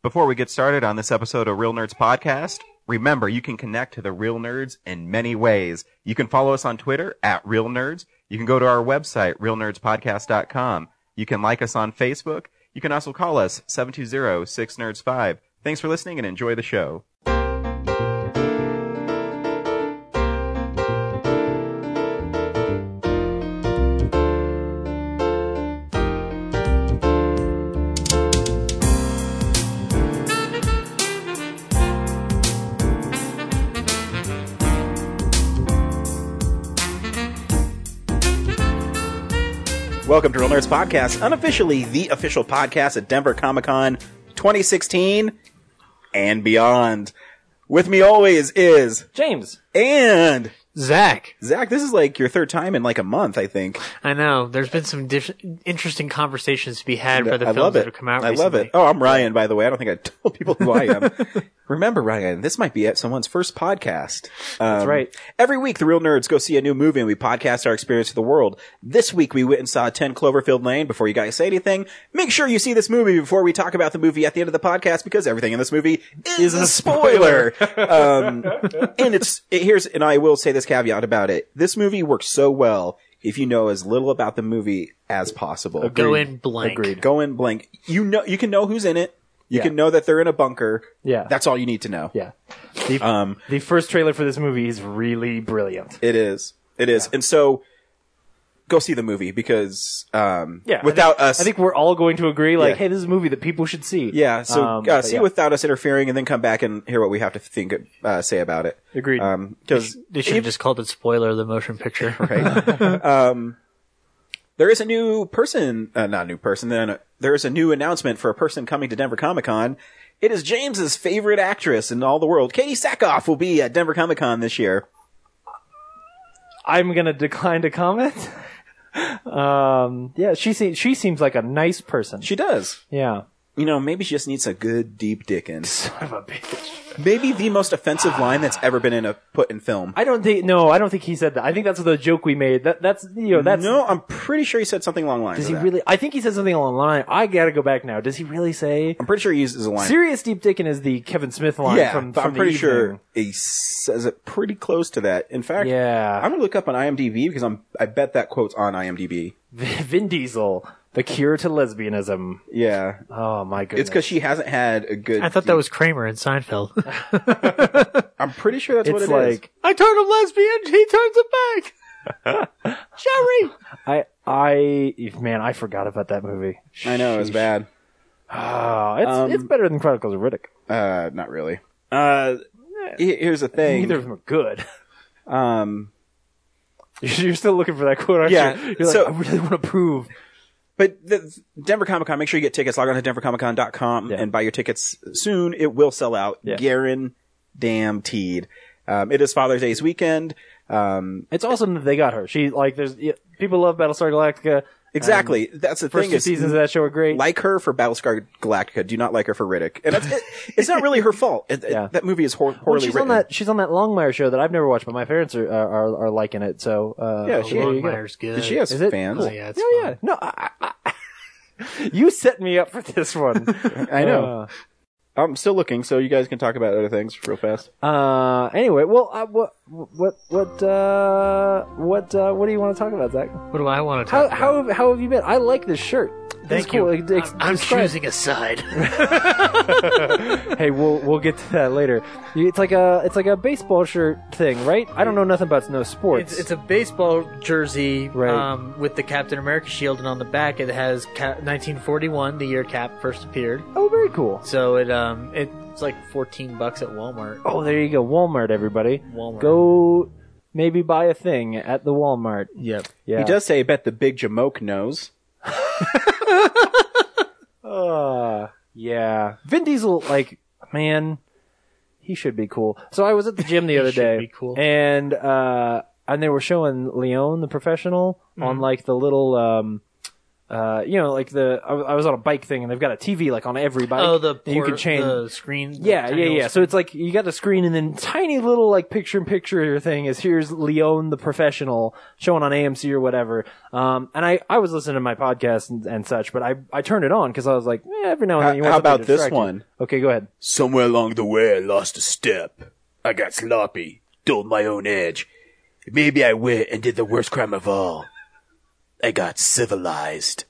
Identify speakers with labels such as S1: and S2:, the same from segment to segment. S1: Before we get started on this episode of Real Nerds Podcast, remember you can connect to the Real Nerds in many ways. You can follow us on Twitter at Real Nerds. You can go to our website, realnerdspodcast.com. You can like us on Facebook. You can also call us 720-6nerds5. Thanks for listening and enjoy the show. Welcome to Real Nerds Podcast, unofficially the official podcast at Denver Comic Con 2016 and beyond. With me always is
S2: James.
S1: and
S3: Zach,
S1: Zach. This is like your third time in like a month, I think.
S3: I know there's been some diff- interesting conversations to be had by the
S1: I
S3: films
S1: love
S3: that
S1: it.
S3: have come out.
S1: I love
S3: recently.
S1: it. Oh, I'm Ryan, by the way. I don't think I told people who I am. Remember, Ryan, this might be at someone's first podcast. Um, That's
S2: right.
S1: Every week, the real nerds go see a new movie and we podcast our experience of the world. This week, we went and saw 10 Cloverfield Lane. Before you guys say anything, make sure you see this movie before we talk about the movie at the end of the podcast because everything in this movie is, a spoiler. um, and it's, it, here's, and I will say this caveat about it. This movie works so well if you know as little about the movie as possible
S3: Go in blank.
S2: Agreed.
S1: go in blank. You know, you can know who's in it. You
S2: Yeah.
S1: can know that they're in a bunker.
S2: Yeah.
S1: that's all you need to know.
S2: Yeah. The,
S1: Um,
S2: the first trailer for this movie is really brilliant.
S1: It is. It is. And so, go see the movie because um,
S2: Yeah.
S1: without
S2: I think,
S1: us,
S2: I think we're all going to agree, like,
S1: Yeah.
S2: hey, this is a movie that people should see.
S1: yeah. So
S2: Um,
S1: uh,
S2: but
S1: see
S2: yeah.
S1: without us interfering, and then come back and hear what we have to think uh, say about it.
S2: Agreed.
S1: Um, Because
S3: They should have just called it spoiler of the motion picture.
S1: there is a new person, uh, not a new person. Then uh, there is a new announcement for a person coming to Denver Comic Con. It is James's favorite actress in all the world. Katie Sackhoff will be at Denver Comic Con this year.
S2: I'm going to decline to comment. um, yeah, she, se- she seems like a nice person.
S1: She does.
S2: yeah.
S1: You know, maybe she just needs a good deep dick in.
S2: Son of a bitch.
S1: Maybe the most offensive line that's ever been in a put in film.
S2: I don't think, no, I don't think he said that. I think that's the joke we made. That, that's, you know, that's.
S1: no, I'm pretty sure he said something along the lines.
S2: Does
S1: of
S2: he
S1: that.
S2: really? I think he said something along the line. I gotta go back now. Does he really say?
S1: I'm pretty sure he uses a line.
S2: Serious Deep Dickin is the Kevin Smith line
S1: Yeah,
S2: from,
S1: but
S2: from
S1: I'm
S2: the
S1: pretty
S2: evening.
S1: sure he says it pretty close to that. In fact,
S2: Yeah.
S1: I'm gonna look up on IMDb because I'm I bet that quote's on IMDb.
S2: Vin Diesel, the cure to lesbianism.
S1: Yeah,
S2: Oh my goodness!
S1: it's because she hasn't had a good.
S3: I thought that was Kramer in Seinfeld.
S1: I'm pretty sure that's what
S2: it's
S1: it is.
S2: like
S3: I turned him lesbian. He turns him back. Jerry.
S2: I I man I forgot about that movie.
S1: I know it's bad. Um,
S2: Oh, it's it's better than Chronicles of Riddick.
S1: Uh, not really. Uh, he- here's the thing.
S2: Neither of them are good.
S1: Um,
S2: You're still looking for that quote, aren't
S1: Yeah,
S2: you? You're like,
S1: so-
S2: I really want to prove.
S1: But the Denver Comic Con, make sure you get tickets. Log on to denvercomiccon.com
S2: Yeah.
S1: and buy your tickets soon. It will sell out.
S2: Yeah.
S1: Garen damn teed. Um, it is Father's Day's weekend. Um,
S2: It's awesome that they got her. She like there's yeah, people love Battlestar Galactica.
S1: exactly. That's the
S2: First
S1: thing
S2: two
S1: is,
S2: seasons of that show are great.
S1: like her for Battlestar Galactica. Do not like her for Riddick. And that's, it, it's not really her fault. It- it-
S2: Yeah.
S1: that movie is hor-
S2: well,
S1: poorly
S2: she's
S1: written.
S2: on that she's on that Longmire show that I've never watched, but my parents are are, are, are liking it. So uh,
S1: Yeah, she-
S2: there you go.
S3: Longmire's good.
S1: she has
S2: Is it?
S1: fans.
S3: Oh yeah, it's
S2: Oh
S3: fun.
S2: yeah, no, I, I, I- you set me up for this one.
S1: I know.
S2: Uh,
S1: I'm still looking, so you guys can talk about other things real fast.
S2: Uh, anyway, well, uh, what, what, what, uh, what, uh, what do you want to talk about, Zach?
S3: What do I want to
S2: How,
S3: talk about?
S2: how, how have you been? I like this shirt. This
S3: Thank
S2: is cool.
S3: you.
S2: Like, ex-
S3: I'm, I'm
S2: describe-
S3: choosing a side.
S2: Hey, we'll we'll get to that later. You- It's like a it's like a baseball shirt thing, right? I don't know nothing about no sports.
S3: It's, it's a baseball jersey
S2: Right.
S3: um, with the Captain America shield, and on the back it has ca- 1941, the year Cap first appeared.
S2: oh, very cool.
S3: So it um it's like 14 bucks at Walmart.
S2: Oh, there you go, Walmart, everybody.
S3: Walmart.
S2: Go, maybe buy a thing at the Walmart.
S3: Yep.
S2: Yeah,
S1: He does say, bet the big Jamoke knows.
S2: Uh, yeah. Vin Diesel, like, man, he should be cool. So I was at the gym the other
S3: should
S2: day,
S3: be cool.
S2: and
S3: Mm-hmm.
S2: uh, and they were showing Leon the professional on like the little um, uh, you know, like the I, was- I was on a bike thing, and they've got a TV like on every bike.
S3: oh, the
S2: and you
S3: port-
S2: can change.
S3: the screen. the
S2: yeah,
S3: tiny
S2: yeah,
S3: little
S2: yeah. So it's like you got the screen, and then tiny little like picture in picture thing is here's Leon the professional showing on AMC or whatever. Um, and I, I was listening to my podcast and, and such, but I, I turned it on because I was like, eh, every now and then you
S1: How-
S2: want
S1: how
S2: something to
S1: about this
S2: distract you.
S1: one?
S2: Okay, go ahead.
S1: Somewhere along the way, I lost a step. I got sloppy, dulled my own edge. Maybe I went and did the worst crime of all. I got civilized.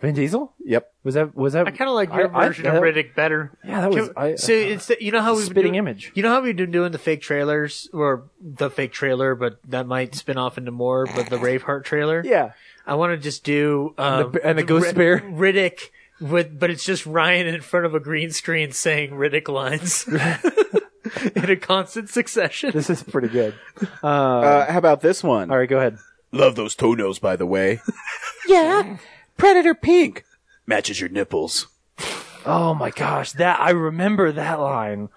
S2: Vin Diesel
S1: Yep.
S2: was that was that?
S3: I kind of like your
S2: I-
S3: version of
S2: that-
S3: Riddick better.
S2: Yeah, that was-
S3: Can-
S2: I- uh,
S3: so it's the- you know how we've been
S2: spitting
S3: doing-
S2: image.
S3: You know how we've been doing the fake trailers or the fake trailer, but that might spin off into more. But the Braveheart trailer.
S2: Yeah,
S3: I want to just do um,
S2: the- and the ghost
S3: Rid-
S2: bear.
S3: Riddick. With, but it's just Ryan in front of a green screen saying Riddick lines in a constant succession.
S2: this is pretty good. Uh,
S1: Uh, how about this one?
S2: all right, go ahead.
S1: Love those toenails, by the way.
S2: Yeah.
S1: Predator pink matches your nipples.
S2: Oh my gosh, that I remember that line.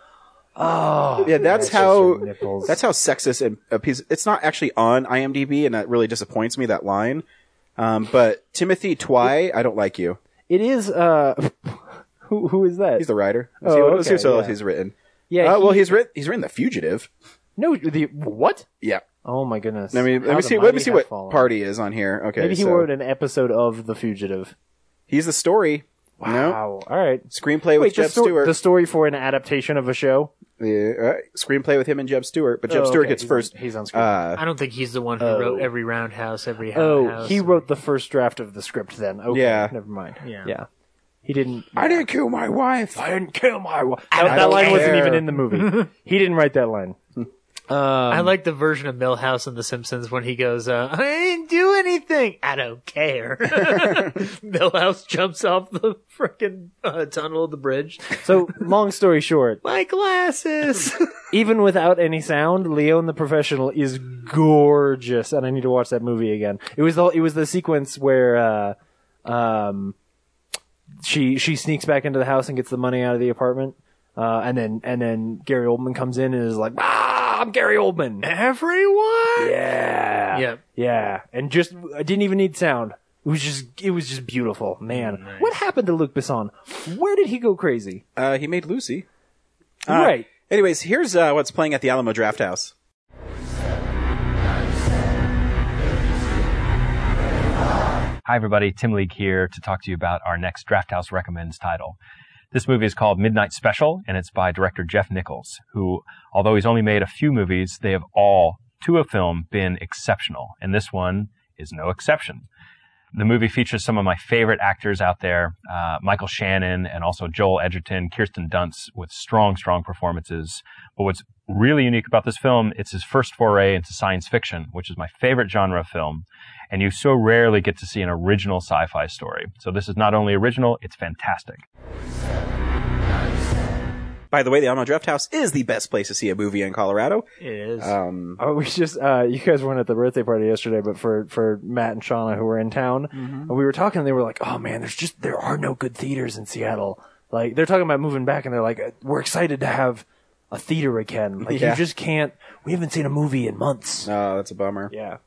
S2: Oh,
S1: Yeah, that's
S2: matches
S1: how.
S2: your nipples.
S1: That's how sexist and a piece. It's not actually on IMDb, and that really disappoints me. That line. Um, but Timothy Twy, I don't like you.
S2: it is. Uh, who who is that?
S1: He's the writer. Let's see
S2: Oh,
S1: what- let's see
S2: okay,
S1: what else
S2: yeah.
S1: he's written.
S2: yeah.
S1: Uh, well,
S2: he-
S1: he's written. He's written The Fugitive.
S2: no. The what?
S1: Yeah.
S2: Oh my goodness.
S1: Let me let
S2: How
S1: me
S2: the
S1: see. Let me
S2: mighty
S1: see
S2: have
S1: what
S2: fallen.
S1: party is on here. Okay.
S2: Maybe he
S1: so-
S2: wrote an episode of The Fugitive.
S1: He's the story. Wow.
S2: Wow. All right.
S1: Screenplay with
S2: Wait, the,
S1: Jeb
S2: sto-
S1: Stewart.
S2: the story for an adaptation of a show.
S1: Yeah, uh, screenplay with him and Jeb Stewart, but Jeb
S2: Oh,
S1: Stewart
S2: okay,
S1: gets
S2: he's-
S1: first.
S2: he's on screen.
S1: Uh,
S3: I don't think he's the one who
S2: Oh.
S3: wrote every roundhouse, every
S2: oh,
S3: house.
S2: he wrote the first draft of the script. Then. Okay.
S1: Yeah.
S2: Never mind.
S3: Yeah.
S2: Yeah. He didn't.
S1: I didn't kill my wife.
S2: I didn't kill my wife.
S1: don't
S2: That, that line wasn't
S1: care.
S2: even in the movie. he didn't write that line.
S3: I
S1: Um,
S3: like the version of Millhouse in The Simpsons when he goes, uh, "I didn't do anything. I don't care." Millhouse jumps off the frickin' uh, tunnel of the bridge.
S2: So, long story short,
S3: My glasses.
S2: even without any sound, Leon the Professional is gorgeous, and I need to watch that movie again. It was the it was the sequence where uh, um, she she sneaks back into the house and gets the money out of the apartment, uh, and then and then Gary Oldman comes in and is like, "Ah, I'm Gary Oldman."
S3: Everyone.
S2: Yeah,
S3: Yeah.
S2: yeah, and just I didn't even need sound. It was just it was just beautiful, man. What happened to Luc Besson? Where did he go crazy?
S1: Uh, he made Lucy.
S2: right.
S1: Anyways, here's uh, what's playing at the Alamo Draft House.
S4: Hi, everybody. Tim League here to talk to you about our next Draft House Recommends title. This movie is called Midnight Special, and it's by director Jeff Nichols, who, although he's only made a few movies, they have all, to a film, been exceptional. And this one is no exception. The movie features some of my favorite actors out there, uh, Michael Shannon and also Joel Edgerton, Kirsten Dunst with strong, strong performances. But what's really unique about this film, it's his first foray into science fiction, which is my favorite genre of film. And you so rarely get to see an original sci-fi story. So this is not only original, it's fantastic.
S1: By the way, the Alamo Draft House is the best place to see a movie in Colorado.
S3: It is.
S1: Um,
S2: Oh, we just uh, you guys weren't at the birthday party yesterday, but for for Matt and Shauna who were in town, and we were talking, and they were like, "Oh man, there's just there are no good theaters in Seattle." Like they're talking about moving back, and they're like, uh, "We're excited to have a theater again." Like
S1: Yeah.
S2: you just can't. We haven't seen a movie in months.
S1: oh, that's a bummer.
S2: Yeah.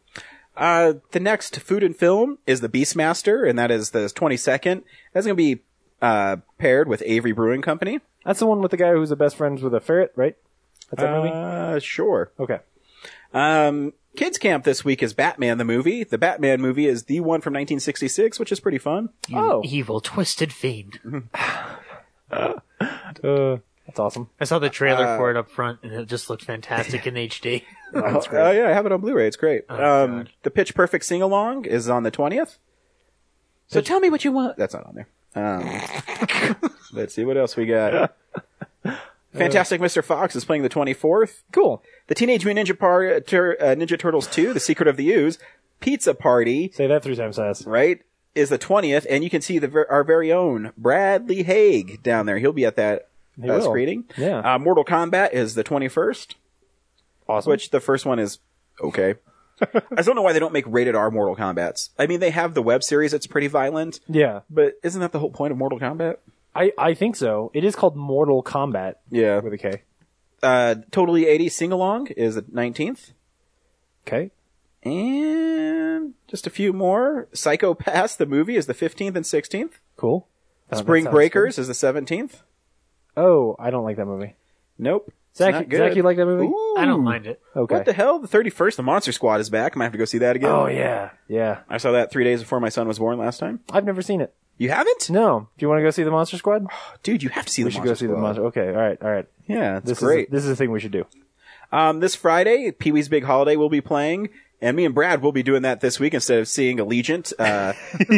S1: Uh, the next food and film is The Beastmaster, and that is the 22nd. That's going to be uh, paired with Avery Brewing Company.
S2: That's the one with the guy who's the best friends with a ferret, right? That's that movie.
S1: Uh, sure.
S2: Okay.
S1: Um, Kids Camp this week is Batman the movie. The Batman movie is the one from 1966, which is pretty fun.
S3: you
S2: oh.
S3: evil twisted fiend.
S2: Uh, that's awesome.
S3: I saw the trailer
S1: Uh,
S3: for it up front, and it just looked fantastic in HD.
S1: Oh, oh, yeah, I have it on Blu-ray. It's great. um,
S3: God.
S1: the Pitch Perfect sing along is on the twentieth. So tell me what you want. That's not on there. Um, let's see what else we got. Fantastic Mr. Fox is playing the twenty fourth.
S2: Cool.
S1: The Teenage Mutant Ninja, Par- Tur- uh, Ninja Turtles two: The Secret of the Ooze, Pizza Party,
S2: Say that three times fast.
S1: right? Is the twentieth, and you can see the ver- our very own Bradley Haig down there. He'll be at that
S2: He
S1: uh,
S2: will.
S1: screening.
S2: Yeah.
S1: Uh, Mortal Kombat is the twenty first.
S2: Awesome.
S1: Which the first one is okay. I just don't know why they don't make rated R Mortal Kombat's. I mean, they have the web series; it's pretty violent,
S2: yeah,
S1: but isn't that the whole point of Mortal Kombat?
S2: I I think so. It is called Mortal Kombat
S1: Yeah.
S2: with a K.
S1: Uh, totally eighty sing along is the nineteenth.
S2: Okay.
S1: And just a few more. Psycho Pass, the movie, is the 15th and 16th.
S2: Cool. Oh, that
S1: Spring
S2: sounds
S1: Breakers is the 17th.
S2: good. Oh, I don't like that movie.
S1: Nope. It's
S2: Zach,
S1: not good.
S2: Zach, you like that movie?
S1: Ooh.
S3: I don't mind it.
S2: Okay.
S1: What the hell? The 31st, The Monster Squad is back. I might have to go see that again.
S2: oh yeah, yeah.
S1: I saw that three days before my son was born last time.
S2: I've never seen it.
S1: You haven't?
S2: No. Do you want to go see the Monster Squad?
S1: Dude, you have to see
S2: we
S1: Oh, the
S2: should
S1: Monster
S2: go see the
S1: Squad.
S2: Monster. Okay. All right. All right.
S1: Yeah, it's
S2: This
S1: great.
S2: is this is the thing we should do.
S1: Um, this Friday, Pee Wee's Big Holiday will be playing, and me and Brad will be doing that this week instead of seeing Allegiant, uh,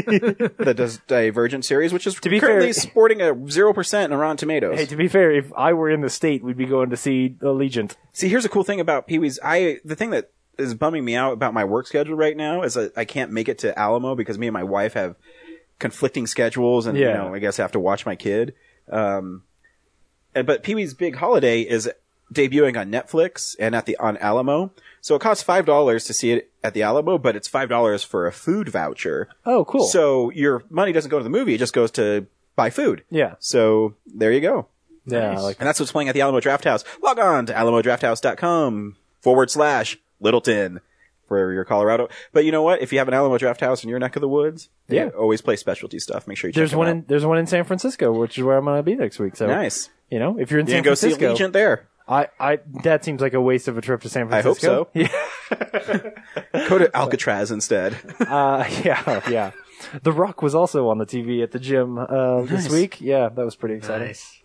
S1: the Dis- Divergent series, which is
S2: be
S1: currently
S2: fair-
S1: sporting a 0% in Rotten Tomatoes.
S2: Hey, to be fair, if I were in the state, we'd be going to see Allegiant.
S1: See, here's a cool thing about Pee Wee's. I, the thing that is bumming me out about my work schedule right now is that I can't make it to Alamo because me and my wife have conflicting schedules and, you
S2: Yeah.
S1: know, I guess I have to watch my kid. Um, and- but Pee Wee's Big Holiday is debuting on Netflix and at the, on Alamo. So it costs $5 to see it at the Alamo, but it's $5 for a food voucher.
S2: Oh, cool.
S1: So your money doesn't go to the movie. It just goes to buy food.
S2: Yeah.
S1: So there you go.
S2: yeah, I like
S1: And that's what's playing at the Alamo Draft House. Log on to alamodrafthouse.com forward slash Littleton for your Colorado. But you know what? If you have an Alamo Draft House in your neck of the woods, they
S2: Yeah.
S1: always play specialty stuff. Make sure you
S2: There's
S1: check
S2: one
S1: them
S2: in there's one in San Francisco, which is where I'm going to be next week. So
S1: out. nice.
S2: you know, if you're in
S1: You
S2: San
S1: can go see
S2: Francisco,
S1: Allegiant there.
S2: I I that seems like a waste of a trip to San
S1: I hope
S2: Francisco.
S1: so. go to Alcatraz instead.
S2: Uh, yeah, yeah. The Rock was also on the TV at the gym uh, this week. Yeah, that was pretty exciting.
S3: Nice.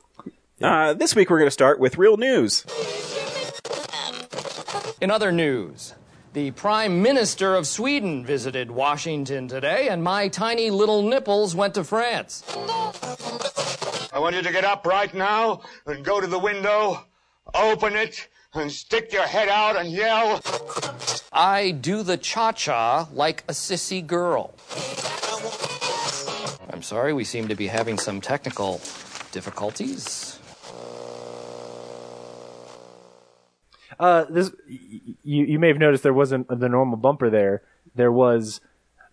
S1: Uh, this week we're going to start with real news.
S5: In other news, the Prime Minister of Sweden visited Washington today, and my tiny little nipples went to France.
S6: I want you to get up right now and go to the window, open it, and stick your head out and yell.
S5: I do the cha cha like a sissy girl. I'm sorry, we seem to be having some technical difficulties.
S2: Uh, this y- y- you you may have noticed there wasn't the normal bumper there. There was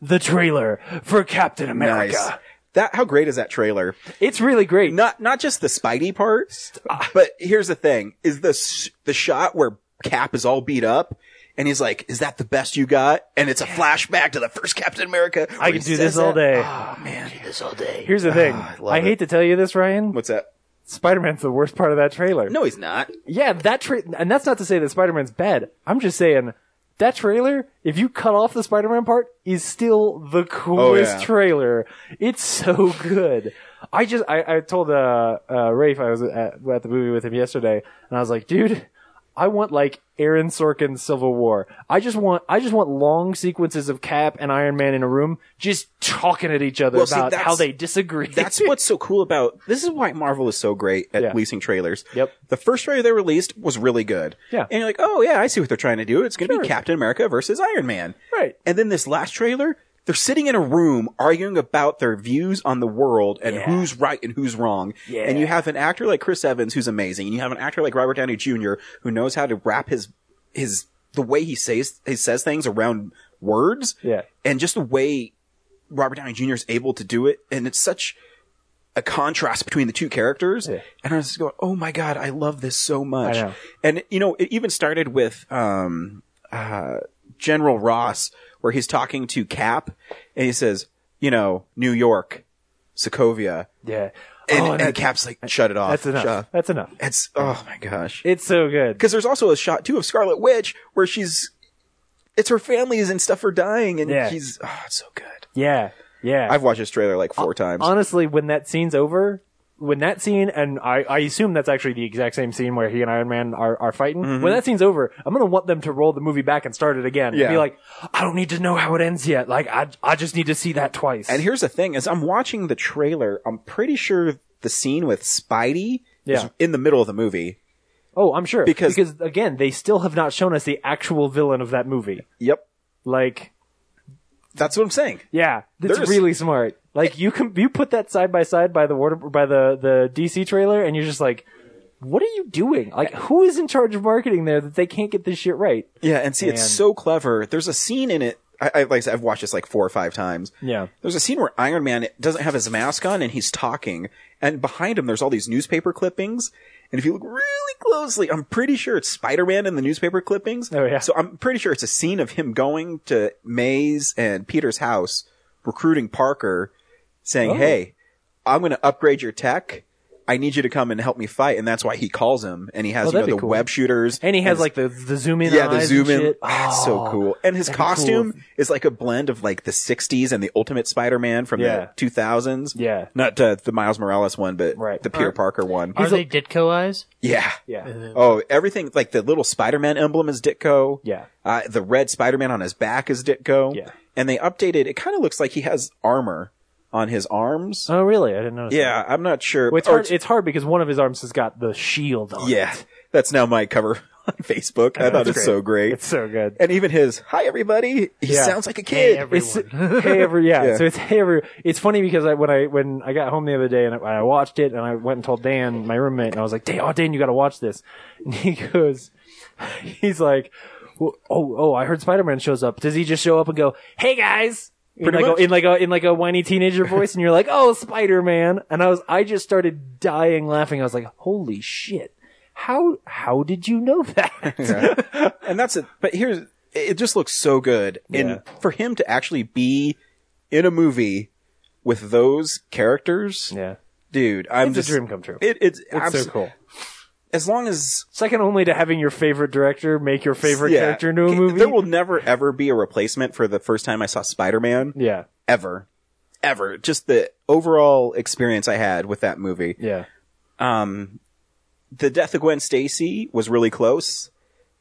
S2: the trailer for Captain America.
S1: Nice. That how great is that trailer?
S2: It's really great.
S1: Not not just the Spidey part, but here's the thing: is the s- the shot where Cap is all beat up, and he's like, "Is that the best you got?" And it's a flashback to the first Captain America. where
S2: I
S1: he
S2: could do
S1: says
S2: this all
S1: that. Oh,
S2: day.
S3: This all day.
S2: Here's the thing.
S1: Ah, I love
S2: I hate to tell you this, Ryan.
S1: What's that?
S2: Spider-Man's the worst part of that trailer.
S1: No, he's not.
S2: Yeah, that tra- and that's not to say that Spider-Man's bad. I'm just saying that trailer, if you cut off the Spider-Man part, is still the coolest
S1: Oh, yeah.
S2: trailer. It's so good. I just I, I told uh, uh Rafe I was at, at the movie with him yesterday, and I was like, dude. I want like Aaron Sorkin's Civil War. I just want I just want long sequences of Cap and Iron Man in a room just talking at each other
S1: Well, see,
S2: about
S1: that's-
S2: how they disagree.
S1: That's what's so cool about this is why Marvel is so great at
S2: Yeah.
S1: releasing trailers.
S2: Yep.
S1: The first trailer they released was really good.
S2: Yeah.
S1: And you're like, oh yeah, I see what they're trying to do. It's going to
S2: Sure.
S1: be Captain America versus Iron Man.
S2: Right.
S1: And then this last trailer, they're sitting in a room arguing about their views on the world and
S2: Yeah.
S1: who's right and who's wrong.
S2: Yeah.
S1: And you have an actor like Chris Evans who's amazing, and you have an actor like Robert Downey Jr. who knows how to wrap his his the way he says he says things around words.
S2: Yeah.
S1: And just the way Robert Downey Jr. is able to do it, and it's such a contrast between the two characters.
S2: Yeah.
S1: And I was just going, "Oh my god, I love this so much!"
S2: I know.
S1: And you know, it even started with um, uh, General Ross, where he's talking to Cap, and he says, "You know, New York, Sokovia,"
S2: yeah.
S1: and,
S2: oh,
S1: and
S2: that-
S1: Cap's like, "Shut it off."
S2: that's enough.
S1: Shut-
S2: That's enough.
S1: It's oh my gosh.
S2: It's so good.
S1: Because there's also a shot too of Scarlet Witch where she's, it's her family's and stuff are dying, and
S2: Yeah.
S1: she's oh, it's so good.
S2: Yeah, yeah.
S1: I've watched this trailer like four times.
S2: Honestly, when that scene's over, when that scene, and I, I assume that's actually the exact same scene where he and Iron Man are, are fighting.
S1: Mm-hmm.
S2: When that scene's over, I'm gonna want them to roll the movie back and start it again.
S1: Yeah.
S2: And be like, I don't need to know how it ends yet. Like, I, I just need to see that twice.
S1: And here's the thing: as I'm watching the trailer, I'm pretty sure the scene with Spidey is
S2: Yeah.
S1: in the middle of the movie.
S2: oh, I'm sure
S1: Because-
S2: because again, they still have not shown us the actual villain of that movie.
S1: Yep,
S2: Like,
S1: that's what I'm saying.
S2: Yeah, that's
S1: There's-
S2: really smart. Like you can you put that side by side by the water by the the DC trailer, and you're just like, what are you doing? Like who is in charge of marketing there that they can't get this shit right?
S1: Yeah, and see, it's
S2: And-
S1: so clever. There's a scene in it. I, I like I said, I've watched this like four or five times.
S2: Yeah.
S1: There's a scene where Iron Man doesn't have his mask on and he's talking, and behind him there's all these newspaper clippings. And if you look really closely, I'm pretty sure it's Spider Man in the newspaper clippings.
S2: Oh, yeah.
S1: So I'm pretty sure it's a scene of him going to May's and Peter's house, recruiting Parker,
S2: Oh.
S1: saying, "Hey, I'm going to upgrade your tech." I need you to come and help me fight, and that's why he calls him, and he has
S2: Oh,
S1: you know,
S2: that'd be
S1: the
S2: cool.
S1: web shooters,
S2: And he
S1: his-
S2: has like the the zoom in.
S1: yeah, the
S2: eyes
S1: zoom
S2: and
S1: in.
S2: shit.
S1: Ah, it's so
S2: Oh,
S1: cool. And his
S2: that'd be cool
S1: costume
S2: if-
S1: is like a blend of like the 60s and the Ultimate Spider-Man from
S2: Yeah.
S1: the 2000s.
S2: Yeah.
S1: Not uh, the Miles Morales one, but
S2: Right.
S1: the Peter
S3: Are-
S1: Parker one.
S3: Are they Ditko eyes?
S1: yeah.
S2: Yeah.
S1: Oh, everything like the little Spider-Man emblem is Ditko.
S2: Yeah.
S1: Uh, the red Spider-Man on his back is Ditko.
S2: Yeah.
S1: And they updated. It kind of looks like he has armor on his arms.
S2: Oh, really? I didn't notice. that.
S1: yeah, I'm not sure.
S2: Well, it's
S1: Or
S2: hard. It's hard because one of his arms has got the shield on.
S1: yeah,
S2: it.
S1: that's now my cover on Facebook. I thought
S2: Oh, that's
S1: it's so great.
S2: It's so good.
S1: and even his "Hi everybody," he
S2: Yeah.
S1: sounds like a
S3: Hey,
S1: kid.
S2: It's,
S3: everyone.
S2: hey, every yeah.
S1: Yeah.
S2: So it's hey, every. It's funny because I when I when I got home the other day and I, I watched it and I went and told Dan, my roommate, and I was like, "Dan, oh, Dan, you got to watch this." And he goes, he's like, "Well, "Oh, oh, I heard Spider Man shows up. Does he just show up and go, hey guys?" In
S1: Pretty
S2: like,
S1: much.
S2: A, in like a in like a whiny teenager voice, and you're like, "Oh, Spider Man!" And I was I just started dying laughing. I was like, "Holy shit! How how did you know that?"
S1: and that's it. But here's it just looks so good,
S2: Yeah.
S1: and for him to actually be in a movie with those characters,
S2: yeah,
S1: dude, I'm
S2: It's a
S1: just
S2: dream come true.
S1: It, it's
S2: it's
S1: abs-
S2: so cool.
S1: As long as
S2: second only to having your favorite director make your favorite
S1: yeah,
S2: character into a
S1: c-
S2: movie.
S1: there will never ever be a replacement for the first time I saw Spider-Man
S2: yeah,
S1: ever, ever. Just the overall experience I had with that movie.
S2: yeah,
S1: the death of Gwen Stacy was really close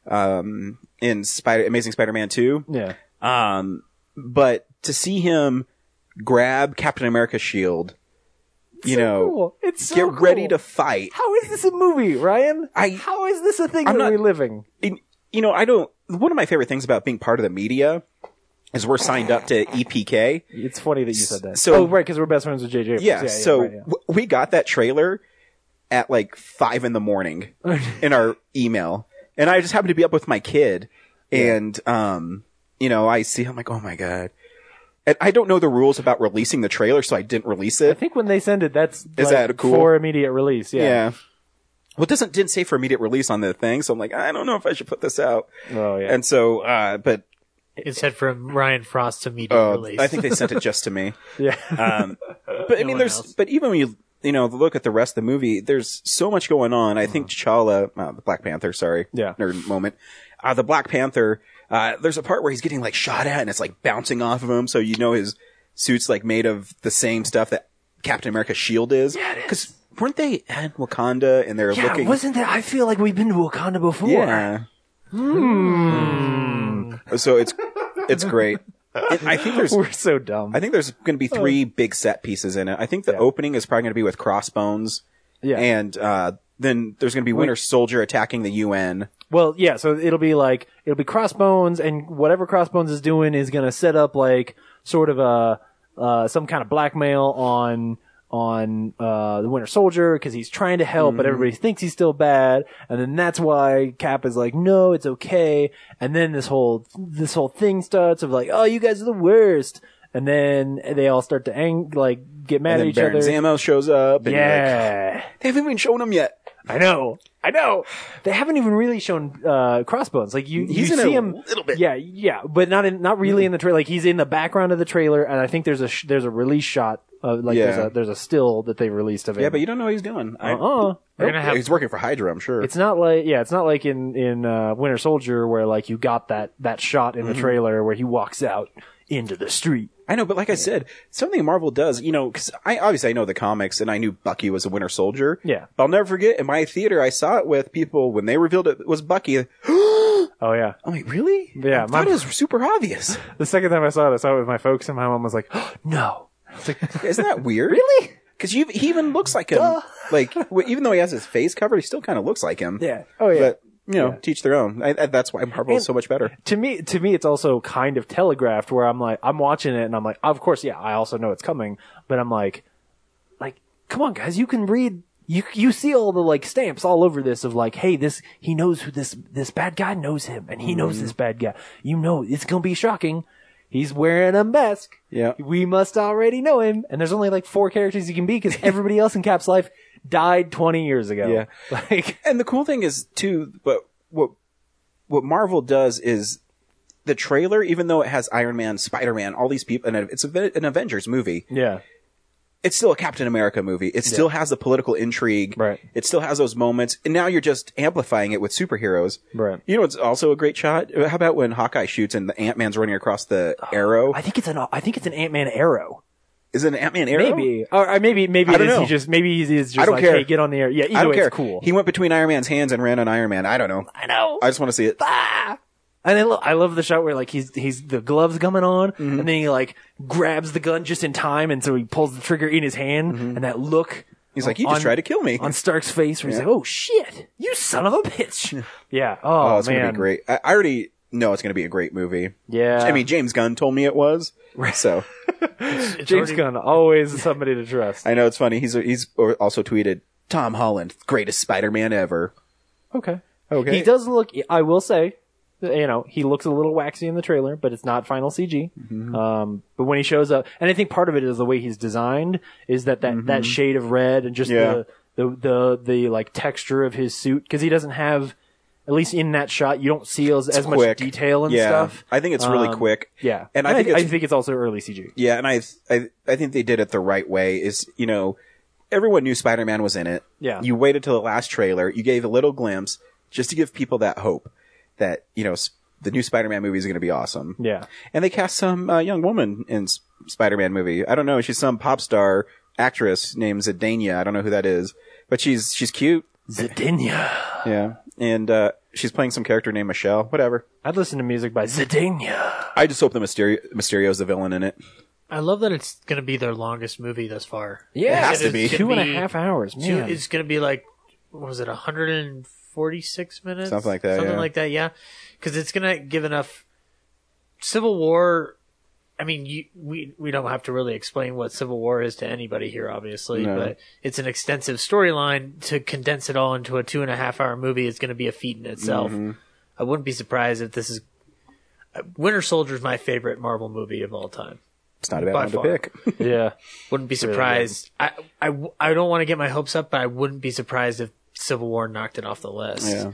S1: um, in Spider Amazing Spider-Man Two,
S2: yeah,
S1: Um, but to see him grab Captain America's shield, you know,
S2: cool. It's so
S1: Oh, get
S2: cool.
S1: ready to fight.
S2: How is this a movie, Ryan?
S1: I-
S2: How is this a thing
S1: I'm
S2: that
S1: not-
S2: we're living?
S1: And, you know, I don't. One of my favorite things about being part of the media is we're signed up to E EPK.
S2: It's funny that you said that.
S1: so-
S2: oh, right, because we're best friends with JJ. Abrams.
S1: Yeah, so
S2: right, yeah.
S1: w- we got that trailer at like five in the morning in our email, and I just happened to be up with my kid, and um, you know, I see, I'm like, oh my god, and I don't know the rules about releasing the trailer, so I didn't release
S2: I
S1: it.
S2: think when they send it, that's like,
S1: that cool?
S2: for immediate release.
S1: Yeah.
S2: Yeah.
S1: Well, it doesn't didn't say for immediate release on the thing, so I'm like, I don't know if I should put this out.
S2: Oh yeah.
S1: And so, uh, but
S3: It's said from Ryan Frost's immediate
S1: uh,
S3: release.
S1: I think they sent it just to me.
S2: yeah.
S1: Um, but I mean,
S3: one
S1: there's,
S3: else.
S1: but even when you, you know, look at the rest of the movie, there's so much going on. I think T'Challa, uh, the Black Panther, sorry,
S2: Yeah.
S1: nerd moment, uh, the Black Panther, uh, there's a part where he's getting like shot at and it's like bouncing off of him. So you know his suit's like made of the same stuff that Captain America's shield is. Yeah, Cause weren't they at Wakanda and they're
S2: yeah,
S1: looking.
S2: wasn't that? I feel like we've been to Wakanda before.
S1: yeah.
S2: Hmm.
S1: So it's, it's great. And I think there's
S2: We're so dumb.
S1: I think there's going to be three big set pieces in it. I think the opening is probably going to be with Crossbones.
S2: Yeah.
S1: And uh, then there's going to be Winter Soldier attacking the UN.
S2: Well, yeah, so it'll be like it'll be Crossbones, and whatever Crossbones is doing is gonna set up like sort of a uh, some kind of blackmail on on uh, the Winter Soldier because he's trying to help,
S1: Mm.
S2: but everybody thinks he's still bad, and then that's why Cap is like, no, it's okay, and then this whole this whole thing starts of like, oh, you guys are the worst, and then they all start to ang- like get mad
S1: And
S2: at
S1: then
S2: each
S1: Baron
S2: other.
S1: Zamo shows up. And you're like,
S2: yeah.
S1: they haven't even shown him yet.
S2: I know. I know. They haven't even really shown uh, Crossbones. Like you,
S1: He's
S2: you
S1: in
S2: see
S1: a
S2: him
S1: little bit.
S2: Yeah, yeah, but not in, not really in the trailer. Like he's in the background of the trailer, and I think there's a sh- there's a release shot of like
S1: Yeah.
S2: there's a there's a still that they released of him.
S1: Yeah, but you don't know what he's doing. I-
S2: uh-uh.
S3: We're gonna have
S1: he's working for Hydra, I'm sure.
S2: It's not like yeah, it's not like in in uh, Winter Soldier where like you got that that shot in the trailer where he walks out into the street.
S1: I know, but like I said, something Marvel does, you know, because I obviously I know the comics and I knew Bucky was a Winter Soldier.
S2: Yeah.
S1: But I'll never forget in my theater, I saw it with people when they revealed it was Bucky. I'm
S2: Oh yeah,
S1: like, really?
S2: Yeah,
S1: I
S2: my-
S1: thought it was super obvious.
S2: the second time I saw it, I saw it with my folks, and my mom was like, "No." It's like,
S1: Isn't that weird? really? Because he even looks like him. Like w- even though he has his face covered, he still kind of looks like him.
S2: yeah. Oh yeah.
S1: But you know, teach their own. I, I, that's why Marvel is
S2: And-
S1: so much better.
S2: to me to me it's also kind of telegraphed where I'm like I'm watching it and I'm like of course yeah I also know it's coming but I'm like like come on guys you can read you you see all the like stamps all over this of like hey this he
S1: Mm-hmm.
S2: knows who this this bad guy knows him and he knows this bad guy you know it's going to be shocking He's wearing a mask.
S1: Yeah.
S2: We must already know him. And there's only like four characters he can be because everybody else in Cap's life died 20 years ago.
S1: Yeah.
S2: Like,
S1: And the cool thing is too, but what what Marvel does is the trailer, even though it has Iron Man, Spider Man, all these people, and it's a, an Avengers movie,
S2: yeah.
S1: it's still a Captain America movie. It still has the political intrigue.
S2: Right.
S1: It still has those moments, and now you're just amplifying it with superheroes.
S2: Right.
S1: You know, it's also a great shot. How about when Hawkeye shoots and the Ant Man's running across the arrow?
S2: Oh, I think it's an, I think it's an Ant-Man arrow.
S1: Is it an Ant Man arrow?
S2: Maybe. Or, or maybe, maybe
S1: I
S2: it
S1: don't
S2: is. He
S1: know.
S2: just, maybe he's, he's just
S1: I don't
S2: like,
S1: care.
S2: hey, get on the air. Yeah, either
S1: I don't
S2: way,
S1: care.
S2: it's cool.
S1: He went between Iron Man's hands and ran on Iron Man. I don't know.
S2: I know. Ah.
S1: I just want to see it.
S2: And I, lo- I love the shot where like he's he's the gloves coming on,
S1: Mm-hmm.
S2: and then he like grabs the gun just in time, and so he pulls the trigger in his hand, and that look.
S1: Mm-hmm. He's like, "You just tried to kill me."
S2: on Stark's face, where he's like, "Oh shit, you son of a bitch!" Yeah. Oh,
S1: Oh, it's
S2: man.
S1: gonna be great. I, I already know it's gonna be a great movie.
S2: Yeah.
S1: I mean, James Gunn told me it was. So
S3: It's
S2: James
S3: already-
S2: Gunn always is somebody to trust.
S1: I know it's funny. He's he's also tweeted Tom Holland, greatest Spider-Man ever.
S2: okay.
S1: Okay.
S2: He does look. I will say, you know, he looks a little waxy in the trailer, but it's not final CG.
S1: Mm-hmm.
S2: Um, but when he shows up, and I think part of it is the way he's designed is that that, that shade of red and just
S1: Mm-hmm. Yeah.
S2: the, the the the like texture of his suit because he doesn't have. At least in that shot, you don't see as, as much
S1: quick.
S2: detail and
S1: Yeah.
S2: stuff.
S1: I think it's really
S2: Um,
S1: quick.
S2: Yeah,
S1: And I think
S2: I
S1: it's-
S2: think it's also early CG.
S1: Yeah, and I, I I think they did it the right way. Is you know, everyone knew Spider Man was in it.
S2: Yeah.
S1: You waited till the last trailer. You gave a little glimpse just to give people that hope that you know s- the new Spider Man movie is going to be awesome.
S2: Yeah.
S1: And they cast some uh, young woman in S- Spider Man movie. I don't know. She's some pop star actress named Zidania. I don't know who that is, but she's she's cute.
S2: Zedinia.
S1: Yeah. And uh, she's playing some character named Michelle. Whatever.
S2: I'd listen to music by Zedinia.
S1: I just hope the Mysterio Mysterio's the villain in it.
S3: I love that it's going to be their longest movie thus far.
S2: Yeah,
S1: has to
S3: It's
S1: be.
S3: gonna
S2: two and a half hours. Man.
S3: two- it's going to be like, what was it, 146 minutes?
S1: Something like that,
S3: Something
S1: yeah.
S3: like that, yeah. Because it's going to give enough. Civil War. I mean, you, we we don't have to really explain what Civil War is to anybody here, obviously,
S1: No.
S3: but it's an extensive storyline. To condense it all into a two and a half hour movie is going to be a feat in itself.
S1: Mm-hmm.
S3: I wouldn't be surprised if this is. uh, Winter Soldier is my favorite Marvel movie of all time
S1: It's not a bad
S3: By
S1: one to
S3: far.
S1: pick.
S2: yeah.
S3: wouldn't be surprised. I, I, I don't want to get my hopes up, but I wouldn't be surprised if Civil War knocked it off the list.
S1: Yeah.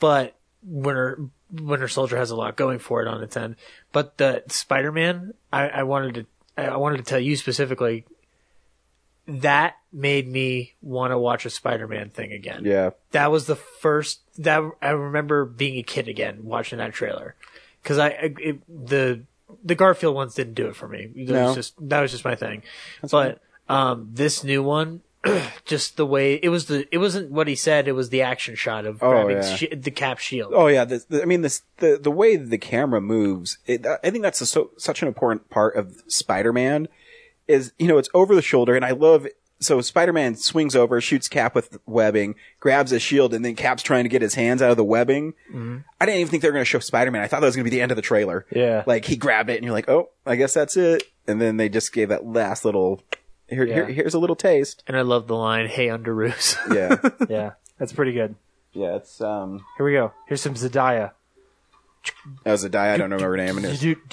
S3: But Winter Winter Soldier has a lot going for it on its end. But the Spider Man, I, I wanted to I I wanted to tell you specifically that made me want to watch a Spider Man thing again.
S1: yeah.
S3: That was the first that I remember being a kid again watching that trailer because I, I- it, the the Garfield ones didn't do it for me. That
S1: No.
S3: was just that was just my thing. but um, this new one, just the way it was the it wasn't what he said. It was the action shot of grabbing
S1: yeah.
S3: shi- the cap shield.
S1: Oh yeah, this, the, I mean this the the way the camera moves. It, uh, I think that's a, so such an important part of Spider-Man is you know it's over the shoulder, and I love so Spider-Man swings over, shoots Cap with webbing, grabs his shield, and then Cap's trying to get his hands out of the webbing. I didn't even think they were going to show Spider-Man. I thought that was going to be the end of the trailer.
S2: Yeah.
S1: like he grabbed it, and you're like, oh, I guess that's it. And then they just gave that last little here, here here's a little taste.
S3: And I love the line, "Hey, Underoos."
S1: Yeah,
S2: Yeah. That's pretty good.
S1: yeah, it's um.
S2: Here we go. Here's some Zendaya.
S1: That was a die. I don't remember her name. And it's-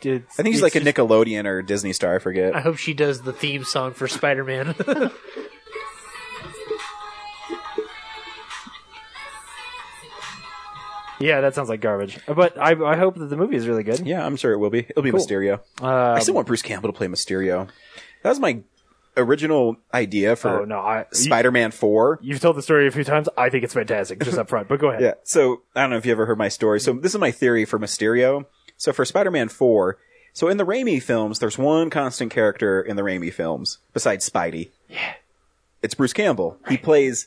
S1: I think
S2: he's
S1: she's like a Nickelodeon or Disney star. I forget.
S3: I hope she does the theme song for Spider Man.
S2: Yeah, that sounds like garbage. But I, I hope that the movie is really good.
S1: Yeah, I'm sure it will be. It'll be Mysterio. I
S2: Um,
S1: still want Bruce Campbell to play Mysterio. That was my original idea for
S2: Oh no, I
S1: Spider-Man 4.
S2: You, have told the story a few times. I think it's fantastic, just up front. But go ahead.
S1: Yeah. So I don't know if you ever heard my story. So this is my theory for Mysterio. So for Spider-Man 4, so in the Raimi films, there's one constant character in the Raimi films besides Spidey. Yeah. It's Bruce Campbell. He plays,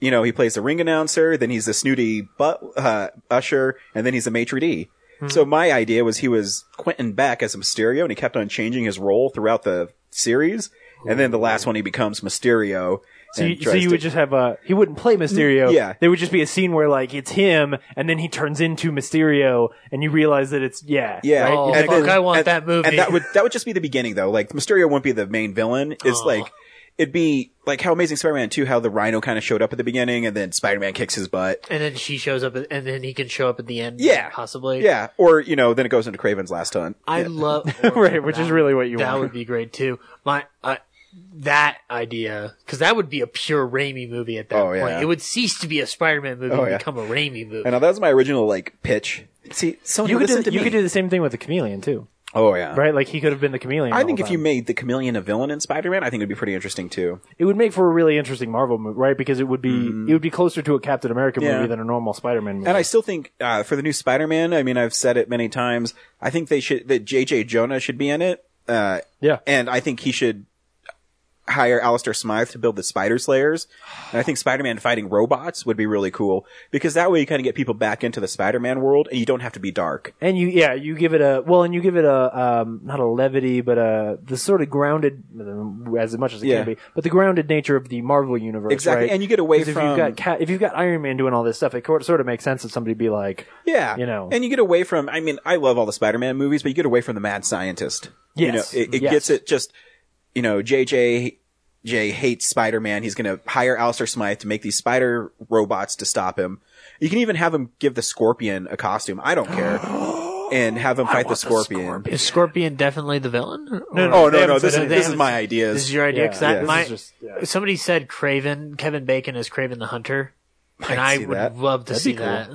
S1: you know, he plays the ring announcer, then he's the snooty but, uh, usher, and then he's the maitre d'.
S2: Hmm.
S1: So my idea was he was Quentin Beck as Mysterio, and he kept on changing his role throughout the series, and then the last one he becomes Mysterio.
S2: So you, so you would just have a he wouldn't play Mysterio.
S1: Yeah.
S2: There would just be a scene where like it's him, and then he turns into Mysterio, and you realize that it's yeah.
S1: Yeah,
S2: right?
S3: Oh,
S2: It's
S3: fuck,
S2: like-
S3: I want that movie.
S1: And that would that would just be the beginning though. Like Mysterio won't be the main villain. It's like it'd be like how Amazing Spider-Man 2, how the Rhino kind of showed up at the beginning and then Spider-Man kicks his butt.
S3: and then she shows up, and then he can show up at the end.
S1: Yeah.
S3: possibly.
S1: Yeah. Or, you know, then it goes into Craven's last hunt.
S3: I love
S2: Right, which
S3: is
S2: is really what you
S3: that
S2: want.
S3: would be great too. My uh, that idea because that would be a pure Raimi movie at that
S1: Oh,
S3: point.
S1: yeah.
S3: It would cease to be a Spider-Man movie
S1: Oh,
S3: and
S1: yeah.
S3: become a Raimi movie.
S1: I know that was my original like pitch. See, someone
S2: you could
S1: listen
S2: do,
S1: to
S2: you
S1: me.
S2: could do the same thing with the chameleon too,
S1: oh yeah.
S2: right? Like he could have been the chameleon.
S1: I
S2: the
S1: think
S2: whole
S1: if you
S2: time.
S1: made the chameleon a villain in Spider-Man, I think it'd be pretty interesting too.
S2: it would make for a really interesting Marvel movie, right? Because it would be it would be closer to a Captain America
S1: Mm-hmm. Yeah.
S2: movie than a normal Spider-Man movie.
S1: And I still think uh, for the new Spider-Man, I mean, I've said it many times. I think they should that J.J. Jonah should be in it. Uh,
S2: yeah,
S1: and I think he should hire Alistair Smythe to build the Spider Slayers. And I think Spider-Man fighting robots would be really cool because that way you kind of get people back into the Spider-Man world, and you don't have to be dark.
S2: and you yeah you give it a well, and you give it a um, not a levity, but a the sort of grounded as much as it
S1: Yeah.
S2: can be, but the grounded nature of the Marvel universe,
S1: Exactly,
S2: right?
S1: and you get away
S2: 'Cause if
S1: from-
S2: you've got Ca- if you've got Iron Man doing all this stuff, it sort of makes sense that somebody be like,
S1: Yeah,
S2: You know.
S1: and you get away from. I mean, I love all the Spider-Man movies, but you get away from the mad scientist. you know,
S2: Yes.
S1: it, it
S2: Yes.
S1: gets it just. You know, JJ J hates Spider-Man. He's going to hire Alistair Smythe to make these spider robots to stop him. You can even have him give the Scorpion a costume. I don't care, and have him fight the scorpion.
S3: Is Scorpion definitely the villain? Or-
S1: Oh no, no,
S2: haven't
S1: this
S2: said
S1: is
S2: it.
S3: They
S1: this is
S3: haven't-
S1: my ideas.
S3: This is your idea.
S2: Yeah,
S3: 'Cause that
S1: yeah.
S3: might-
S2: This is just- yeah.
S3: Somebody said Craven, Kevin Bacon as Craven the Hunter, and I
S1: see
S3: would
S1: that.
S3: love to see
S2: cool.
S3: that.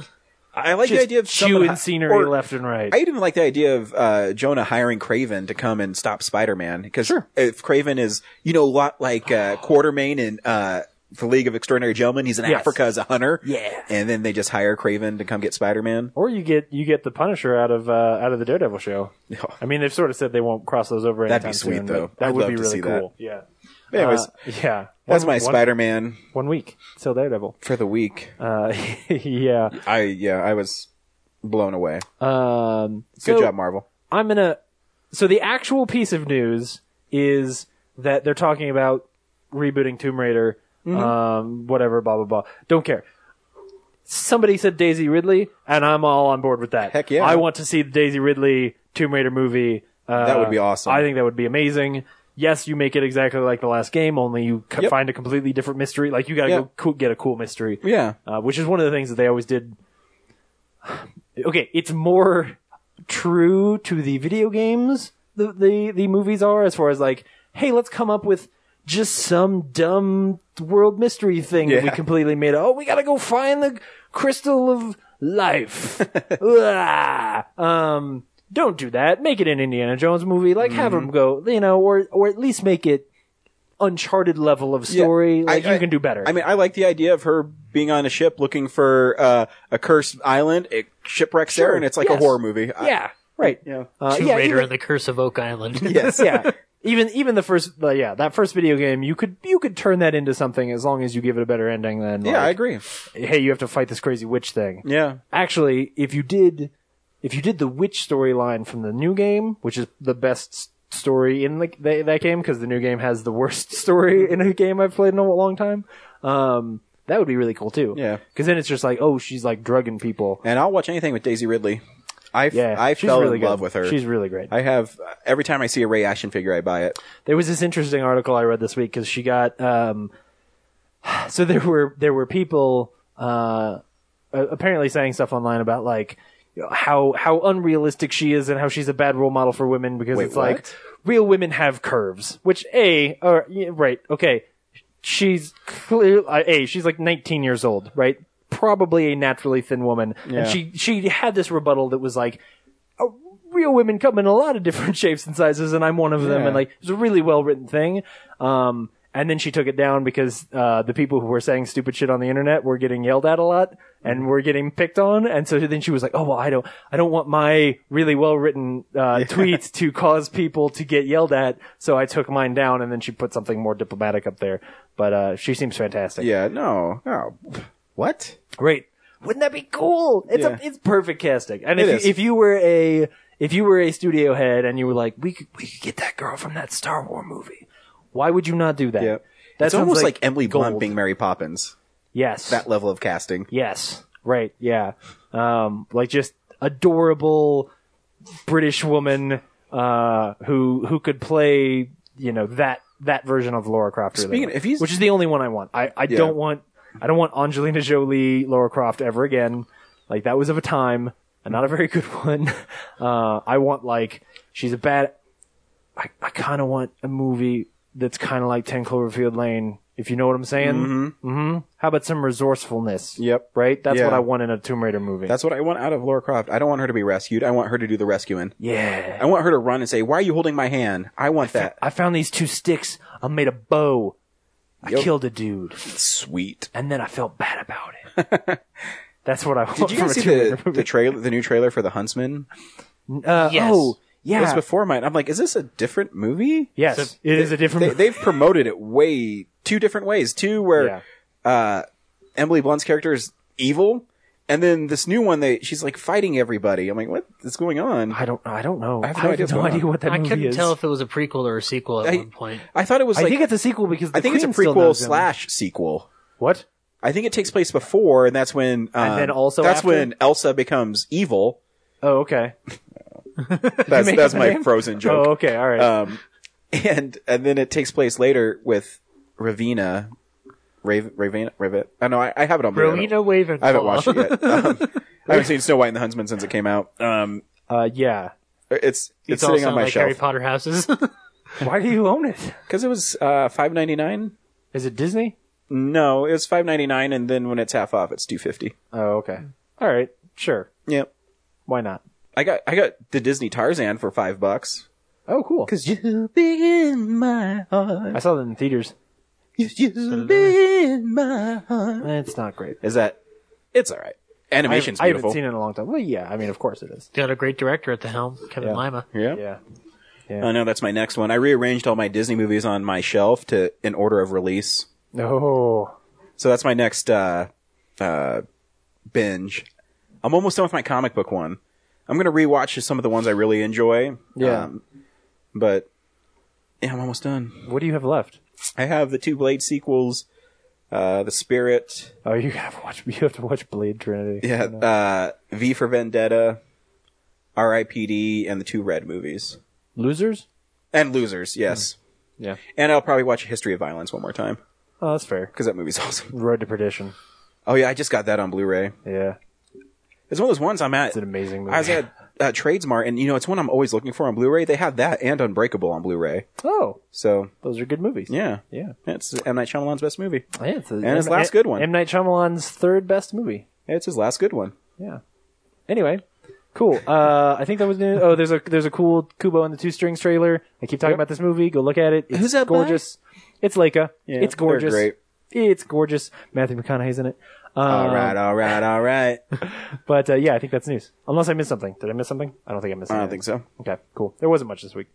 S1: I like the
S2: just
S1: idea of someone
S2: chewing
S1: hi-
S2: scenery
S1: or-
S2: left and right.
S1: I even like the idea of uh, Jonah hiring Craven to come and stop Spider-Man because if Craven is, you know, a lot like uh, Quartermain in uh, the League of Extraordinary Gentlemen, he's in
S2: Yes.
S1: Africa as a hunter.
S2: Yeah.
S1: and then they just hire Craven to come get Spider-Man.
S2: or you get you get the Punisher out of uh, out of the Daredevil show. I mean, they've sort of said they won't cross those over.
S1: That'd be
S2: anytime
S1: sweet,
S2: soon,
S1: though.
S2: but That
S1: I'd
S2: would
S1: love
S2: be
S1: to
S2: really
S1: see that.
S2: cool. Yeah.
S1: Anyways,
S2: Uh, yeah.
S1: that's
S2: One-
S1: my
S2: one-
S1: Spider-Man
S2: One week till Daredevil.
S1: for the week.
S2: Uh, yeah.
S1: I yeah, I was blown away.
S2: Um,
S1: Good
S2: so
S1: job, Marvel.
S2: I'm gonna. So the actual piece of news is that they're talking about rebooting Tomb Raider,
S1: Mm-hmm.
S2: um, whatever, blah blah blah. Don't care. Somebody said Daisy Ridley, and I'm all on board with that.
S1: Heck yeah.
S2: I want to see the Daisy Ridley Tomb Raider movie. Uh,
S1: That would be awesome.
S2: I think that would be amazing. Yes, you make it exactly like the last game, only you c-
S1: Yep.
S2: find a completely different mystery. Like you got to
S1: Yeah.
S2: go co- get a cool mystery
S1: Yeah,
S2: uh, which is one of the things that they always did. okay, it's more true to the video games the, the the movies are as far as like, hey, let's come up with just some dumb world mystery thing that we
S1: Yeah.
S2: completely made. up. Oh, we gotta go find the crystal of life. Ah. um, don't do that. Make it an Indiana Jones movie. Like have
S1: Mm-hmm.
S2: 'em have them go, you know, or or at least make it uncharted level of story.
S1: I-
S2: Like
S1: I-
S2: you can do better.
S1: I mean, I like the idea of her being on a ship looking for uh, a cursed island. It shipwrecks there,
S2: Sure,
S1: and it's like a
S2: yes.
S1: horror movie. I-
S2: yeah, right.
S1: yeah.
S2: Uh,
S3: Tomb
S2: yeah,
S3: Raider
S2: even-
S3: and the Curse of Oak Island.
S1: Yes.
S2: yeah. Even even the first, uh, yeah, that first video game, you could you could turn that into something as long as you give it a better ending than
S1: Yeah, I
S2: like,
S1: agree.
S2: hey, you have to fight this crazy witch thing.
S1: Yeah.
S2: Actually, if you did if you did the witch storyline from the new game, which is the best s- story in the, the, that game because the new game has the worst story in a game I've played in a long time, um, that would be really cool too.
S1: Yeah.
S2: because then it's just like, oh, she's like drugging people.
S1: And I'll watch anything with Daisy Ridley. I, f-
S2: Yeah,
S1: I
S2: she's
S1: fell
S2: really
S1: in
S2: good.
S1: love with her.
S2: She's really great.
S1: I have every time I see a Ray Ashton figure, I buy it.
S2: there was this interesting article I read this week because she got um, so there were there were people uh, a- apparently saying stuff online about like you know, how how unrealistic she is and how she's a bad role model for women because
S1: Wait,
S2: it's like
S1: what?
S2: real women have curves, which a or yeah, right okay she's clear uh, a she's like 19 years old right probably a naturally thin woman and she she had this rebuttal that was like "Oh, real women come in a lot of different shapes and sizes and i'm one of them
S1: Yeah.
S2: and like it was a really well written thing um and then she took it down because uh, the people who were saying stupid shit on the internet were getting yelled at a lot and were getting picked on. And so then she was like, "Oh well, I don't, I don't want my really well written uh, tweets to cause people to get yelled at." So I took mine down, and then she put something more diplomatic up there. But uh, she seems fantastic.
S1: Yeah. No. Oh. What?
S2: Great. Wouldn't that be cool? It's
S1: Yeah.
S2: a, it's perfect casting. And
S1: It
S2: if
S1: is.
S2: you, if you were a if you were a studio head and you were like, we could we could get that girl from that Star Wars movie, why would you not do that?
S1: Yeah.
S2: That
S1: it's
S2: sounds
S1: almost like, Emily Blunt
S2: gold.
S1: being Mary Poppins.
S2: Yes.
S1: That level of casting.
S2: yes. Right. Yeah. Um, like just adorable British woman uh, who who could play you know that that version of Laura Croft. Really
S1: Speaking-
S2: want,
S1: if he's-
S2: which is the only one I want. I, I don't want I don't want Angelina Jolie, Laura Croft ever again. Like that was of a time, and not a very good one. Uh, I want like she's a bad. I, I kind of want a movie that's kind of like Ten Cloverfield Lane. If you know what I'm saying. Mm-hmm. How about some resourcefulness?
S1: Yep.
S2: Right. That's
S1: Yeah.
S2: what I want in a Tomb Raider movie.
S1: That's what I want out of Laura Croft. I don't want her to be rescued. I want her to do the rescuing.
S2: yeah.
S1: I want her to run and say, "Why are you holding my hand?" I want that.
S2: I found these two sticks. I made a bow. I
S1: Yep.
S2: killed a dude,
S1: Sweet.
S2: and then I felt bad about it. That's what I want
S1: Did you
S2: from
S1: guys see
S2: a Tomb Raider
S1: the, the trailer, the new trailer for The Huntsman?
S2: movie. Uh,
S3: Yes.
S2: Oh, yeah.
S1: It was before mine. I'm like, is this a different movie?
S2: yes,
S3: So
S2: it is a different.
S1: They, they've promoted it way two different ways. Two where
S2: Yeah.
S1: uh, Emily Blunt's character is evil, and then this new one, they she's like fighting everybody. I'm like, what is going on?
S2: I don't. I don't know. I
S1: have no idea what's going on.
S2: what that
S3: I
S2: movie
S3: couldn't
S2: is.
S3: tell if it was a prequel or a sequel at one point.
S1: I thought it was
S2: I
S1: like
S2: think it's a sequel because the
S1: I think it's a
S2: Queen still
S1: prequel
S2: knows him.
S1: slash sequel.
S2: what?
S1: I think it takes place before, and that's when um,
S2: then also
S1: that's
S2: after?
S1: when Elsa becomes evil.
S2: Oh, okay.
S1: That's
S2: make
S1: that's
S2: up a
S1: my
S2: name?
S1: frozen joke.
S2: Oh, okay. All right.
S1: Um, and and then it takes place later with Ravina, Rav, Ravina, Ravit. I know I, I have it on. my- I don't-
S3: Rowena Wave and
S1: I haven't
S3: Claw.
S1: watched it yet. Um, I haven't seen Snow White and the Huntsman since it came out. Um,
S2: uh, yeah.
S1: it's
S3: These
S1: it's
S3: all
S1: sitting on
S3: sound
S1: my
S3: like Harry
S1: shelf
S3: Potter houses.
S2: Why do you own it?
S1: because it was uh, five ninety nine.
S2: Is it Disney?
S1: No, it was five ninety nine, and then when it's half off, it's two fifty.
S2: Oh, okay. All right. Sure.
S1: Yep.
S2: Why not?
S1: I got I got the Disney Tarzan for five bucks.
S2: Oh, cool.
S1: Cause you be in my heart.
S2: I saw that in theaters.
S1: You be in my heart.
S2: It's not great.
S1: Is that? It's all right.
S2: I,
S1: Animation's
S2: I haven't
S1: beautiful.
S2: seen it in a long time. Well, yeah. I mean, of course it is.
S3: Got a great director at the helm, Kevin
S2: Yeah.
S3: Lima.
S1: Yeah.
S2: Yeah.
S1: I know that's my next one. I rearranged all my Disney movies on my shelf to in order of release.
S2: No.
S1: So that's my next uh, uh, binge. I'm almost done with my comic book one. I'm gonna rewatch some of the ones I really enjoy. Um,
S2: Yeah.
S1: but yeah, I'm almost done.
S2: What do you have left?
S1: I have the two Blade sequels, uh, The Spirit,
S2: Oh, you have to watch. You have to watch Blade Trinity.
S1: yeah, uh, V for Vendetta, R.I.P.D., and the two Red movies
S2: Losers.
S1: and Losers. Yes,
S2: Mm. Yeah.
S1: and I'll probably watch History of Violence one more time
S2: Oh, that's fair.
S1: because that movie's awesome.
S2: Road to Perdition.
S1: Oh yeah, I just got that on Blu-ray.
S2: Yeah,
S1: It's one of those ones I'm at.
S2: it's an amazing movie.
S1: I was at uh, Tradesmart, and you know, it's one I'm always looking for on Blu-ray. They had that and Unbreakable on Blu-ray.
S2: oh,
S1: So
S2: those are good movies.
S1: yeah,
S2: Yeah.
S1: it's M Night Shyamalan's best movie.
S2: Yeah, it's a-
S1: And his
S2: M-
S1: last
S2: M-
S1: good one.
S2: M Night Shyamalan's third best movie.
S1: It's his last good one.
S2: Yeah. Anyway, cool. Uh, I think that was new. Oh, there's a there's a cool Kubo and the Two Strings trailer. I keep talking about this movie. Go look at it. It's
S1: Who's that by?
S2: Gorgeous. It's Leica.
S1: Yeah,
S2: it's
S1: they're
S2: gorgeous.
S1: great.
S2: It's gorgeous. Matthew McConaughey's in it. Um,
S1: All right, all right, all right.
S2: But uh, yeah, I think that's news. Unless I missed something. Did I miss something? I don't think I missed.
S1: I don't
S2: anything.
S1: think so.
S2: Okay, cool. There wasn't much this week.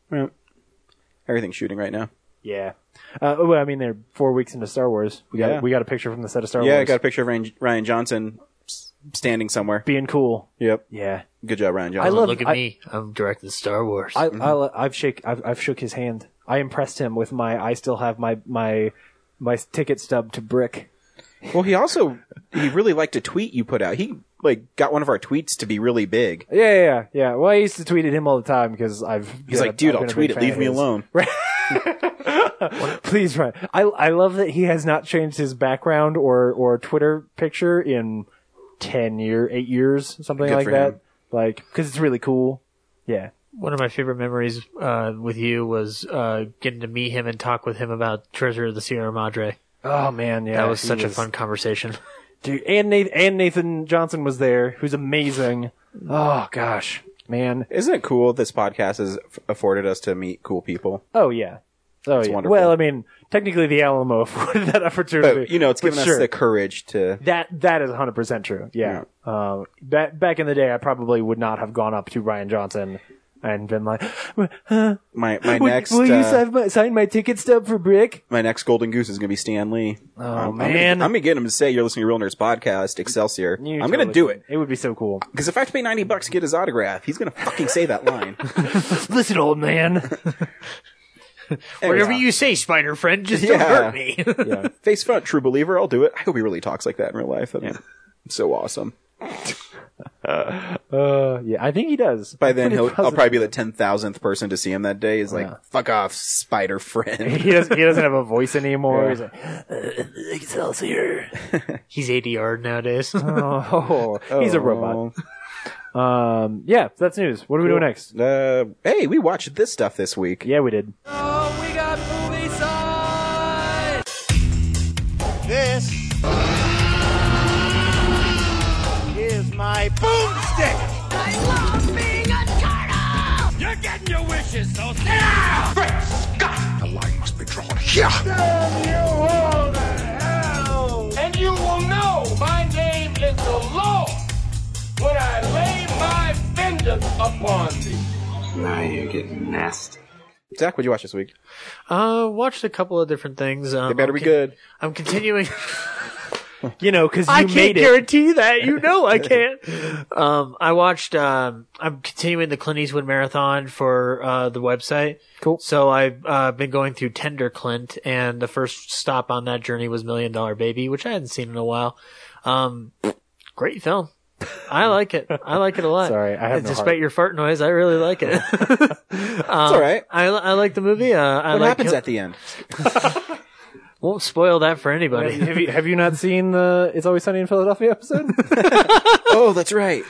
S1: Everything's shooting right now.
S2: Yeah. Uh, well, I mean, they're four weeks into Star Wars. We got
S1: Yeah.
S2: we got a picture from the set of Star
S1: Yeah, I
S2: Wars.
S1: got a picture of Ryan, Ryan Johnson s- standing somewhere.
S2: being cool.
S1: Yep.
S2: Yeah.
S1: Good job, Ryan
S2: I
S1: Johnson.
S2: love-
S3: Look at
S2: I-
S3: me. I'm directing Star Wars.
S2: I,
S1: Mm-hmm.
S2: I I've shake I've, I've shook his hand. I impressed him with my I still have my my my ticket stub to Brick.
S1: well, he also he really liked a tweet you put out. He like got one of our tweets to be really big.
S2: Yeah, yeah, yeah, yeah. Well, I used to tweet at him all the time because I've
S1: He's like, dude, I'll tweet it. Leave me alone.
S2: Please, Ryan. I I love that he has not changed his background or or Twitter picture in ten year, eight years, something
S1: Good
S2: like
S1: for
S2: that.
S1: him.
S2: Like, because it's really cool. Yeah.
S3: One of my favorite memories uh, with you was uh, getting to meet him and talk with him about Treasure of the Sierra Madre.
S2: Oh man, yeah.
S3: That was
S2: he
S3: such a fun conversation.
S2: dude. And Nathan, and Nathan Johnson was there, who's amazing. Oh gosh, man.
S1: Isn't it cool? This podcast has f- afforded us to meet cool people.
S2: Oh yeah. Oh yeah.
S1: wonderful.
S2: Well, I mean, technically the Alamo afforded that opportunity.
S1: But you know, it's given
S2: sure.
S1: us the courage to
S2: that that is 100% true. Yeah. Uh, ba- back in the day I probably would not have gone up to Ryan Johnson and been like, "Huh?
S1: my my
S2: will,
S1: next
S2: will
S1: uh,
S2: you sign my, sign my ticket stub for Brick?"
S1: my next golden goose is going to be Stan Lee. Oh
S2: man.
S1: I'm gonna get him to say you're listening to Real Nerds podcast, Excelsior.
S2: You
S1: I'm gonna
S2: totally
S1: do
S2: should.
S1: it
S2: It would be so cool.
S1: because if I have to pay ninety bucks to get his autograph, he's gonna fucking say that line.
S2: Listen, old man.
S3: Whatever you say, Spider Friend, just don't
S1: Yeah.
S3: hurt me.
S2: yeah.
S1: Face front, true believer. I'll do it. I hope he really talks like that in real life. That'd be so awesome.
S2: Uh, yeah, I think he does.
S1: By then,
S2: Pretty
S1: he'll, I'll
S2: positive.
S1: probably be the 10,000th person to see him that day. He's like, fuck off, spider friend.
S2: He doesn't. He doesn't have a voice anymore. He's like, "Uh,
S3: He's ADR nowadays.
S2: oh, he's a robot. Um, yeah, so that's news. What are we doing next?
S1: Uh, hey, we watched this stuff this week.
S2: Yeah, we did.
S7: This is my boomstick.
S8: I love being a turtle!
S7: You're getting your wishes, so sit down. Great Scott! The line must be drawn here. Damn you all to hell! And you will know my name is the law when I lay my vengeance upon thee.
S9: Now you're getting nasty.
S1: Zach, what'd you watch this week?
S3: Uh, watched a couple of different things. Um,
S1: It better
S3: I'm
S1: be
S3: con-
S1: good.
S3: I'm continuing.
S2: You know, because you
S3: I can't
S2: made it.
S3: guarantee that. You know, I can't. um, I watched. Um, I'm continuing the Clint Eastwood marathon for uh, the website.
S2: Cool.
S3: So I've uh, been going through Tender Clint, and the first stop on that journey was Million Dollar Baby, which I hadn't seen in a while. Um, great film. I like it. I like it a lot.
S2: Sorry, I have no
S3: Despite
S2: heart.
S3: your fart noise, I really like it.
S2: Um,
S1: it's alright.
S3: I, I like the movie. Uh, I
S1: What
S3: like
S1: happens
S3: Kill-
S1: at the end?
S3: Won't spoil that for anybody.
S2: Have you have you not seen the It's Always Sunny in Philadelphia episode?
S1: Oh, that's right.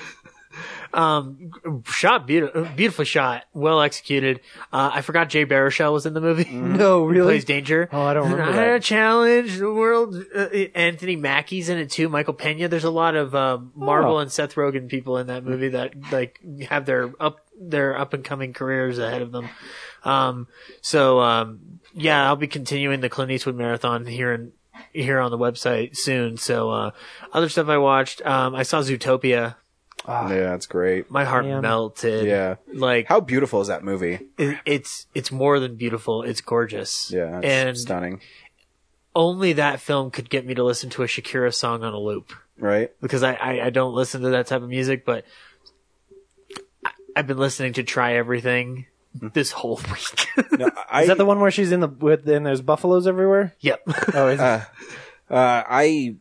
S3: um, shot beautiful, beautifully shot, well executed. Uh, I forgot Jay Baruchel was in the movie.
S2: no,
S3: He plays Danger.
S2: Oh, I don't remember
S3: I had
S2: that.
S3: a challenge. The world. Uh, Anthony Mackie's in it too. Michael Pena. There's a lot of um, Marvel
S2: Oh.
S3: and Seth Rogen people in that movie that like have their up their up and coming careers ahead of them. Um, so um, yeah, I'll be continuing the Clint Eastwood marathon here in here on the website soon. So uh, other stuff I watched. Um, I saw Zootopia.
S2: Ah.
S1: yeah, that's great.
S3: My heart
S2: Man.
S3: melted.
S1: Yeah.
S3: Like
S1: How beautiful is that movie?
S3: it, it's it's more than beautiful. It's gorgeous.
S1: Yeah, it's
S3: and
S1: stunning.
S3: only that film could get me to listen to a Shakira song on a loop
S1: Right?
S3: because I I, I don't listen to that type of music, but I, I've been listening to Try Everything
S1: Mm-hmm.
S3: this whole week.
S1: No, I,
S2: Is that the one where she's in the with and there's buffaloes everywhere?
S3: yep.
S2: Oh, is it?
S1: Uh, I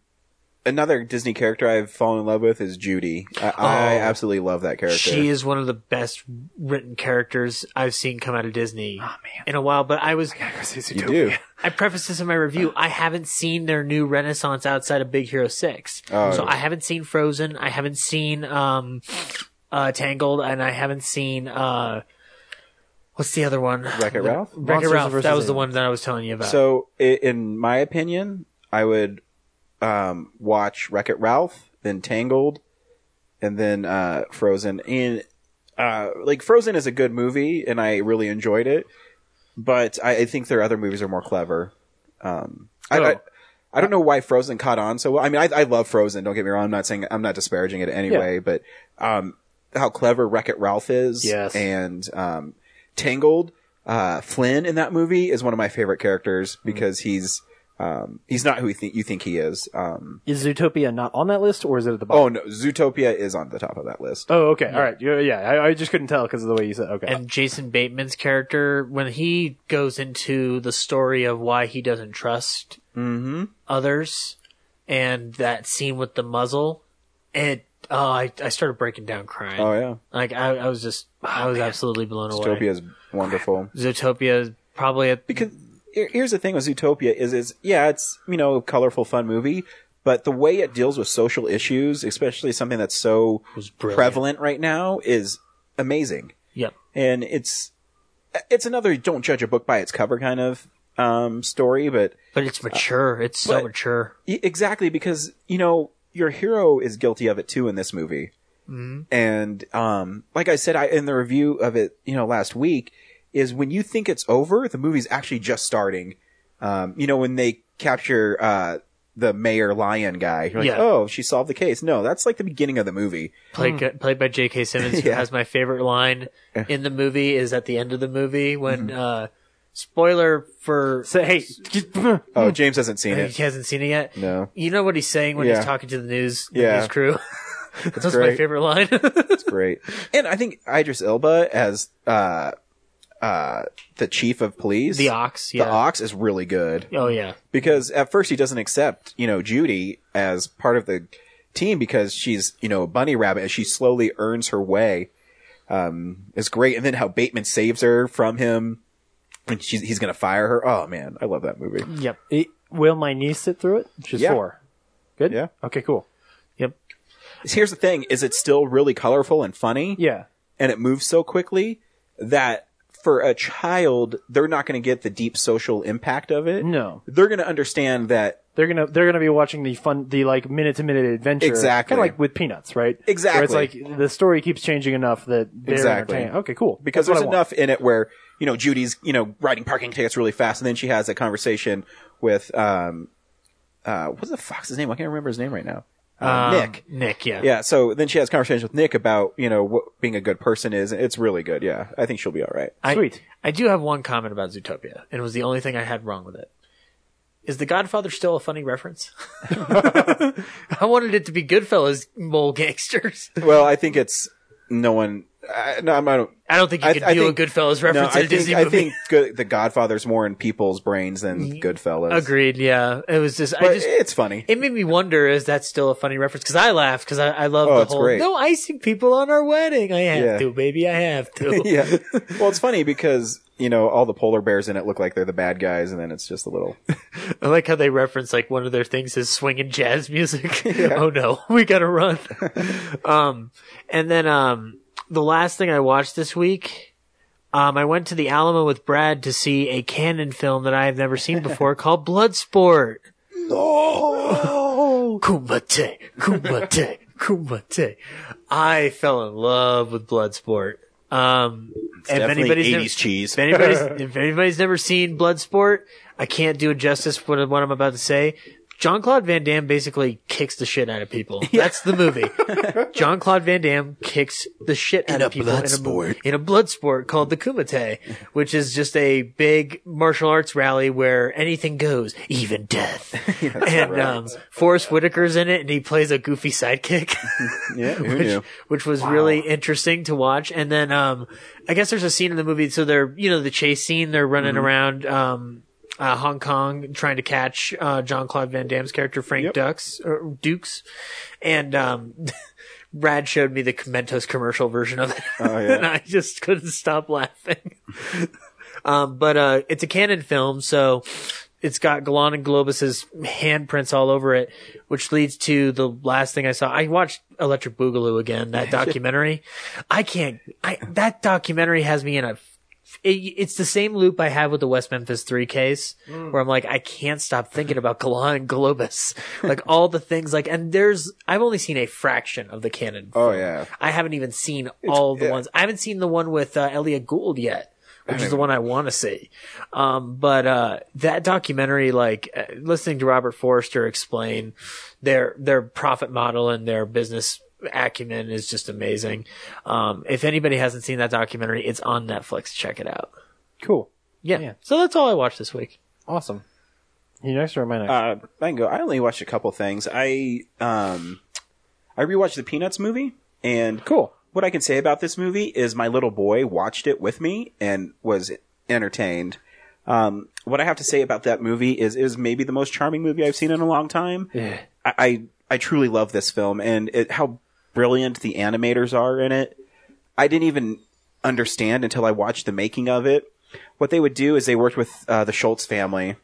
S1: another Disney character I've fallen in love with is Judy. I, I absolutely love that character.
S3: Oh. She is one of the best written characters I've seen come out of Disney
S1: Ah,
S3: in a while. But I was
S1: You do.
S3: I prefaced this in my review. I haven't seen their new renaissance outside of Big Hero Six,
S1: Oh.
S3: so I haven't seen Frozen. I haven't seen um, uh, Tangled, and I haven't seen uh, what's the other one?
S1: Wreck It Ralph.
S3: Wreck-It
S2: Monsters
S3: Ralph.
S2: versus
S3: That was the
S2: Aliens.
S3: one that I was telling you about.
S1: So, uh, i- in my opinion, I would um, watch Wreck It Ralph, then Tangled, and then uh, Frozen. And uh, like Frozen is a good movie, and I really enjoyed it. But I, I think their other movies are more clever. Um, I, I, I don't know why Frozen caught on so well. I mean, I, I love Frozen. Don't get me wrong. I'm not saying I'm not disparaging it in any
S2: Yeah.
S1: way, but um, how clever Wreck It Ralph is,
S2: Yes.
S1: and um, Tangled. Uh, Flynn in that movie is one of my favorite characters because he's um, he's not who you think you think he is. Um,
S2: Is Zootopia not on that list, or is it at the bottom?
S1: oh no, Zootopia is on the top of that list.
S2: Oh, okay, all right, yeah, yeah. I, I just couldn't tell because of the way you said. Okay,
S3: and Jason Bateman's character when he goes into the story of why he doesn't trust others, and that scene with the muzzle, it oh, I, I started breaking down crying.
S1: Oh yeah,
S3: Like I, I was just, I was absolutely blown away.
S1: Zootopia is wonderful.
S3: Zootopia is probably a
S1: Because here- here's the thing with Zootopia is is yeah, it's you know a colorful, fun movie, but the way it deals with social issues, especially something that's so
S3: brilliant.
S1: prevalent right now, is amazing.
S3: yep.
S1: and it's it's another don't judge a book by its cover kind of um, story, but
S3: But it's mature. It's so
S1: Uh, but-
S3: mature.
S1: e- exactly because you know your hero is guilty of it too in this movie,
S3: Mm-hmm.
S1: and um, like I said I, in the review of it, you know, last week is when you think it's over, the movie's actually just starting. Um, you know, when they capture uh, the mayor lion guy, you're like,
S3: Yeah.
S1: oh, she solved the case. No, that's like the beginning of the movie.
S3: Played played by J.K. Simmons, who
S1: Yeah.
S3: has my favorite line in the movie is at the end of the movie when
S1: Mm-hmm.
S3: uh, spoiler for
S2: so hey,
S3: Hmm.
S1: Oh, James hasn't seen it.
S3: he hasn't seen it yet.
S1: No,
S3: You know what he's saying when
S1: Yeah.
S3: he's talking to the news, the
S1: Yeah.
S3: news crew. That's, my
S1: great.
S3: favorite line.
S1: great. And I think Idris Elba as uh uh the chief of police,
S3: the ox.
S1: the
S3: Yeah.
S1: ox is really good
S3: Oh yeah.
S1: because at first he doesn't accept you know Judy as part of the team because she's, you know, a bunny rabbit as she slowly earns her way. Um, is great. And then how Bateman saves her from him and she's, he's going to fire her. Oh man, I love that movie.
S2: Yep. It- will my niece sit through it? She's
S1: Yeah.
S2: four. Good.
S1: Yeah.
S2: Okay. Cool.
S1: Here's the thing is it's still really colorful and funny
S2: Yeah.
S1: and it moves so quickly that for a child, they're not going to get the deep social impact of it.
S2: No.
S1: They're going to understand that
S2: They're gonna they're gonna be watching the fun the like minute to minute adventure
S1: Exactly.
S2: kind of like with Peanuts right where it's
S1: Exactly.
S2: like the story keeps changing enough that they're
S1: Exactly.
S2: entertained. okay cool
S1: because
S2: That's
S1: there's
S2: what I want.
S1: enough in it where you know Judy's you know riding parking tickets really fast, and then she has a conversation with um, uh, what's the fuck's his name? I can't remember his name right now. Uh,
S3: Um,
S1: Nick.
S3: Nick, yeah.
S1: Yeah. So then she has conversations with Nick about you know what being a good person is. It's really good. Yeah, I think she'll be all right.
S3: I-
S2: Sweet.
S3: I do have one comment about Zootopia, and it was the only thing I had wrong with it. Is The Godfather still a funny reference? I wanted it to be Goodfellas mole gangsters.
S1: Well, I think it's no one. I, no, I'm, I don't.
S3: I don't think you
S1: I-
S3: could
S1: I
S3: do a
S1: think-
S3: Goodfellas
S1: No,
S3: reference in
S1: I
S3: a
S1: think,
S3: Disney
S1: I
S3: movie.
S1: think good, the Godfather's more in people's brains than Goodfellas.
S3: Agreed. Yeah, it was just.
S1: But
S3: I just.
S1: it's funny.
S3: It made me wonder: Is that still a funny reference? Because I laughed because I, I love
S1: Oh,
S3: the
S1: it's
S3: whole
S1: great.
S3: no icing people on our wedding. I have
S1: Yeah.
S3: to, baby. I have to.
S1: yeah. Well, it's funny because you know all the polar bears in it look like they're the bad guys, and then it's just a little.
S3: I like how they reference like one of their things is swinging jazz music. oh no, we gotta run. um, and then um, the last thing I watched this week, um, I went to the Alamo with Brad to see a canon film that I have never seen before called Bloodsport. No, Kumite, Kumite, Kumite. I fell in love with Bloodsport. Um, if anybody's never-
S1: cheese.
S3: if anybody's, if anybody's never seen Bloodsport, I can't do it justice for what I'm about to say. John Claude Van Damme basically kicks the shit out of people. That's the movie. John Claude Van Damme kicks the shit out of people in, a, sport. in a blood sport called the Kumite, which is just a big martial arts rally where anything goes, even death. and um, Forrest Whitaker's in it, and he plays a goofy sidekick
S1: yeah, who
S3: which,
S1: knew?
S3: which was really interesting to watch. And then, um, I guess there's a scene in the movie. So they're, you know, the chase scene, they're running around, um, uh, Hong Kong trying to catch, uh, John Claude Van Damme's character, Frank Dux, or Dukes. And, um, Brad showed me the Mentos commercial version of it. and I just couldn't stop laughing. um, but, uh, it's a canon film. So, it's got Galan and Globus's handprints all over it, which leads to the last thing I saw. I watched Electric Boogaloo again, that documentary. I can't, I, that documentary has me in a, it, it's the same loop I have with the West Memphis 3 case
S1: Mm.
S3: where I'm like, I can't stop thinking about Galan and Globus. Like all the things like, and there's, I've only seen a fraction of the canon.
S1: Oh yeah.
S3: I haven't even seen all the
S1: yeah.
S3: ones. I haven't seen the one with uh, Elliot Gould yet, which is the one I want to see. Um, but uh, that documentary, like uh, listening to Robert Forrester explain their their profit model and their business acumen is just amazing. Um, if anybody hasn't seen that documentary, it's on Netflix. Check it out.
S2: cool
S3: Yeah.
S2: Yeah.
S3: So that's all I watched this week.
S2: awesome. You next or am I next?
S1: Uh, I can go. I only watched a couple things. I um, I rewatched the Peanuts movie, and
S2: cool.
S1: what I can say about this movie is my little boy watched it with me and was entertained. Um, what I have to say about that movie is it was maybe the most charming movie I've seen in a long time. I, I I truly love this film and it, how brilliant the animators are in it. I didn't even understand until I watched the making of it. What they would do is they worked with uh, the Schultz family.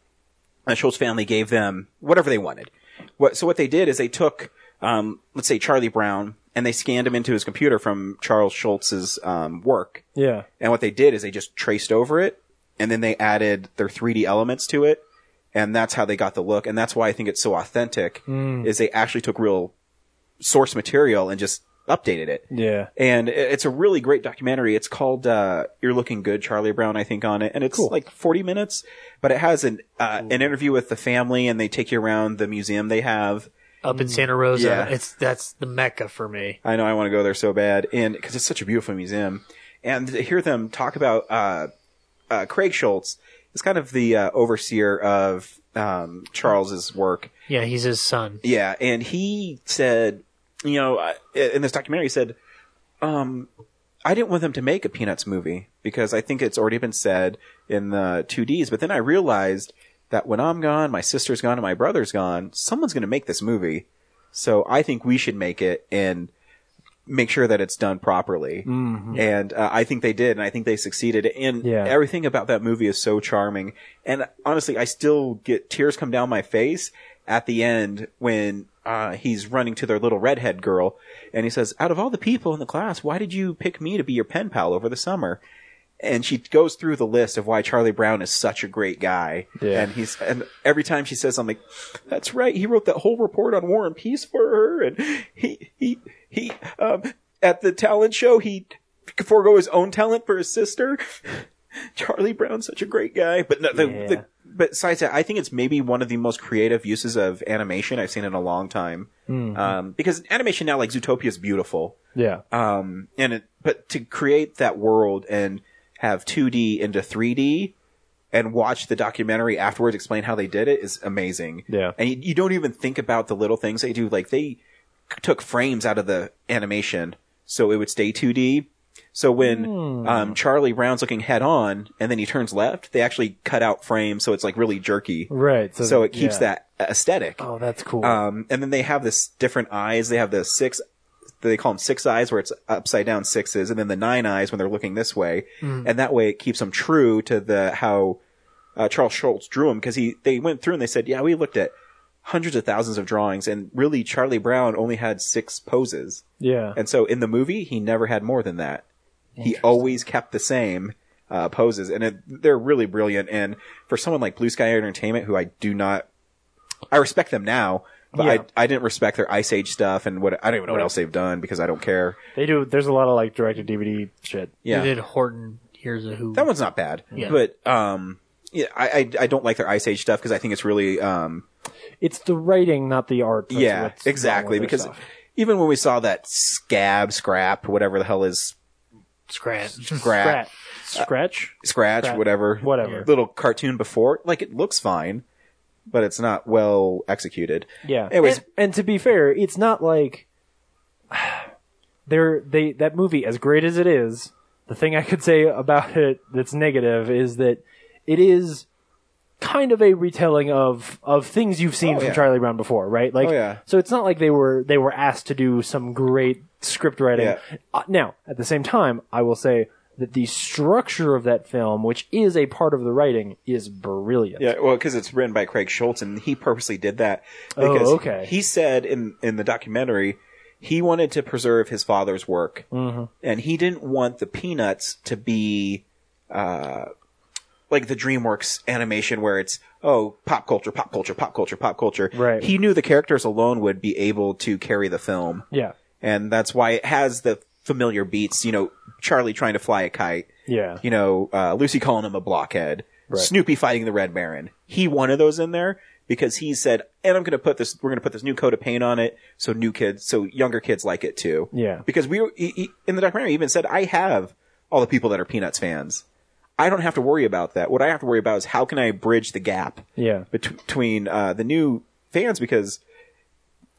S1: The Schultz family gave them whatever they wanted. What, so what they did is they took, um, let's say Charlie Brown, and they scanned him into his computer from Charles Schultz's um, work.
S2: Yeah.
S1: And what they did is they just traced over it, and then they added their 3D elements to it, and that's how they got the look. And that's why I think it's so authentic is they actually took real source material and just updated it.
S2: Yeah.
S1: And i- it's a really great documentary. It's called uh, "You're Looking Good," Charlie Brown, I think, on it, and it's like 40 minutes, but it has an uh, an interview with the family, and they take you around the museum they have.
S3: Up in Santa Rosa,
S1: Yeah.
S3: it's that's the mecca for me.
S1: I know I want to go there so bad, and because it's such a beautiful museum, and to hear them talk about uh, uh, Craig Schultz is kind of the uh, overseer of um, Charles's work.
S3: Yeah, he's his son.
S1: Yeah, and he said, you know, I- in this documentary, he said, um, I didn't want them to make a Peanuts movie because I think it's already been said in the 2Ds. But then I realized that when I'm gone, my sister's gone, and my brother's gone, someone's going to make this movie. So I think we should make it and make sure that it's done properly. And uh, I think they did, and I think they succeeded. And
S2: Yeah.
S1: everything about that movie is so charming. And honestly, I still get tears come down my face at the end when uh, he's running to their little redhead girl, and he says, "Out of all the people in the class, why did you pick me to be your pen pal over the summer?" and she goes through the list of why Charlie Brown is such a great guy.
S2: Yeah.
S1: And he's and every time she says something, that's right. He wrote that whole report on War and Peace for her, and he he he um at the talent show he forego his own talent for his sister. Charlie Brown's such a great guy, but no, the,
S2: Yeah.
S1: the but besides that, I think it's maybe one of the most creative uses of animation I've seen in a long time.
S2: Mm-hmm.
S1: Um, because animation now, like Zootopia, is beautiful
S2: Yeah.
S1: um, and it, but to create that world and have 2D into 3D and watch the documentary afterwards explain how they did it is amazing.
S2: Yeah.
S1: And you, you don't even think about the little things they do. Like they took frames out of the animation so it would stay 2D. So when
S2: Hmm.
S1: um, Charlie Brown's looking head on and then he turns left, they actually cut out frames so it's like really jerky.
S2: Right.
S1: So it keeps
S2: yeah.
S1: that aesthetic.
S2: Oh, that's cool.
S1: Um, and then they have this different eyes. They have the six, they call them six eyes where it's upside down sixes and then the nine eyes when they're looking this way. And that way it keeps them true to the, how, uh, Charles Schultz drew them because he, they went through and they said, yeah, we looked at hundreds of thousands of drawings and really Charlie Brown only had six poses.
S2: yeah.
S1: And so in the movie, he never had more than that. He always kept the same uh, poses, and it, they're really brilliant. And for someone like Blue Sky Entertainment, who I do not, I respect them now, but
S2: Yeah.
S1: I I didn't respect their Ice Age stuff and what I don't even know what else they've done because I don't care.
S2: They do. There's a lot of like directed DVD shit.
S1: Yeah,
S3: They did Horton. Here's a who.
S1: that one's not bad,
S3: Yeah.
S1: but um, yeah, I, I I don't like their Ice Age stuff because I think it's really um
S2: It's the writing, not the art. that's
S1: yeah,
S2: what's wrong
S1: exactly
S2: with their
S1: because
S2: stuff.
S1: even when we saw that scab scrap whatever the hell is
S3: Scratch.
S1: scrap
S2: Scrat- scratch.
S1: scratch,
S2: Crap.
S1: whatever,
S2: Whatever.
S1: little cartoon before. Like it looks fine, but it's not well executed.
S2: Yeah.
S1: Anyways,
S2: and, and to be fair, it's not like they're they that movie as great as it is. The thing I could say about it that's negative is that it is kind of a retelling of of things you've seen
S1: Oh,
S2: from
S1: yeah.
S2: Charlie Brown before, right? Like
S1: Oh, yeah.
S2: so it's not like they were they were asked to do some great script writing.
S1: Yeah.
S2: Uh, now, at the same time, I will say that the structure of that film, which is a part of the writing, is brilliant.
S1: yeah, well, because it's written by Craig Schultz, and he purposely did that
S2: Oh,
S1: because
S2: okay.
S1: he said in in the documentary he wanted to preserve his father's work,
S2: Mm-hmm.
S1: and he didn't want the Peanuts to be. Uh, like the DreamWorks animation where it's oh pop culture, pop culture, pop culture, pop culture.
S2: Right.
S1: He knew the characters alone would be able to carry the film.
S2: Yeah.
S1: and that's why it has the familiar beats. You know, Charlie trying to fly a kite.
S2: Yeah.
S1: You know, uh, Lucy calling him a blockhead. Snoopy fighting the Red Baron. He wanted those in there because he said, "And I'm going to put this. We're going to put this new coat of paint on it, so new kids, so younger kids like it too."
S2: Yeah.
S1: Because we were, he, he, in the documentary he even said, "I have all the people that are Peanuts fans." I don't have to worry about that. What I have to worry about is how can I bridge the gap
S2: Yeah.
S1: bet- between uh, the new fans because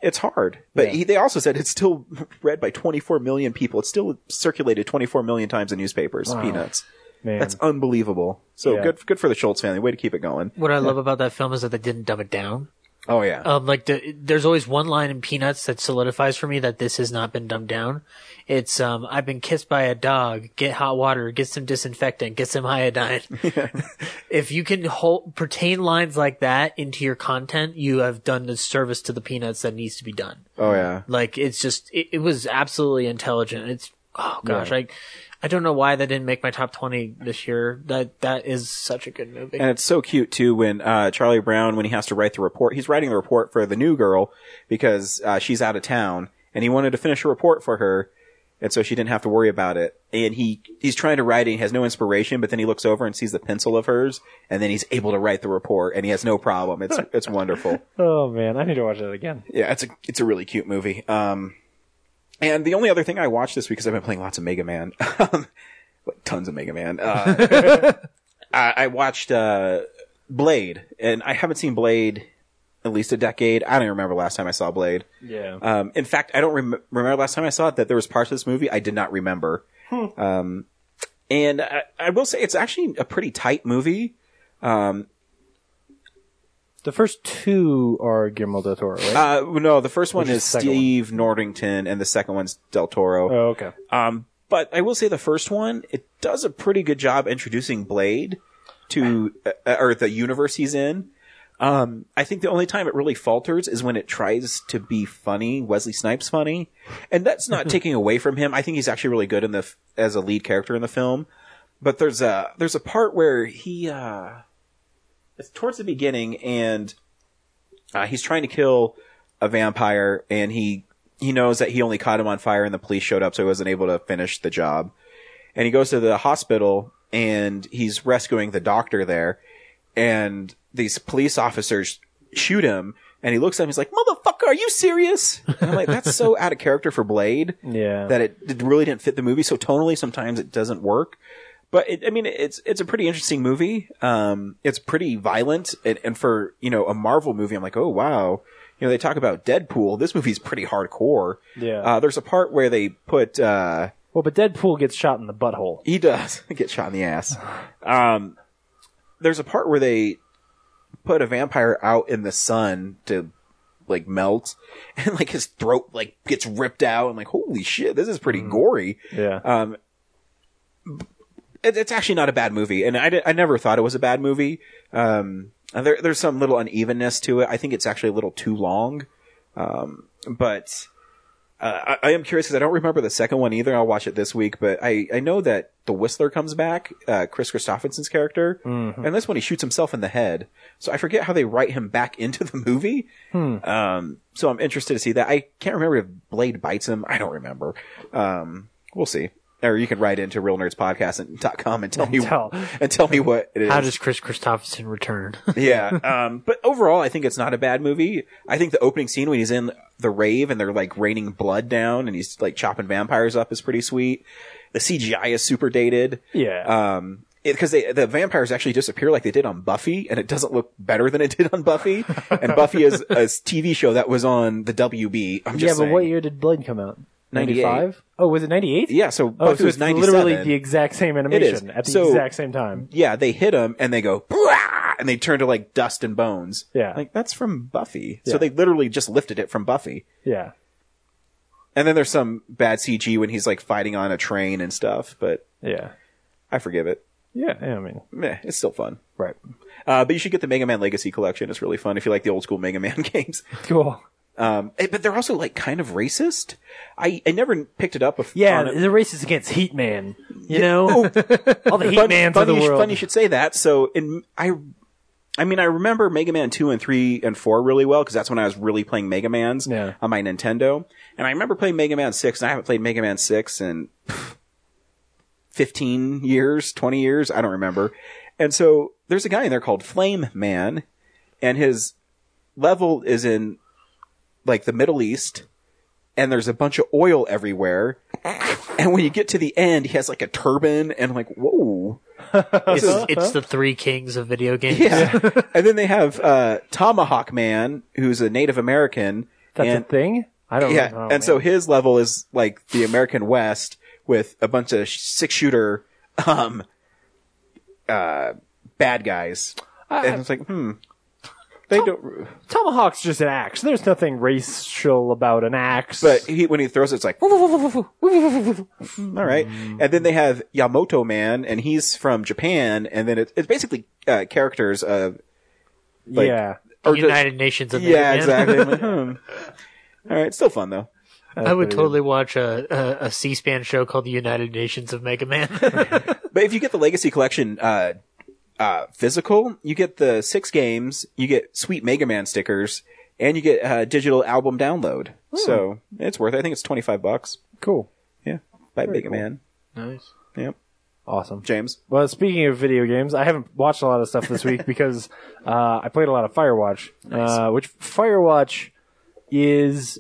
S1: it's hard. But
S2: Yeah.
S1: he, they also said it's still read by 24 million people. It's still circulated 24 million times in newspapers. Peanuts.
S2: Man.
S1: That's unbelievable. So
S2: Yeah.
S1: good, good for the Schultz family. Way to keep it going.
S3: What I love about that film is that they didn't dumb it down.
S1: Oh yeah.
S3: Um, like the, there's always one line in Peanuts that solidifies for me that this has not been dumbed down. It's um, I've been kissed by a dog. Get hot water. Get some disinfectant. Get some iodine. if you can hold, pertain lines like that into your content, you have done the service to the Peanuts that needs to be done.
S1: oh yeah.
S3: Like it's just it, it was absolutely intelligent. It's oh gosh, I I don't know why that didn't make my top twenty this year. That that is such a good movie.
S1: And it's so cute too when uh, Charlie Brown, when he has to write the report, he's writing the report for the new girl because uh, she's out of town, and he wanted to finish a report for her, and so she didn't have to worry about it. And he he's trying to write, and he has no inspiration, but then he looks over and sees the pencil of hers, and then he's able to write the report, and he has no problem. It's it's wonderful.
S2: Oh man, I need to watch that again.
S1: Yeah, it's a it's a really cute movie. Um, and the only other thing I watched this week because I've been playing lots of Mega Man, um, like tons of Mega Man. Uh, I, I watched uh, Blade, and I haven't seen Blade at least a decade. I don't remember last time I saw Blade.
S2: Yeah.
S1: Um, in fact, I don't rem- remember last time I saw it that there was parts of this movie I did not remember.
S2: Hmm.
S1: Um, and I, I will say it's actually a pretty tight movie. Um,
S2: The first two are Guillermo del Toro, right?
S1: Uh, no, the first one
S2: is
S1: is
S2: the second
S1: Steve Nordington, and the second one's Del Toro.
S2: oh, okay.
S1: Um, but I will say the first one, it does a pretty good job introducing Blade to, uh, or the universe he's in. Um, I think the only time it really falters is when it tries to be funny, Wesley Snipes funny. And that's not taking away from him. I think he's actually really good in the, f- as a lead character in the film. But there's a, there's a part where he, uh, it's towards the beginning and uh, he's trying to kill a vampire and he he knows that he only caught him on fire and the police showed up so he wasn't able to finish the job and he goes to the hospital and he's rescuing the doctor there and these police officers shoot him and he looks at him he's like motherfucker are you serious and i'm like that's so out of character for blade
S2: Yeah.
S1: that it, it really didn't fit the movie so tonally sometimes it doesn't work but it, i mean it's it's a pretty interesting movie um it's pretty violent and, and for you know a marvel movie i'm like oh wow you know they talk about deadpool this movie's pretty hardcore
S2: Yeah.
S1: uh, there's a part where they put uh
S2: Well, but Deadpool gets shot in the butthole.
S1: he does get shot in the ass. Um, there's a part where they put a vampire out in the sun to like melt, and like his throat like gets ripped out, and like holy shit, this is pretty gory.
S2: Yeah.
S1: Um, it, it's actually not a bad movie, and I, di- I never thought it was a bad movie. Um, and there, there's some little unevenness to it. I think it's actually a little too long. Um, but uh, I, I am curious because I don't remember the second one either. I'll watch it this week, but I, I know that the Whistler comes back, uh, Chris Christopherson's character, and this one he shoots himself in the head. So I forget how they write him back into the movie. Um, so I'm interested to see that. I can't remember if Blade bites him. I don't remember. Um, we'll see. Or you can write into realnerdspodcast.com and tell me
S2: Tell.
S1: and tell me what it is.
S3: How does Chris Christopherson return?
S1: yeah. Um, but overall, I think it's not a bad movie. I think the opening scene when he's in the rave and they're like raining blood down and he's like chopping vampires up is pretty sweet. The CGI is super dated.
S2: Yeah.
S1: Um, because they the vampires actually disappear like they did on Buffy, and it doesn't look better than it did on Buffy. and Buffy is a TV show that was on the WB. I'm
S2: yeah,
S1: just
S2: but
S1: saying.
S2: what year did Blade come out?
S1: 98.
S2: Oh, was it 98?
S1: Yeah, so
S2: Oh,
S1: Buffy
S2: so
S1: was
S2: it's
S1: 97.
S2: literally the exact same animation at the
S1: So-
S2: exact same time.
S1: yeah, they hit him and they go, "Bwah!" and they turn to like dust and bones.
S2: Yeah.
S1: Like that's from Buffy. So
S2: Yeah.
S1: they literally just lifted it from Buffy.
S2: Yeah.
S1: And then there's some bad CG when he's like fighting on a train and stuff, but
S2: Yeah.
S1: I forgive it.
S2: Yeah. I mean,
S1: Meh, it's still fun.
S2: right.
S1: Uh, but you should get the Mega Man Legacy Collection. It's really fun if you like the old school Mega Man games.
S2: Cool.
S1: Um, eh, but they're also like kind of racist. I, I never picked it up. Before,
S2: Yeah, the racist against Heat Man. You know, all the Heat
S1: Fun-
S2: Mans
S1: funny,
S2: of the
S1: you sh-
S2: world.
S1: funny you should say that. So in I, I mean, I remember Mega Man two and three and four really well because that's when I was really playing Mega Man's
S2: Yeah.
S1: on my Nintendo, and I remember playing Mega Man six, and I haven't played Mega Man six in pff, fifteen years, twenty years, I don't remember. And so there's a guy in there called Flame Man, and his level is in like the Middle East, and there's a bunch of oil everywhere. And when you get to the end, he has like a turban and like, whoa.
S3: it's, it's the three kings of video games.
S1: Yeah. and then they have uh, Tomahawk Man, who's a Native American.
S2: That's
S1: and,
S2: a thing. I don't.
S1: Yeah.
S2: know.
S1: and so his level is like the American West with a bunch of six shooter um, uh, bad guys. and it's like, hmm. They don't.
S2: tomahawk's just an axe. There's nothing racial about an axe.
S1: But he, when he throws it, it's like, all right. And then they have Yamato Man, and he's from Japan. And then it, it's basically uh, characters of. Like,
S2: yeah,
S1: or just-
S3: United Nations of Video
S1: yeah,
S3: Games.
S1: exactly. I'm like, hmm. All right, still fun though.
S3: I would totally watch a, a, a C-SPAN show called the United Nations of Mega Man.
S1: But if you get the Legacy Collection uh, uh, physical, you get the six games, you get sweet Mega Man stickers, and you get a digital album download. So it's worth. it. I think it's twenty five bucks.
S2: cool,
S1: Yeah, by Mega Man.
S3: nice.
S1: Yep,
S2: awesome.
S1: James.
S2: Well, speaking of video games, I haven't watched a lot of stuff this week because uh, I played a lot of Firewatch, uh, which Firewatch is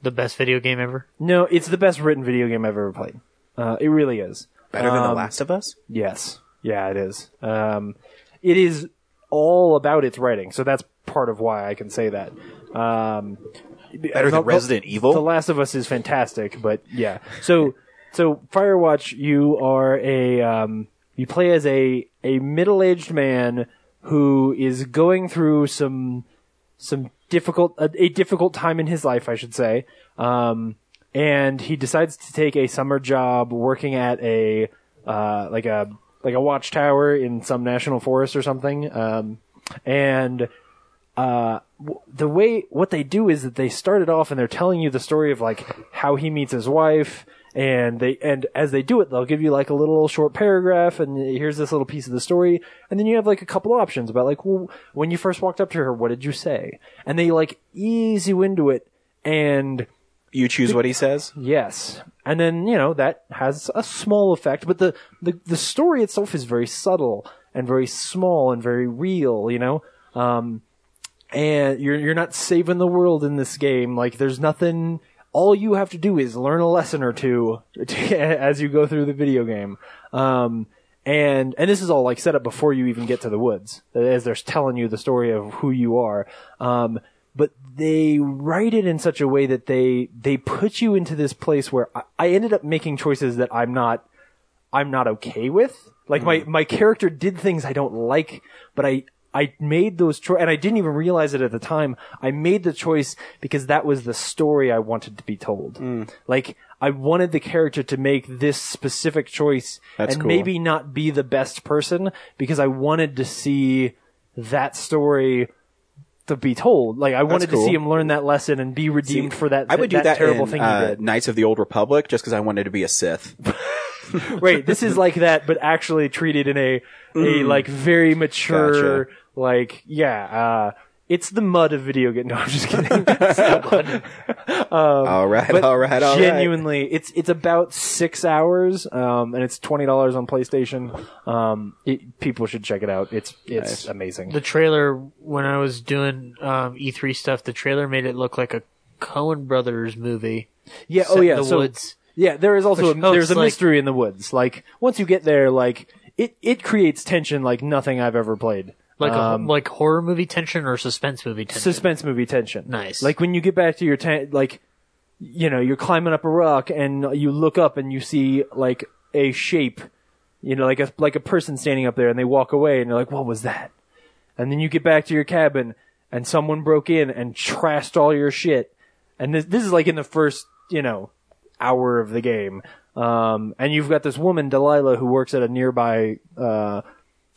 S3: The best video game ever.
S2: no, it's the best written video game I've ever played. Uh, it really is.
S1: Better than
S2: Um,
S1: The Last of Us.
S2: Yes. Yeah, it is. Um, it is all about its writing, so that's part of why I can say that. Um,
S1: Better
S2: the-
S1: than Resident Evil.
S2: The Last of Us is fantastic, but yeah. So, so Firewatch, you are a um, you play as a a middle aged man who is going through some some difficult a, a difficult time in his life, I should say. Um, and he decides to take a summer job working at a uh, like a like a watchtower in some national forest or something. Um, and uh, w- the way what they do is that they started off and they're telling you the story of like how he meets his wife and they and as they do it they'll give you like a little short paragraph and here's this little piece of the story and then you have like a couple options about like well, when you first walked up to her what did you say and they like ease you into it and
S1: You choose what he says.
S2: Yes. And then, you know, that has a small effect, but the, the, the story itself is very subtle and very small and very real, you know? Um, and you're, you're not saving the world in this game. Like, there's nothing, all you have to do is learn a lesson or two as you go through the video game. Um, and, and this is all like set up before you even get to the woods, as they're telling you the story of who you are. Um, but they write it in such a way that they they put you into this place where I, I ended up making choices that I'm not I'm not okay with. Like my
S1: Hmm.
S2: my character did things I don't like, but I I made those choice and I didn't even realize it at the time. I made the choice because that was the story I wanted to be told.
S1: Hmm.
S2: Like I wanted the character to make this specific choice
S1: That's
S2: and
S1: cool.
S2: maybe not be the best person because I wanted to see that story to be told. Like I wanted to
S1: cool.
S2: see him learn that lesson and be redeemed for that.
S1: I would do that,
S2: terrible
S1: in,
S2: thing
S1: uh,
S2: he did.
S1: Knights of the Old Republic, just because I wanted to be a Sith.
S2: right. This is like that, but actually treated in a a like very mature,
S1: Mm. Gotcha.
S2: like yeah. Uh, it's the mud of video game. No, I'm just kidding.
S1: all right,
S2: But
S1: all right, all right.
S2: genuinely, it's it's about six hours, um, and it's twenty dollars on PlayStation. Um, it, people should check it out. It's it's amazing.
S3: The trailer, when I was doing um, E3 stuff, the trailer made it look like a Cohen Brothers movie.
S2: yeah.
S3: set
S2: Oh
S3: in
S2: yeah.
S3: the
S2: so
S3: woods.
S2: yeah, there is also a,
S3: Which helps,
S2: there's a
S3: like-
S2: mystery in the woods. Like once you get there, like it it creates tension like nothing I've ever played.
S3: Like
S2: Um,
S3: a like horror movie tension or suspense movie tension.
S2: suspense movie tension.
S3: Nice.
S2: Like when you get back to your tent, like you know, you're climbing up a rock and you look up and you see like a shape, you know, like a like a person standing up there, and they walk away, and you're like, "What was that?" And then you get back to your cabin, and someone broke in and trashed all your shit. And this this is like in the first, you know, hour of the game. Um, and you've got this woman, Delilah, who works at a nearby uh,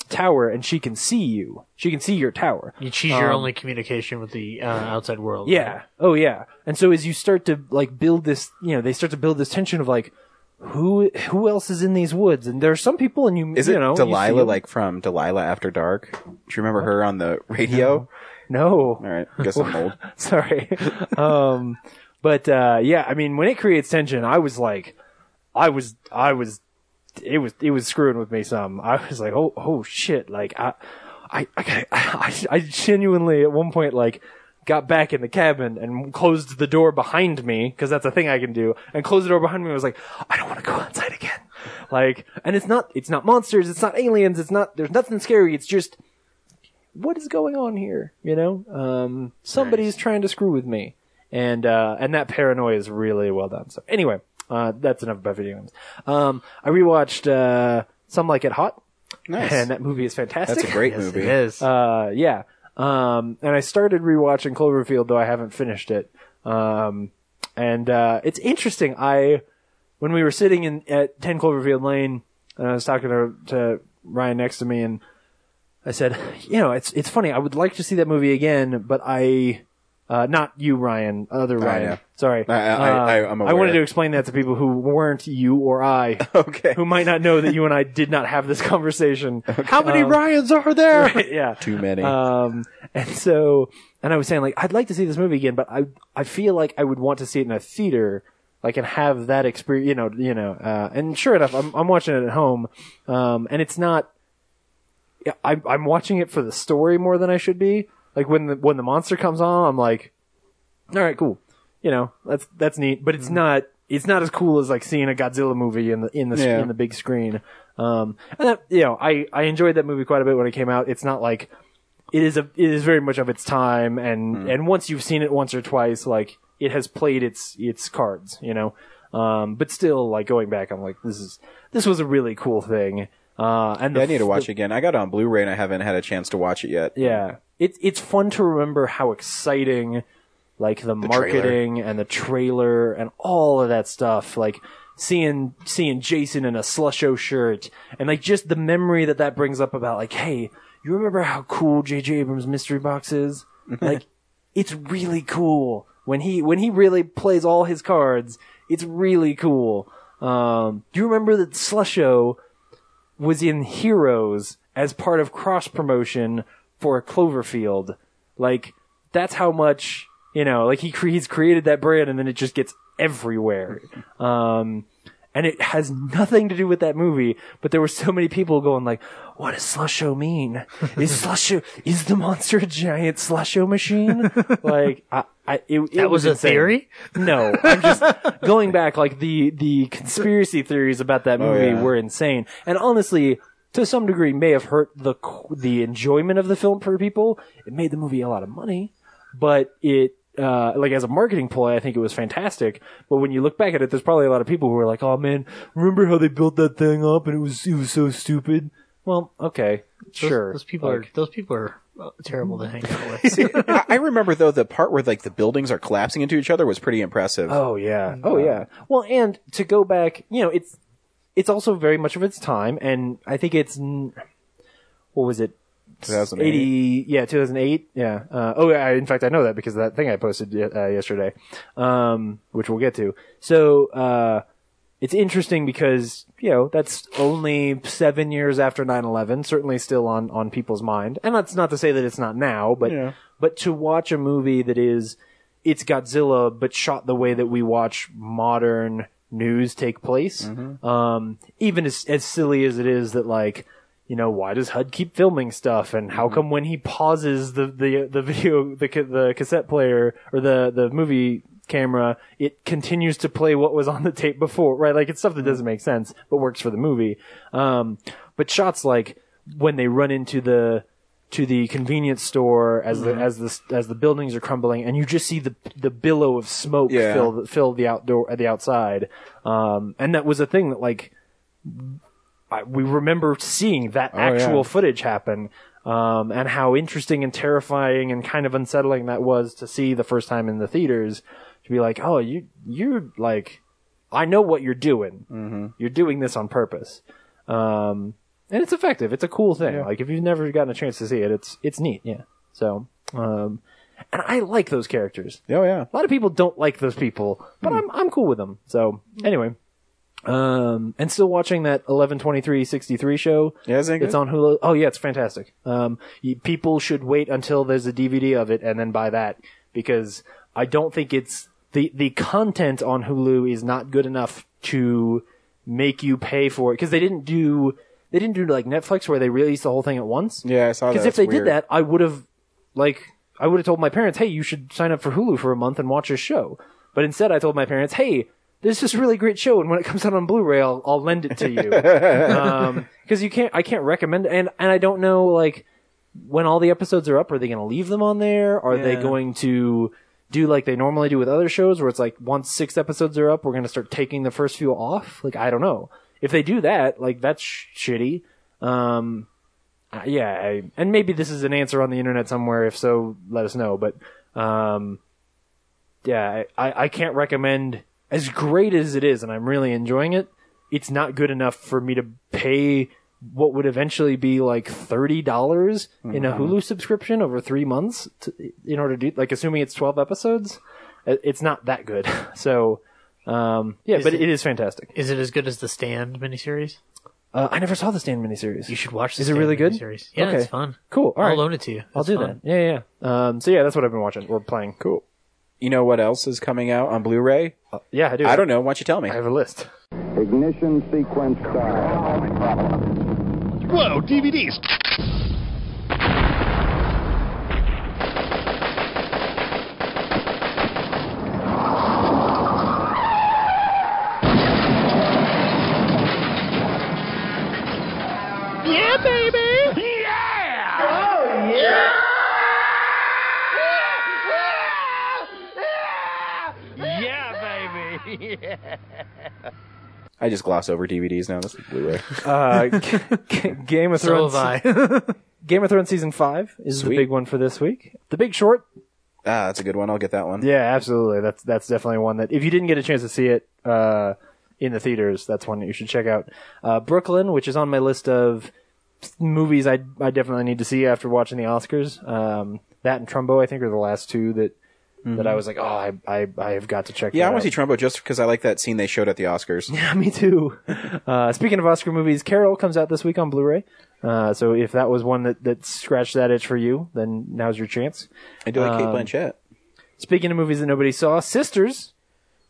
S2: tower, and she can see you. She can see your tower.
S3: You choose your only communication with the uh, outside world.
S2: Yeah. Oh yeah. And so as you start to like build this, you know, they start to build this tension of like, who who else is in these woods? And there are some people, and you
S1: Is it
S2: you know you
S1: Delilah,
S2: feel-
S1: like from Delilah After Dark? Do you remember her on the radio?
S2: no,
S1: All right, I guess I'm old.
S2: sorry. um, but uh, yeah, I mean, when it creates tension, I was like, I was, I was, it was, it was screwing with me some. I was like, oh, oh shit, like I, I, I, gotta- I, I genuinely at one point like got back in the cabin and closed the door behind me because that's a thing I can do, and closed the door behind me. I was like, I don't want to go outside again. Like, and it's not, it's not monsters, it's not aliens, it's not, there's nothing scary. It's just what is going on here? You know, um, somebody's trying to screw with me, and uh, and that paranoia is really well done. So anyway, uh, that's enough about video games. Um, I rewatched uh, Some Like It Hot,
S1: Nice.
S2: and that movie is fantastic.
S1: That's a great
S3: Yes,
S1: movie.
S3: it is.
S2: Uh, yeah. Um, and I started rewatching Cloverfield, though I haven't finished it. Um, and uh, it's interesting. I when we were sitting in at Ten Cloverfield Lane, and I was talking to, to Ryan next to me, and I said, you know, it's it's funny. I would like to see that movie again, but I. Uh, not you, Ryan. Other Ryan.
S1: know.
S2: Sorry.
S1: Oh, I- I- I-
S2: Uh,
S1: I'm
S2: I wanted
S1: aware.
S2: to explain that to people who weren't you or I,
S1: Okay.
S2: who might not know that you and I did not have this conversation.
S1: How many Ryans are there?
S2: Right, yeah.
S1: Um, Too many.
S2: Um, and so, and I was saying like, I'd like to see this movie again, but I, I feel like I would want to see it in a theater, like, and have that experience, you know, you know, uh, and sure enough, I'm, I'm watching it at home, um, and it's not, yeah, I, I'm watching it for the story more than I should be. Like when the, when the monster comes on, I'm like, all right, cool. You know, that's, that's neat, but it's not, it's not as cool as like seeing a Godzilla movie in the, in the,
S1: Yeah.
S2: in the big screen. Um, and that, you know, I, I enjoyed that movie quite a bit when it came out. It's not like, it is a it is very much of its time and
S1: Hmm.
S2: and once you've seen it once or twice like it has played its its cards you know um but still like going back i'm like this is this was a really cool thing Uh, and
S1: Yeah,
S2: the
S1: I need to
S2: f-
S1: watch it again. I got it on Blu-ray and I haven't had a chance to watch it yet.
S2: Yeah, it's it's fun to remember how exciting, like the, marketing and the trailer and all of that stuff. Like seeing seeing Jason in a Slusho shirt and like just the memory that that brings up about like, hey, you remember how cool J.J. Abrams' mystery box is? like, it's really cool when he when he really plays all his cards. It's really cool. Um, do you remember that Slusho was in Heroes as part of cross promotion for Cloverfield. Like that's how much you know. Like he cre- he's created that brand, and then it just gets everywhere. Um, and it has nothing to do with that movie. But there were so many people going like, "What does Slusho mean? Is Slusho is the monster a giant Slusho machine?" like I, I it, it
S3: That was, a
S2: insane.
S3: theory.
S2: No, I'm just going back. Like the the conspiracy theories about that
S3: Oh,
S2: movie
S1: yeah.
S2: were insane, and honestly, to some degree, may have hurt the qu- the enjoyment of the film for people. It made the movie a lot of money, but it. Uh, like as a marketing ploy, I think it was fantastic. But when you look back at it, there's probably a lot of people who were like, "Oh man, remember how they built that thing up and it was it was so stupid." Well, okay,
S3: Those-
S2: sure.
S3: Those people
S2: Like,
S3: are those people are uh, terrible to hang out with.
S1: I I remember though the part where like the buildings are collapsing into each other was pretty impressive.
S2: Oh
S3: Mm-hmm.
S2: yeah. Oh yeah. Well, and to go back, you know, it's it's also very much of its time, and I think it's n- what was it?
S1: 2008.
S2: Eighty, yeah, two thousand eight, yeah. Uh, oh, yeah. I- In fact, I know that because of that thing I posted ye- uh, yesterday, um, which we'll get to. So uh, it's interesting because you know that's only seven years after 9-11, certainly still on on people's mind, and that's not to say that it's not now, but but to watch a movie that is it's Godzilla, but shot the way that we watch modern news take place. Um, even as, as silly as it is that like, you know, why does HUD keep filming stuff? And how come when he pauses the, the, the video, the, ca- the cassette player or the, the movie camera, it continues to play what was on the tape before, right? Like it's stuff that doesn't make sense, but works for the movie. Um, but shots like when they run into the, to the convenience store as the as the as the buildings are crumbling, and you just see the the billow of smoke
S1: Yeah.
S2: fill the- fill the outdoor the outside. Um, and that was a thing that like I, we remember seeing that actual footage happen, um, and how interesting and terrifying and kind of unsettling that was to see the first time in the theaters. To be like, oh, you you like, I know what you're doing. You're doing this on purpose. Um, and it's effective. It's a cool thing. Like if you've never gotten a chance to see it, it's it's neat. Yeah. So, um, and I like those characters.
S1: Oh yeah.
S2: A lot of people don't like those people, but
S1: Hmm.
S2: I'm I'm cool with them. So anyway, um, and still watching that 112363 show.
S1: Yeah, is it
S2: it's
S1: good?
S2: on Hulu. Oh yeah, it's fantastic. Um, you, people should wait until there's a DVD of it and then buy that because I don't think it's the the content on Hulu is not good enough to make you pay for it because they didn't do they didn't do like Netflix where they released the whole thing at once.
S1: Yeah, I saw that.
S2: Because if
S1: It's
S2: they
S1: weird.
S2: did that, I would have like I would have told my parents, "Hey, you should sign up for Hulu for a month and watch this show." But instead, I told my parents, "Hey, there's this really great show, and when it comes out on Blu-ray, I'll, I'll lend it to you." Because you can't, I can't recommend, and and I don't know like when all the episodes are up, are they going to leave them on there? Are they going to do like they normally do with other shows, where it's like once six episodes are up, we're going to start taking the first few off? Like I don't know. If they do that, like that's sh- shitty. Um, uh, yeah, I, and maybe this is an answer on the internet somewhere. If so, let us know. But um, yeah, I, I can't recommend as great as it is, and I'm really enjoying it. It's not good enough for me to pay what would eventually be like thirty dollars in
S3: Mm-hmm.
S2: a Hulu subscription over three months to, in order to do like assuming it's twelve episodes. It- It's not that good. So um, yeah, but
S3: it-
S2: it is fantastic.
S3: Is it as good as the Stand miniseries?
S2: Uh, I never saw the Stand miniseries.
S3: You should watch. The
S2: Is it
S3: Stand
S2: really good?
S3: Miniseries. Yeah,
S2: Okay.
S3: it's fun.
S2: Cool. All
S3: I'll
S2: right.
S3: loan it to you.
S2: I'll
S3: It's
S2: do
S3: fun.
S2: that. Yeah, yeah, yeah. Um, so yeah, that's what I've been watching or playing.
S1: Cool. You know what else is coming out on Blu-ray?
S2: Yeah, I do.
S1: I don't know. Why don't you tell me?
S2: I have a list.
S9: Ignition sequence start.
S7: Whoa, DVDs. Yeah, baby. Yeah. Oh yeah. Yeah, baby.
S1: I just gloss over DVDs now. That's Blu-ray.
S2: Uh, G- G- Game of
S3: So
S2: Thrones.
S3: have I.
S2: Game of Thrones season five is
S1: Sweet.
S2: the big one for this week. The Big Short.
S1: Ah, that's a good one. I'll get that one.
S2: Yeah, absolutely. That's that's definitely one that if you didn't get a chance to see it uh, in the theaters, that's one that you should check out. Uh, Brooklyn, which is on my list of movies I I definitely need to see after watching the Oscars. Um, that and Trumbo, I think, are the last two that that I was like, oh, I I I have got to check.
S1: Mm-hmm. Yeah, I
S2: that
S1: want
S2: out.
S1: to see Trumbo just because I like that scene they showed at the Oscars.
S2: Yeah, me too. Uh, speaking of Oscar movies, Carol comes out this week on Blu-ray. Uh, so if that was one that, that scratched that itch for you, then now's your chance.
S1: I do like Kate
S2: Um,
S1: Blanchett.
S2: Speaking of movies that nobody saw, Sisters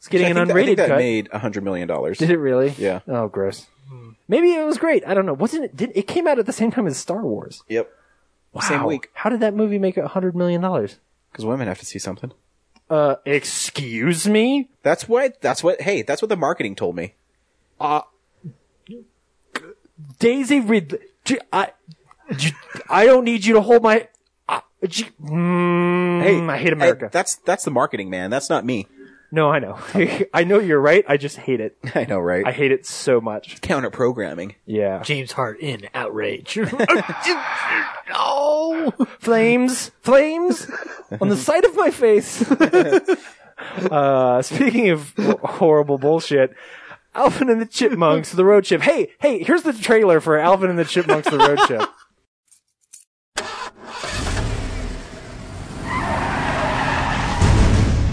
S2: is getting
S1: I
S2: an
S1: think
S2: unrated
S1: that, I think that
S2: cut.
S1: made a hundred million dollars.
S2: Did it really?
S1: Yeah.
S2: Oh, gross. Maybe it was great. I don't know. Wasn't it? Did it came out at the same time as Star Wars?
S1: Yep. Same
S2: Wow.
S1: week
S2: How did that movie make a hundred million dollars?
S1: because women have to see something.
S2: Uh, excuse me.
S1: That's what. That's what. Hey, that's what the marketing told me.
S2: Daisy Ridley. J- I, j- I don't need you to hold my. I- j- mm,
S1: Hey,
S2: I hate America.
S1: I- that's that's the marketing man. That's not me.
S2: no, I know. I know you're right. I just hate it.
S1: I know, right?
S2: I hate it so much.
S1: Counter programming.
S2: Yeah.
S3: James Hart in outrage. no.
S2: Oh, Flames, flames on the side of my face. uh, speaking of h- horrible bullshit, Alvin and the Chipmunks, the road trip. Hey, hey, here's the trailer for Alvin and the Chipmunks, the road trip.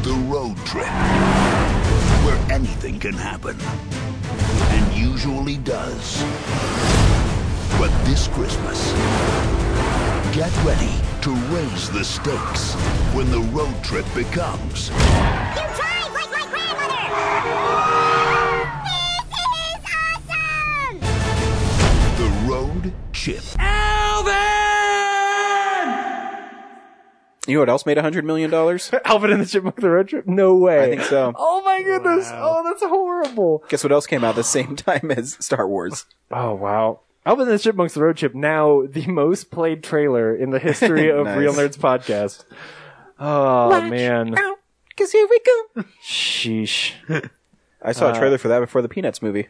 S7: The road trip, where anything can happen, and usually does. But this Christmas, get ready to raise the stakes when the road trip becomes
S8: You tried like my grandmother! This is awesome!
S7: the road chip.
S1: You know what else made a hundred million dollars?
S2: Alvin and the Chipmunks, the road trip? No way.
S1: I think so.
S2: Oh my goodness. Oh, that's horrible.
S1: Guess what else came out the same time as Star Wars?
S2: Oh, wow. Alvin and the Chipmunks, the road trip, now the most played trailer in the history of
S1: Nice.
S2: Real Nerds podcast. Oh, man.
S1: Cause here we go.
S2: Sheesh.
S1: I
S2: Uh,
S1: saw a trailer for that before the Peanuts movie.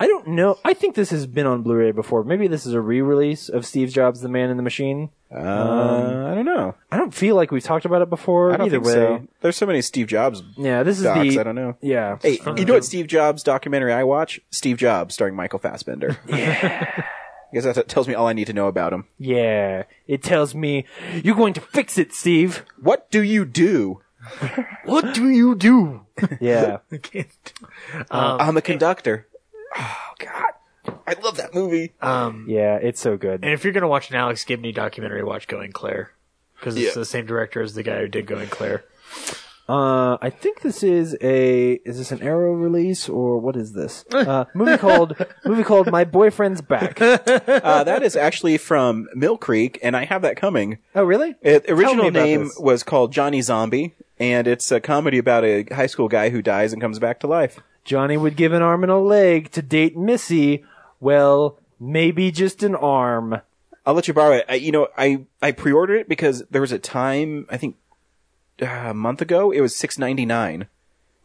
S2: I don't know. I think this has been on Blu-ray before. Maybe this is a re-release of Steve Jobs' The Man in the Machine.
S1: Uh, I don't know.
S2: I don't feel like we've talked about it before.
S1: I don't
S2: Hmm. Either
S1: think
S2: way,
S1: so. There's so many Steve Jobs
S2: yeah, this is
S1: docs.
S2: the.
S1: I don't know.
S2: Yeah,
S1: Hey, you know what Steve Jobs documentary I watch? Steve Jobs starring Michael Fassbender. Yeah. I guess that tells me all I need to know about him.
S2: yeah. It tells me you're going to fix it, Steve.
S1: What do you do?
S3: What do you do?
S2: Yeah,
S1: I'm a conductor. Oh God, I love that movie.
S2: yeah. It's so good.
S3: Um, And if you're gonna watch an Alex Gibney documentary, watch Going Claire because it's
S1: Yeah.
S3: the same director as the guy who did Going Claire.
S2: Uh, I think this is a is this an Arrow release or what is this uh, movie called movie called My Boyfriend's Back? Oh,
S1: Uh, that is actually from Mill Creek, and I have that coming.
S2: Oh, really?
S1: It,
S2: me
S1: original
S2: about
S1: name
S2: this.
S1: was called Johnny Zombie, and it's a comedy about a high school guy who dies and comes back to life.
S2: Johnny would give an arm and a leg to date Missy. Well, maybe just an arm.
S1: I'll let you borrow it. I, you know, I I pre-ordered it because there was a time I think uh, a month ago it was six ninety nine.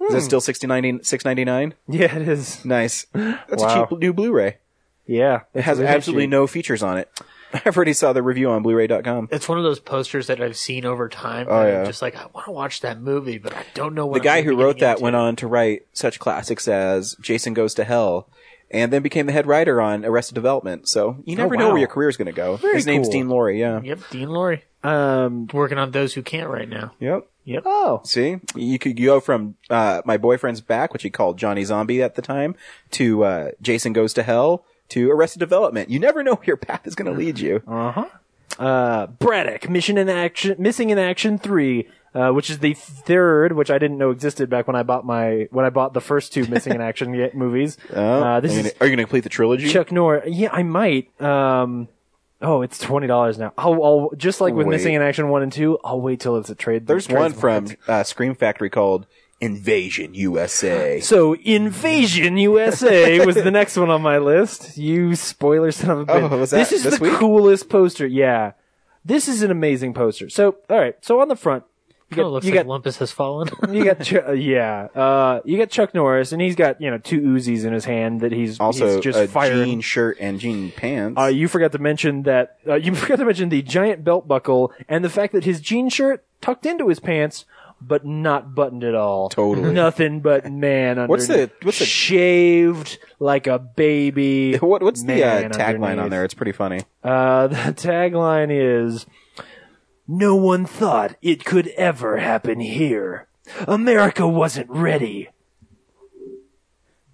S1: Is it still six ninety six ninety nine?
S2: Yeah, it is.
S1: Nice. That's
S2: Wow.
S1: a cheap new Blu-ray.
S2: Yeah,
S1: It has absolutely no features on it. I've already saw the review on Blu-ray.com.
S3: It's one of those posters that I've seen over time.
S1: Oh,
S3: that
S1: yeah.
S3: I'm just like I want to watch that movie, but I don't know
S1: The
S3: what.
S1: guy who wrote that went on to write such classics as Jason Goes to Hell, and then became the head writer on Arrested Development. So you never know
S2: Oh, wow.
S1: where your career is going to go. His name's
S2: cool.
S1: Dean Laurie. Yeah.
S3: Yep, Dean Laurie
S2: Um.
S3: working on those who can't right now.
S1: Yep.
S3: Yep.
S2: Oh,
S1: See, you could go from uh, my boyfriend's back, which he called Johnny Zombie at the time, to uh, Jason Goes to Hell, to Arrested Development. You never know where your path is going to lead you.
S2: uh, Braddock, Mission in Action, Missing in Action Three, uh, which is the third, which I didn't know existed back when I bought my when I bought the first two Missing in Action ye- movies. uh, this
S1: are Oh, you
S2: is
S1: gonna- are you going to complete the trilogy?
S2: Chuck Norris. Yeah, I might. Um. Oh, it's twenty dollars now. I'll, I'll just like with
S1: Wait.
S2: Missing in Action One and Two. I'll wait till it's a trade.
S1: There's
S2: trade
S1: one from uh, Scream Factory called Invasion USA.
S2: So Invasion USA was the next one on my list. You spoiler son of a bitch.
S1: Oh, was
S2: this
S1: that
S2: is
S1: this
S2: the
S1: week?
S2: coolest poster. Yeah. This is an amazing poster. So, all right. So on the front, You
S3: Kind
S2: got,
S3: of Oh, looks
S2: you
S3: like
S2: got,
S3: Olympus has fallen.
S2: you got Chu- uh, yeah, uh, you got Chuck Norris, and he's got you know two Uzis in his hand that he's
S1: Also,
S2: he's just
S1: a
S2: firing.
S1: jean shirt and jean pants.
S2: Uh, you forgot to mention that uh, you forgot to mention the giant belt buckle and the fact that his jean shirt tucked into his pants, but not buttoned at all.
S1: Totally.
S2: nothing but man. Underneath.
S1: What's the- what's the-
S2: shaved like a baby?
S1: what, what's the uh,
S2: man
S1: tagline on
S2: underneath.
S1: there? It's pretty funny.
S2: Uh, the tagline is No one thought it could ever happen here. America wasn't ready.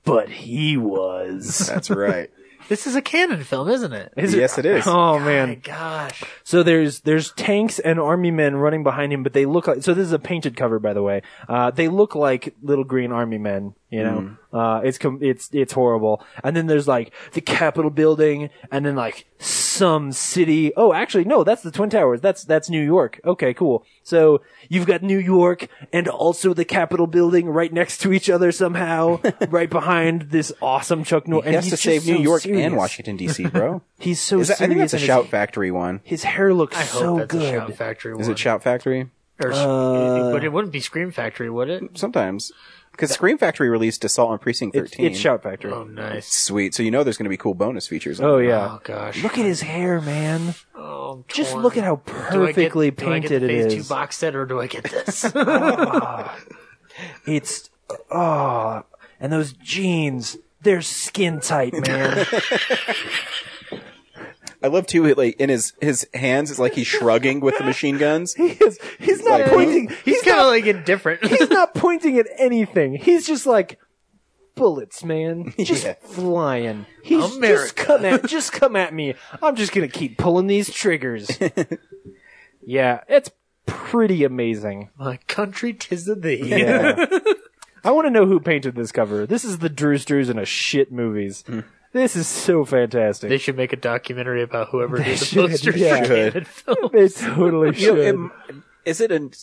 S2: But he was.
S1: That's right.
S3: this is a canon film, isn't it?
S2: Is
S1: yes, it is.
S2: Oh
S3: My
S2: man!
S3: gosh.
S2: So there's there's tanks and army men running behind him, but they look like so. This is a painted cover, by the way. Uh, they look like little green army men. You
S1: Mm.
S2: know, uh, it's com- it's it's horrible. And then there's like the Capitol building, and then like some city. Oh, actually, no, that's the Twin Towers. That's that's New York. Okay, cool. So you've got New York and also the Capitol building right next to each other somehow, right behind this awesome Chuck Norris.
S1: He has to save New York and Washington D.C., bro.
S2: He's so
S1: Is that- I think
S2: serious
S1: that's a
S2: and his-
S1: Shout Factory one.
S2: His hair looks
S3: I hope
S2: so
S3: that's
S2: good.
S3: a Shout Factory one.
S1: Is it Shout Factory?
S3: Or,
S2: Uh,
S3: but it wouldn't be Scream Factory, would it?
S1: Sometimes, because Scream Factory released Assault on Precinct
S2: It's,
S1: Thirteen.
S2: it's Shout Factory.
S3: Oh, nice.
S1: Sweet. So you know there's going to be cool bonus features. on
S2: Oh
S1: it.
S2: yeah.
S3: Oh, gosh.
S2: Look at his hair, man.
S3: Oh, I'm
S2: Just
S3: torn.
S2: look at how
S3: Do I get-
S2: perfectly
S3: do I get the
S2: painted it
S3: Phase
S2: is.
S3: Two box set, or do I get this?
S2: It's oh, and those jeans. They're skin tight, man.
S1: I love too. it, Like in his his hands, it's like he's shrugging with the machine guns.
S2: he is, he's not
S1: Like,
S2: pointing.
S3: He's
S2: He's
S3: kind of
S2: not,
S3: like indifferent.
S2: he's not pointing at anything. He's just like bullets, man. Just
S1: Yeah.
S2: flying. He's just
S3: America.
S2: come at just come at me. I'm just gonna keep pulling these triggers. yeah, it's pretty amazing.
S3: My country, tis of thee.
S2: Yeah. I want to know who painted this cover. This is the Drew's Drews in a shit movies.
S1: Hmm.
S2: This is so
S3: They
S2: fantastic.
S3: should make a documentary about whoever did the
S2: should,
S3: posters
S2: yeah.
S3: for
S1: Should.
S3: David Film.
S2: They totally
S1: You know,
S2: should.
S1: am- is it a? Do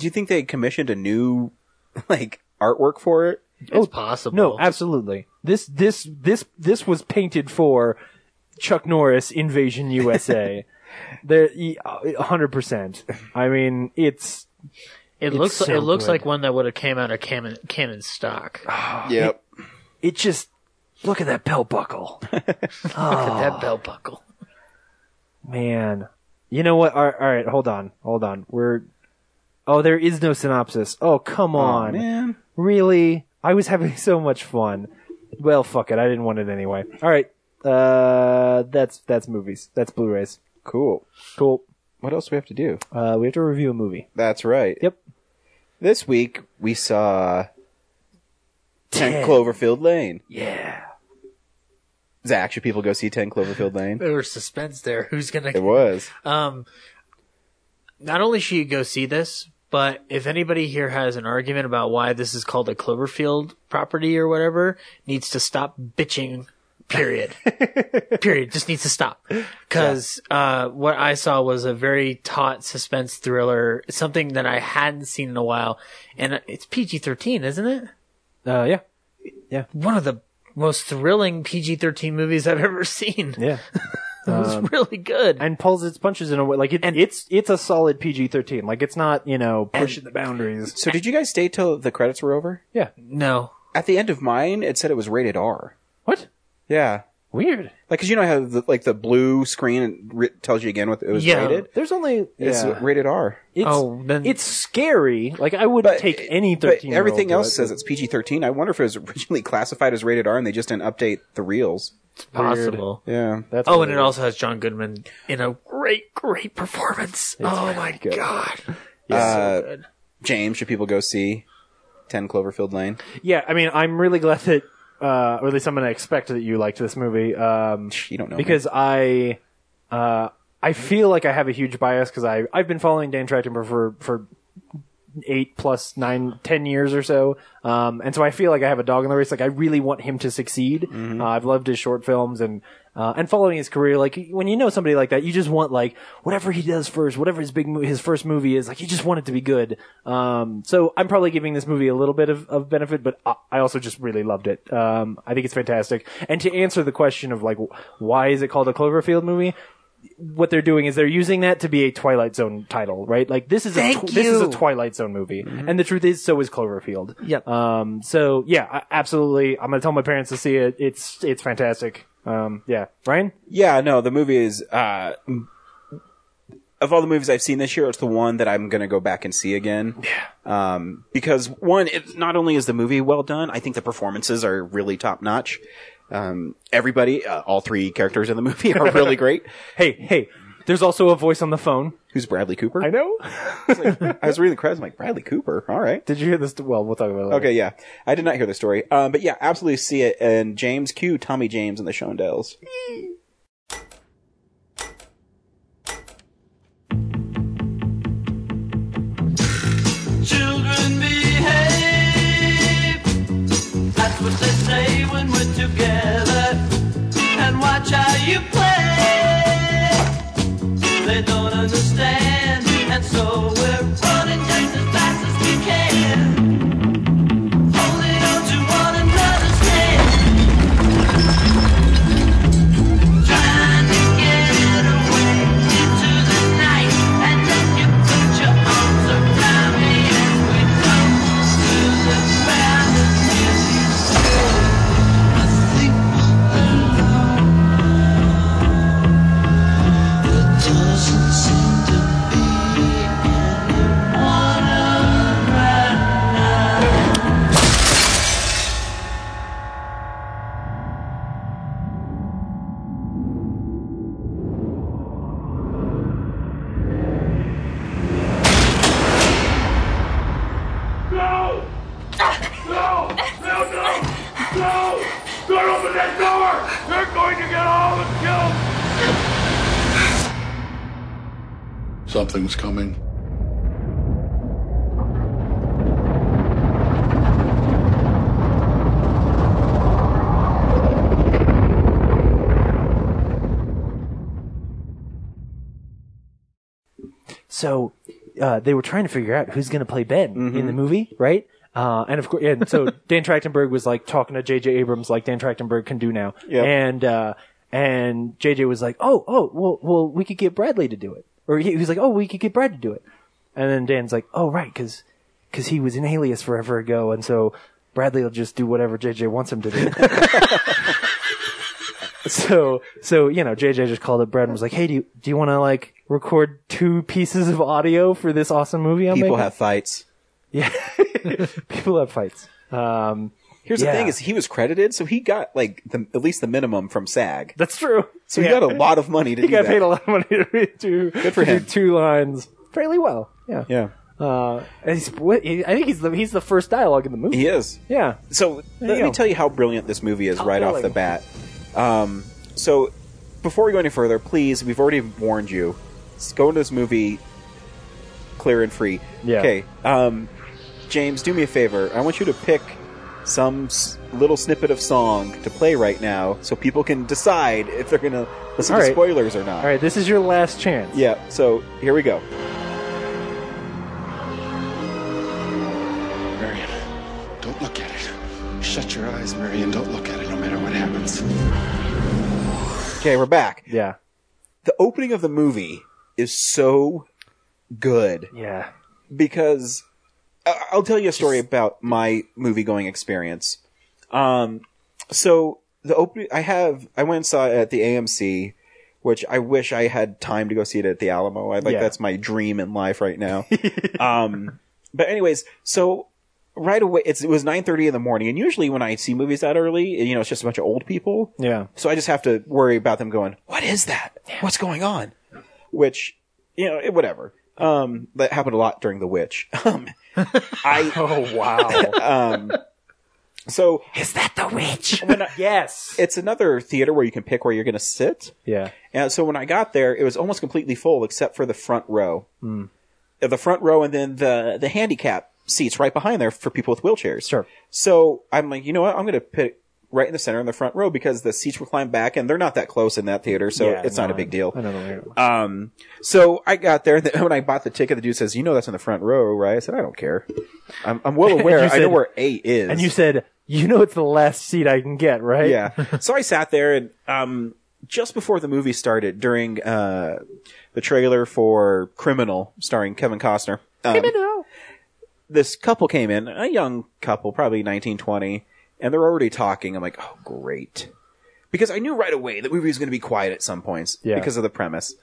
S1: you think they commissioned a new like artwork for it?
S3: It's possible.
S2: Oh, no, absolutely. This this this this was painted for Chuck Norris Invasion USA. There, hundred percent. I mean, it's
S3: it looks
S2: so
S3: it looks
S2: good.
S3: like one that would have came out of Canon Canon stock.
S1: Yep.
S2: it just look at that belt buckle, Ah.
S3: That belt buckle.
S2: man. You know what? All right, all right, hold on, hold on. We're oh, there is no synopsis. Oh, come on,
S1: Man,
S2: Really? I was having so much fun. Well, fuck it. I didn't want it anyway. All right. Uh, that's that's movies. That's Blu-rays.
S1: cool.
S2: Cool.
S1: What else do we have to do?
S2: Uh, we have to review a movie.
S1: That's right.
S2: Yep.
S1: This week we saw Ten
S2: Ten.
S1: Cloverfield Lane.
S2: Yeah.
S1: Zach, should people go see Ten Cloverfield Lane?
S3: There was suspense there. Who's gonna?
S1: It was.
S3: Um, not only should you go see this, but if anybody here has an argument about why this is called a Cloverfield property or whatever, needs to stop bitching. Period. period. Just needs to stop. Because uh, what I saw was a very taut suspense thriller, something that I hadn't seen in a while, and it's PG thirteen, isn't it?
S2: Uh, yeah.
S3: One of the most thrilling PG thirteen movies I've ever seen.
S2: Yeah.
S3: It was really good.
S2: And pulls its punches in a way like it,
S3: And-
S2: it's it's a solid PG-13. Like it's not you know pushing the boundaries.
S1: So did you guys stay till the credits were over?
S2: Yeah.
S3: no,
S1: At the end of mine, it said it was rated R.
S2: What?
S1: Yeah.
S2: Weird.
S1: Like, cause you know how the, like the blue screen re- tells you again what it was
S3: Yeah.
S1: rated.
S2: There's only
S1: It's
S2: yeah.
S1: rated R.
S2: It's,
S3: Oh, then-
S2: it's scary. Like I wouldn't
S1: But
S2: take any thirteen.
S1: But everything else says it's PG thirteen. I wonder if it was originally classified as rated R and they just didn't update the reels.
S3: possible.
S1: Yeah.
S2: That's
S3: Oh, and it
S2: weird.
S3: also has John Goodman in a great, great performance. oh my god,
S1: Uh, James, should people go see Ten Cloverfield Lane?
S2: Yeah, I mean, I'm really glad that, uh, or at least I'm going to expect that you liked this movie, um,
S1: You don't know me.
S2: because I, uh, I feel like I have a huge bias because I I've been following Dan Trachtenberg for for eight plus nine ten years or so, um, and so I feel like I have a dog in the race. Like I really want him to succeed. Uh, I've loved his short films and. Uh, and following his career, like when you know somebody like that, you just want like whatever he does first, whatever his big mo- his first movie is, like you just want it to be good. Um, so I'm probably giving this movie a little bit of, of benefit, but I, I also just really loved it. Um, I think it's fantastic. And to answer the question of like wh- why is it called a Cloverfield movie, what they're doing is they're using that to be a Twilight Zone title, right? Like this is a tw- this is a
S3: you.
S2: Twilight Zone movie, and the truth is, so is Cloverfield.
S3: Yep.
S2: Um. So yeah, I- absolutely. I'm gonna tell my parents to see it. It's it's fantastic. Um. Yeah. Ryan.
S1: Yeah, no, the movie is uh m- of all the movies I've seen this year, it's the one that I'm going to go back and see again. Yeah. Um because one it, not only is the movie well done, I think the performances are really top notch. Um everybody, uh, all three characters in the movie are really great.
S2: Hey. Hey. There's also a voice on the phone.
S1: Who's Bradley Cooper?
S2: I know.
S1: I was reading the credits I'm like Bradley Cooper. All right.
S2: Did you hear this? Well, we'll talk about it. Later.
S1: Okay, yeah. I did not hear the story. Um, but yeah, absolutely see it. And James Q, Tommy James, and the Shondells.
S7: Children behave. That's what they say when we're together. And watch how you play. They don't understand, and so we're running just as fast as we can. Holding on to one another's hand. Trying to get away into the night, and then you put your arms around me, and we come to the ground. I think there doesn't seem to be anyone around now.
S10: No! No! No, no! No! Don't open that door! They're going to get all of us killed! Something's coming.
S2: so uh, they were trying to figure out who's going to play Ben in the movie, right? Uh, and of course, and so Dan Trachtenberg was like talking to J.J. Abrams, like Dan Trachtenberg can do now,
S1: Yeah.
S2: and uh, and J.J. was like, oh, oh, well, well, we could get Bradley to do it, or he, he was like, oh, we could get Brad to do it, and then Dan's like, oh, right, because he was an alias forever ago, and so Bradley will just do whatever J.J. wants him to do. so so you know jj just called up brad and was like hey do you, do you want to like record two pieces of audio for this awesome movie i'm
S1: People
S2: making?"
S1: have fights.
S2: people have fights um
S1: Here's
S2: Yeah.
S1: the thing: is he was credited, so he got like the, at least the minimum from SAG.
S2: that's true
S1: So he got a lot of money to
S2: he
S1: do
S2: got
S1: that.
S2: paid a lot of money to, to,
S1: for
S2: to do
S1: him.
S2: two lines fairly well yeah
S1: Yeah,
S2: uh and he's, what, he, i think he's the he's the first dialogue in the movie
S1: he is.
S2: yeah
S1: So
S2: you
S1: let
S2: go.
S1: me tell you how brilliant this movie is right off the
S2: darling.
S1: bat. Um, so before we go any further, please, we've already warned you. Let's go into this movie clear and free.
S2: Yeah.
S1: Okay. Um, James, do me a favor. I want you to pick some s- little snippet of song to play right now, so people can decide if they're going to listen
S2: All
S1: to
S2: right.
S1: spoilers or not.
S2: all right this is your last chance
S1: Yeah. So here we go.
S10: Marion, don't look at it. Shut your eyes, Marion. Don't look at it no matter what happens.
S1: Okay, we're back.
S2: yeah
S1: the opening of the movie is so good
S2: yeah
S1: because I- I'll tell you a story about my movie going experience. Um, so the opening, I have, I went and saw it at the AMC, which I wish I had time to go see it at the Alamo. I like,
S2: Yeah.
S1: that's my dream in life right now. um, but anyways, so right away, it's, it was 9.30 in the morning. And usually when I see movies that early, you know, it's just a bunch of old people.
S2: yeah
S1: So I just have to worry about them going, what is that? What's going on? Which, you know, it- whatever. Um, that happened a lot during The Witch. Um, I,
S2: oh wow
S1: so
S2: is that the witch Oh, yes
S1: it's another theater where you can pick where you're going to sit.
S2: yeah
S1: And so when I got there, it was almost completely full except for the front row.
S2: Hmm.
S1: Uh, The front row and then the, the handicap seats right behind there for people with wheelchairs.
S2: Sure.
S1: So I'm like, you know what? I'm going to put right in the center in the front row because the seats recline back and they're not that close in that theater. So
S2: Yeah,
S1: it's
S2: no,
S1: not a
S2: I-
S1: big deal.
S2: i don't know
S1: Um, so I got there, and then when I bought the ticket, the dude says, "You know that's in the front row, right?" I said, "I don't care. I'm, I'm well aware.
S2: You
S1: I know
S2: said-
S1: where eight is."
S2: And you said, you know, it's the last seat I can get, right?
S1: "Yeah." so I sat there, and um, just before the movie started, during uh, the trailer for Criminal, starring Kevin Costner, um,
S3: Criminal.
S1: this couple came in, a young couple, probably 19, 20, and they're already talking. I'm like, oh, great. Because I knew right away the movie was going to be quiet at some points
S2: Yeah.
S1: because of the premise.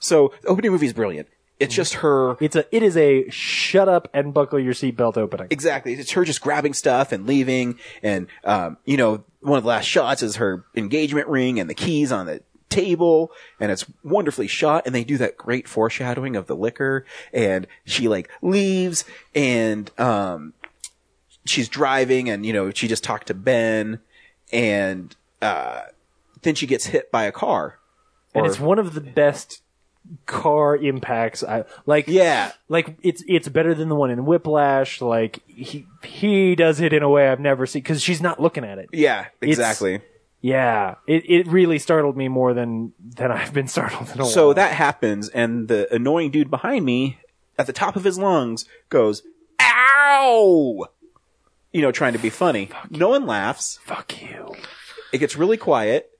S1: So the opening movie is brilliant. It's just her
S2: It's a it is a shut up and buckle your seatbelt opening.
S1: Exactly. It's her just grabbing stuff and leaving. And, um, you know, one of the last shots is her engagement ring and the keys on the table. And it's wonderfully shot. And they do that great foreshadowing of the liquor. And she like leaves and, um, she's driving and, you know, she just talked to Ben and, uh, then she gets hit by a car.
S2: and
S1: Or-
S2: it's one of the best car impacts I like
S1: Yeah.
S2: like it's it's better than the one in Whiplash like he he does it in a way I've never seen cuz she's not looking at it.
S1: Yeah,
S2: It's-
S1: exactly.
S2: Yeah, it it really startled me more than than I've been startled in a
S1: So
S2: while.
S1: that happens, and the annoying dude behind me, at the top of his lungs, goes, "Ow!" You know, trying to be funny. no one laughs.
S2: fuck you.
S1: It gets really quiet,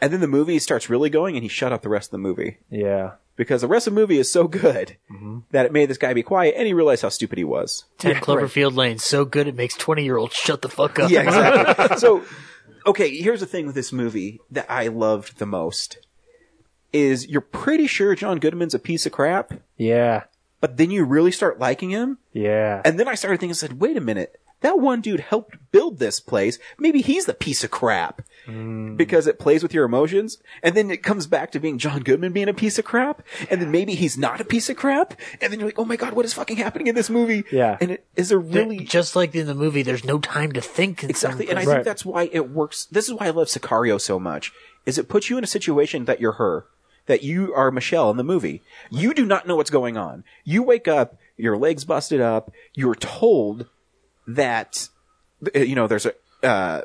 S1: and then the movie starts really going, and he shut up the rest of the movie
S2: Yeah.
S1: because the rest of the movie is so good that it made this guy be quiet, and he realized how stupid he was.
S3: Ten Cloverfield Lane, so good it makes twenty year olds shut the fuck up.
S1: Yeah, exactly. so, okay, here's the thing with this movie that I loved the most is you're pretty sure John Goodman's a piece of crap,
S2: Yeah.
S1: but then you really start liking him.
S2: Yeah.
S1: And then I started thinking, I said, wait a minute. That one dude helped build this place. Maybe he's the piece of crap
S2: Mm.
S1: because it plays with your emotions. And then it comes back to being John Goodman being a piece of crap. And then maybe he's not a piece of crap. And then you're like, oh my God, what is fucking happening in this movie?
S2: Yeah.
S1: And it is a
S3: Th-
S1: really
S3: just like in the movie, there's no time to think. In
S1: exactly.
S3: Some
S1: And I
S2: Right.
S1: think that's why it works. This is why I love Sicario so much is it puts you in a situation that you're her, that you are Michelle in the movie. You do not know what's going on. You wake up, your legs busted up. You're told that, uh, you know, there's a, uh,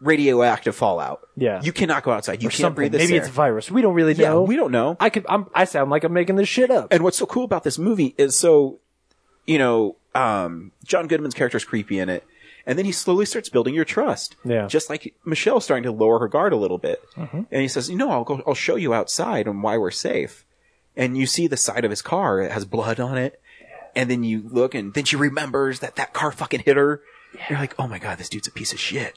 S1: radioactive fallout.
S2: Yeah.
S1: You cannot go outside. You
S2: Or
S1: can't
S2: something.
S1: breathe this
S2: Maybe
S1: air.
S2: it's a virus. We don't really
S1: yeah,
S2: know.
S1: we don't know.
S2: I could I'm I sound like I'm making this shit up.
S1: And what's so cool about this movie is so, you know, um, John Goodman's character's creepy in it. And then he slowly starts building your trust.
S2: Yeah.
S1: Just like Michelle's starting to lower her guard a little bit. And he says, you know, I'll go, I'll show you outside and why we're safe. And you see the side of his car. It has blood on it. And then you look and then she remembers that that car fucking hit her. You're like, oh my God, this dude's a piece of shit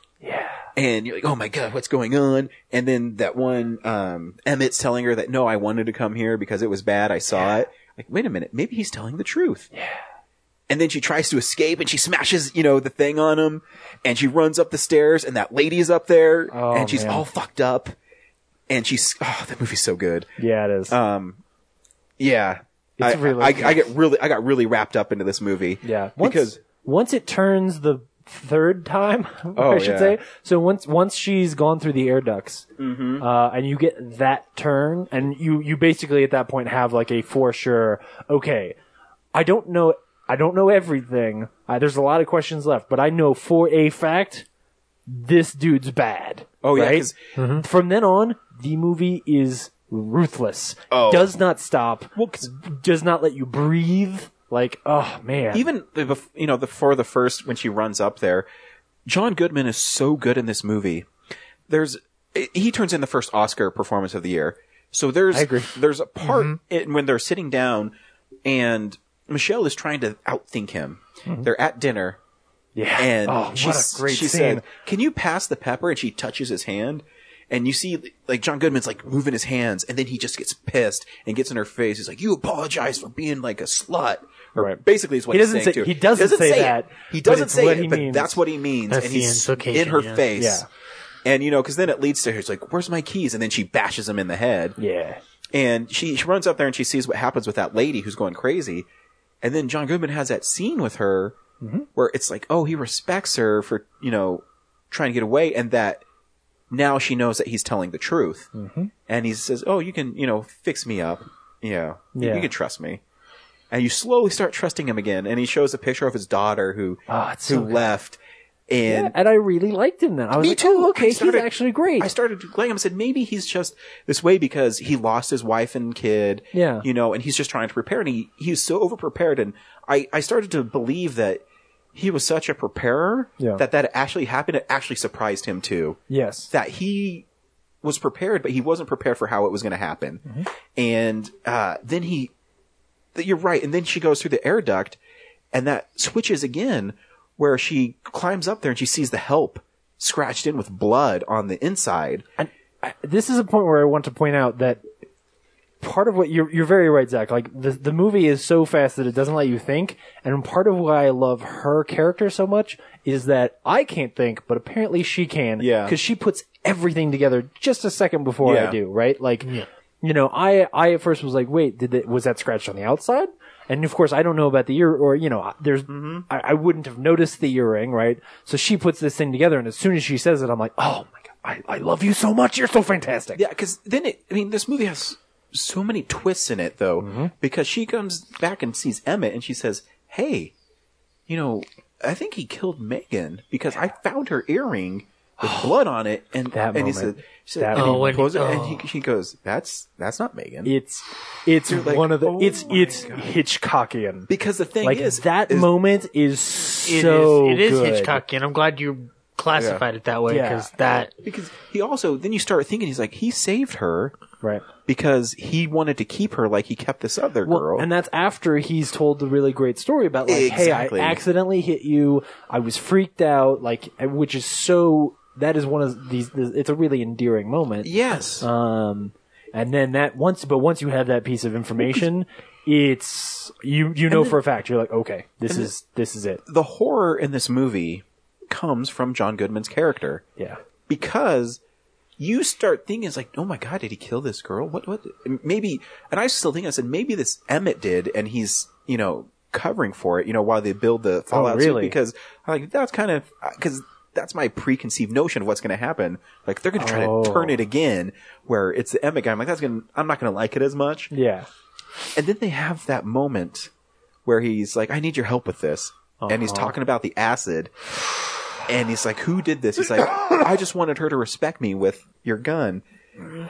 S1: and you're like, oh my god, what's going on? And then that one um, Emmett's telling her that no, I wanted to come here because it was bad. I saw it. Like, wait a minute, maybe he's telling the truth. Yeah. And then she tries to escape and she smashes, you know, the thing on him, and she runs up the stairs, and that lady's up there,
S2: Oh,
S1: and she's
S2: man.
S1: all fucked up, and she's oh, that movie's so good.
S2: yeah, it is.
S1: Yeah.
S2: It's
S1: I,
S2: really
S1: I,
S2: good.
S1: I get really, I got really wrapped up into this movie.
S2: Yeah, once,
S1: because
S2: once it turns the third time, I
S1: Oh,
S2: should
S1: yeah.
S2: say. So once once she's gone through the air ducts, uh, and you get that turn, and you you basically at that point have like a for sure. Okay, I don't know. I don't know everything. Uh, there's a lot of questions left, but I know for a fact this dude's bad.
S1: Oh, yeah,
S2: right? Mm-hmm.
S1: 'cause-
S2: From then on, the movie is ruthless.
S1: Oh.
S2: Does not stop.
S1: Well, 'cause-
S2: does not let you breathe. Like, oh man.
S1: even the, bef- you know the for the first when she runs up there john goodman is so good in this movie there's i- he turns in the first oscar performance of the year so there's
S2: I agree. Mm-hmm.
S1: there's a part in, when they're sitting down and michelle is trying to outthink him they're at dinner
S2: Mm-hmm. Yeah.
S1: and
S2: oh,
S1: she,
S2: what a great
S1: she
S2: scene.
S1: said, "Can you pass the pepper?" And she touches his hand, and you see like John Goodman's like moving his hands, and then he just gets pissed and gets in her face. He's like, "You apologize for being like a slut." Or
S2: Right.
S1: Basically, is what
S2: He
S1: he's
S2: doesn't
S1: saying
S2: say-
S1: to her.
S2: he doesn't say
S1: it.
S2: that,
S1: He
S2: but
S1: doesn't
S2: it's
S1: say
S2: what
S1: it,
S2: he
S1: but
S2: means.
S1: that's what he means,
S3: That's
S1: and
S3: the
S1: he's in
S3: implication,
S1: her
S3: yeah.
S1: face.
S2: Yeah.
S1: And you know, because then it leads to her. It's like, "Where's my keys?" And then she bashes him in the head.
S2: yeah.
S1: And she, she runs up there and she sees what happens with that lady who's going crazy. And then John Goodman has that scene with her
S2: Mm-hmm.
S1: where it's like, oh, he respects her for, you know, trying to get away. And that now she knows that he's telling the truth.
S2: Mm-hmm.
S1: And he says, oh, you can, you know, fix me up. Yeah. You-
S2: Yeah.
S1: You can trust me. And you slowly start trusting him again. And he shows a picture of his daughter who,
S2: Ah,
S1: who
S2: it's so good.
S1: left. And
S2: And I really liked him then. I was
S1: me
S2: like,
S1: too.
S2: oh, okay,
S1: I started-
S2: he's actually great.
S1: I started like I said, maybe he's just this way because he lost his wife and kid.
S2: Yeah.
S1: You know, and he's just trying to prepare and he, he's so over prepared. And I, I started to believe that he was such a preparer
S2: Yeah.
S1: that that actually happened. It actually surprised him too.
S2: yes.
S1: That he was prepared, but he wasn't prepared for how it was going to happen.
S2: Mm-hmm.
S1: And uh, then he, th- you're right. And then she goes through the air duct, and that switches again, where she climbs up there and she sees the help scratched in with blood on the inside.
S2: this is a point where I want to point out that part of what you're you're very right, Zach. Like the the movie is so fast that it doesn't let you think, and part of why I love her character so much is that I can't think, but apparently she can.
S1: Yeah.
S2: because she puts everything together just a second before
S1: Yeah.
S2: I do. Right, like. You know, I I at first was like, wait, did it, was that scratched on the outside? And of course, I don't know about the ear, or you know, there's
S1: Mm-hmm.
S2: I, I wouldn't have noticed the earring, right? So she puts this thing together, and as soon as she says it, I'm like, oh my god, I, I love you so much, you're so fantastic.
S1: Yeah, because then it. I mean, this movie has so many twists in it, though,
S2: Mm-hmm.
S1: because she comes back and sees Emmett, and she says, "Hey, you know, I think he killed Megan because I found her earring with blood on it." And
S2: That
S1: and he
S2: moment.
S1: said, she
S2: That
S1: said and he
S3: Oh, when-
S1: pulls it, and
S3: oh.
S1: he, she goes, "That's that's not Megan."
S2: It's it's
S1: like,
S2: one of the
S1: "Oh
S2: it's
S1: my
S2: it's Hitchcockian.
S1: because the thing
S2: Like
S1: is
S2: that
S1: is-
S2: moment is
S3: It is
S2: so
S3: it is
S2: good.
S3: Hitchcockian. I'm glad you classified it that way
S2: Yeah.
S3: because that
S1: because he also then you start thinking he's like he saved her
S2: right?
S1: because he wanted to keep her like he kept this other
S2: Well,
S1: girl
S2: and that's after he's told the really great story about like,
S1: Exactly.
S2: hey, I accidentally hit you. I was freaked out, like, which is so. That is one of these. It's a really endearing moment.
S1: yes
S2: Um, and then that once, but once you have that piece of information, it's you you know for a fact. You're like, okay, this is this is it.
S1: the horror in this movie comes from John Goodman's character
S2: Yeah.
S1: because you start thinking it's like, oh my god, did he kill this girl? What? What? Maybe. And I still think I said maybe this Emmett did, and he's you know covering for it. You know while they build the fallout suit,
S2: Oh, really?
S1: because I'm like that's kind of because that's my preconceived notion of what's going to happen. Like they're going to try
S2: Oh.
S1: to turn it again, where it's the Emmett guy. I'm like that's going. to I'm not going to like it as much.
S2: Yeah.
S1: And then they have that moment where he's like, I need your help with this. And
S2: Uh-huh.
S1: he's talking about the acid. And he's like, Who did this? He's like, I just wanted her to respect me with your gun. And